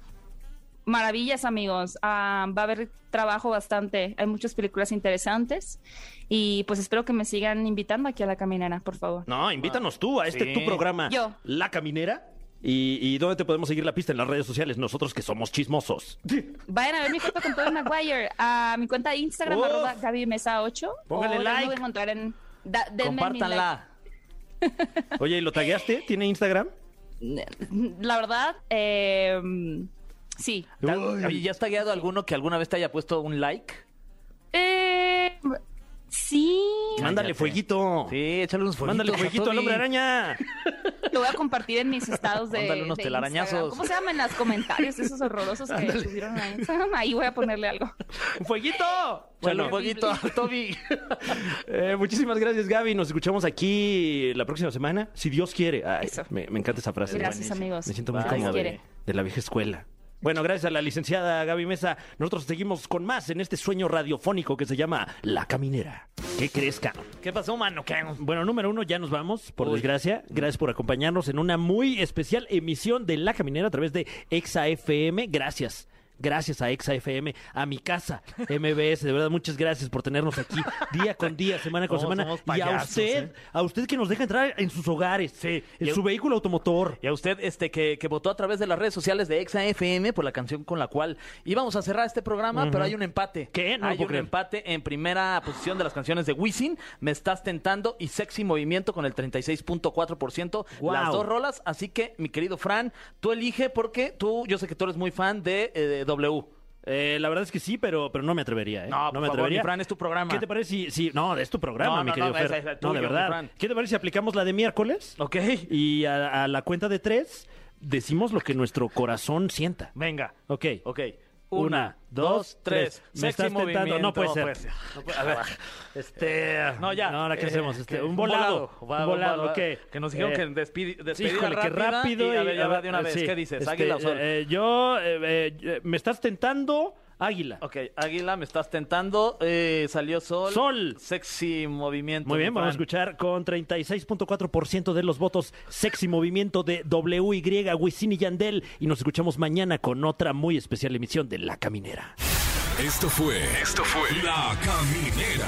[SPEAKER 9] Maravillas, amigos. Ah, va a haber trabajo bastante. Hay muchas películas interesantes. Y pues espero que me sigan invitando aquí a la caminera, por favor.
[SPEAKER 3] No, invítanos tú a este
[SPEAKER 4] Sí.
[SPEAKER 3] tu programa,
[SPEAKER 9] Yo.
[SPEAKER 3] La Caminera. ¿Y, y dónde te podemos seguir la pista? En las redes sociales, nosotros que somos chismosos.
[SPEAKER 9] Vayan a ver mi foto con
[SPEAKER 3] [laughs]
[SPEAKER 9] Toby Maguire a mi cuenta de Instagram,
[SPEAKER 3] Uf.
[SPEAKER 9] arroba Gaby Mesa 8.
[SPEAKER 3] Póngale
[SPEAKER 9] o la
[SPEAKER 3] like.
[SPEAKER 9] pueden encontrar en. da- denme mi like.
[SPEAKER 4] Compártanla.
[SPEAKER 3] Oye, ¿y lo tagueaste? ¿Tiene Instagram?
[SPEAKER 9] [laughs] La verdad, eh, sí.
[SPEAKER 4] ¿Te has- Oye, ¿ya está guiado alguno que alguna vez te haya puesto un like?
[SPEAKER 9] Eh, sí.
[SPEAKER 3] Mándale fueguito.
[SPEAKER 4] Sí, échale unos fueguitos.
[SPEAKER 3] Mándale
[SPEAKER 4] a
[SPEAKER 3] fueguito al
[SPEAKER 4] Toby.
[SPEAKER 3] hombre araña.
[SPEAKER 9] Lo voy a compartir en mis estados de.
[SPEAKER 4] Mándale unos
[SPEAKER 9] de
[SPEAKER 4] telarañazos.
[SPEAKER 9] Instagram. ¿Cómo se llaman en los comentarios esos horrorosos que subieron a Instagram? Ahí voy a ponerle algo.
[SPEAKER 3] ¡Fueguito!
[SPEAKER 4] Échale un
[SPEAKER 3] Bueno,
[SPEAKER 4] fueguito
[SPEAKER 9] [laughs]
[SPEAKER 4] a Toby.
[SPEAKER 3] [laughs] eh, muchísimas gracias, Gaby. Nos escuchamos aquí la próxima semana, si Dios quiere. Ay,
[SPEAKER 9] Eso.
[SPEAKER 3] me, me encanta esa frase.
[SPEAKER 9] Gracias, amigos.
[SPEAKER 3] Me siento muy
[SPEAKER 9] Dios
[SPEAKER 3] cómodo de,
[SPEAKER 9] quiere.
[SPEAKER 3] de la vieja escuela. Bueno, gracias a la licenciada Gaby Mesa. Nosotros seguimos con más en este sueño radiofónico que se llama La Caminera. ¿Qué crees, cabrón?
[SPEAKER 4] ¿Qué pasó, mano? ¿Qué?
[SPEAKER 3] Bueno, número uno, ya nos vamos, por desgracia. Gracias por acompañarnos en una muy especial emisión de La Caminera a través de Exa FM. Gracias. Gracias a Exa FM, a mi casa, MBS. De verdad, muchas gracias por tenernos aquí día con día, semana con
[SPEAKER 4] No,
[SPEAKER 3] semana.
[SPEAKER 4] somos
[SPEAKER 3] y a
[SPEAKER 4] payasos,
[SPEAKER 3] usted,
[SPEAKER 4] ¿eh?
[SPEAKER 3] a usted que nos deja entrar en sus hogares, en
[SPEAKER 4] Y-
[SPEAKER 3] su vehículo automotor.
[SPEAKER 4] Y a usted este, que, que votó a través de las redes sociales de Exa FM por la canción con la cual íbamos a cerrar este programa, pero hay un empate.
[SPEAKER 3] ¿Qué? No lo
[SPEAKER 4] hay
[SPEAKER 3] puedo
[SPEAKER 4] un
[SPEAKER 3] creer.
[SPEAKER 4] empate en primera posición de las canciones de Wisin, Me Estás Tentando y Sexy Movimiento con el 36.4%.
[SPEAKER 3] Guau.
[SPEAKER 4] Las dos rolas. Así que, mi querido Fran, tú elige porque tú, yo sé que tú eres muy fan de, eh, de W.
[SPEAKER 3] Eh, la verdad es que sí, pero, pero no me atrevería. ¿eh?
[SPEAKER 4] No, por
[SPEAKER 3] me
[SPEAKER 4] favor,
[SPEAKER 3] atrevería.
[SPEAKER 4] mi Fran, es tu programa.
[SPEAKER 3] ¿Qué te parece si, si- No, es tu programa,
[SPEAKER 4] No,
[SPEAKER 3] mi
[SPEAKER 4] no,
[SPEAKER 3] querido
[SPEAKER 4] no,
[SPEAKER 3] Fer.
[SPEAKER 4] es- es
[SPEAKER 3] no, de
[SPEAKER 4] tuyo, mi
[SPEAKER 3] verdad.
[SPEAKER 4] Fran.
[SPEAKER 3] ¿Qué te parece si aplicamos la de miércoles?
[SPEAKER 4] Ok.
[SPEAKER 3] Y a, a la cuenta de tres decimos lo que nuestro corazón sienta.
[SPEAKER 4] Venga.
[SPEAKER 3] Ok.
[SPEAKER 4] Ok.
[SPEAKER 3] Una, dos, tres.
[SPEAKER 4] Sexy
[SPEAKER 3] Me estás tentando.
[SPEAKER 4] movimiento.
[SPEAKER 3] No puede ser.
[SPEAKER 4] No puede- a ver. Este. No, ya.
[SPEAKER 3] No, ahora, ¿qué
[SPEAKER 4] Eh,
[SPEAKER 3] hacemos? Este,
[SPEAKER 4] que-
[SPEAKER 3] un volado.
[SPEAKER 4] Va,
[SPEAKER 3] Un
[SPEAKER 4] va,
[SPEAKER 3] volado,
[SPEAKER 4] va.
[SPEAKER 3] ok.
[SPEAKER 4] Que nos dijeron
[SPEAKER 3] Eh,
[SPEAKER 4] que despidi- despedida
[SPEAKER 3] Híjole, qué
[SPEAKER 4] rápida.
[SPEAKER 3] rápido.
[SPEAKER 4] y, a
[SPEAKER 3] y-
[SPEAKER 4] ver, ya
[SPEAKER 3] a
[SPEAKER 4] va
[SPEAKER 3] ver, eh,
[SPEAKER 4] de una vez.
[SPEAKER 3] sí.
[SPEAKER 4] ¿Qué dices?
[SPEAKER 3] Este,
[SPEAKER 4] Águila o sol.
[SPEAKER 3] eh, yo, eh, eh, me estás tentando Águila.
[SPEAKER 4] Ok, Águila, me estás tentando. Eh, salió Sol.
[SPEAKER 3] Sol.
[SPEAKER 4] Sexy movimiento.
[SPEAKER 3] Muy bien,
[SPEAKER 4] mi
[SPEAKER 3] vamos a
[SPEAKER 4] Fran.
[SPEAKER 3] escuchar con 36.4% de los votos Sexy Movimiento de WY, Wisin y Yandel. Y nos escuchamos mañana con otra muy especial emisión de La Caminera.
[SPEAKER 2] Esto fue. Esto fue. La Caminera.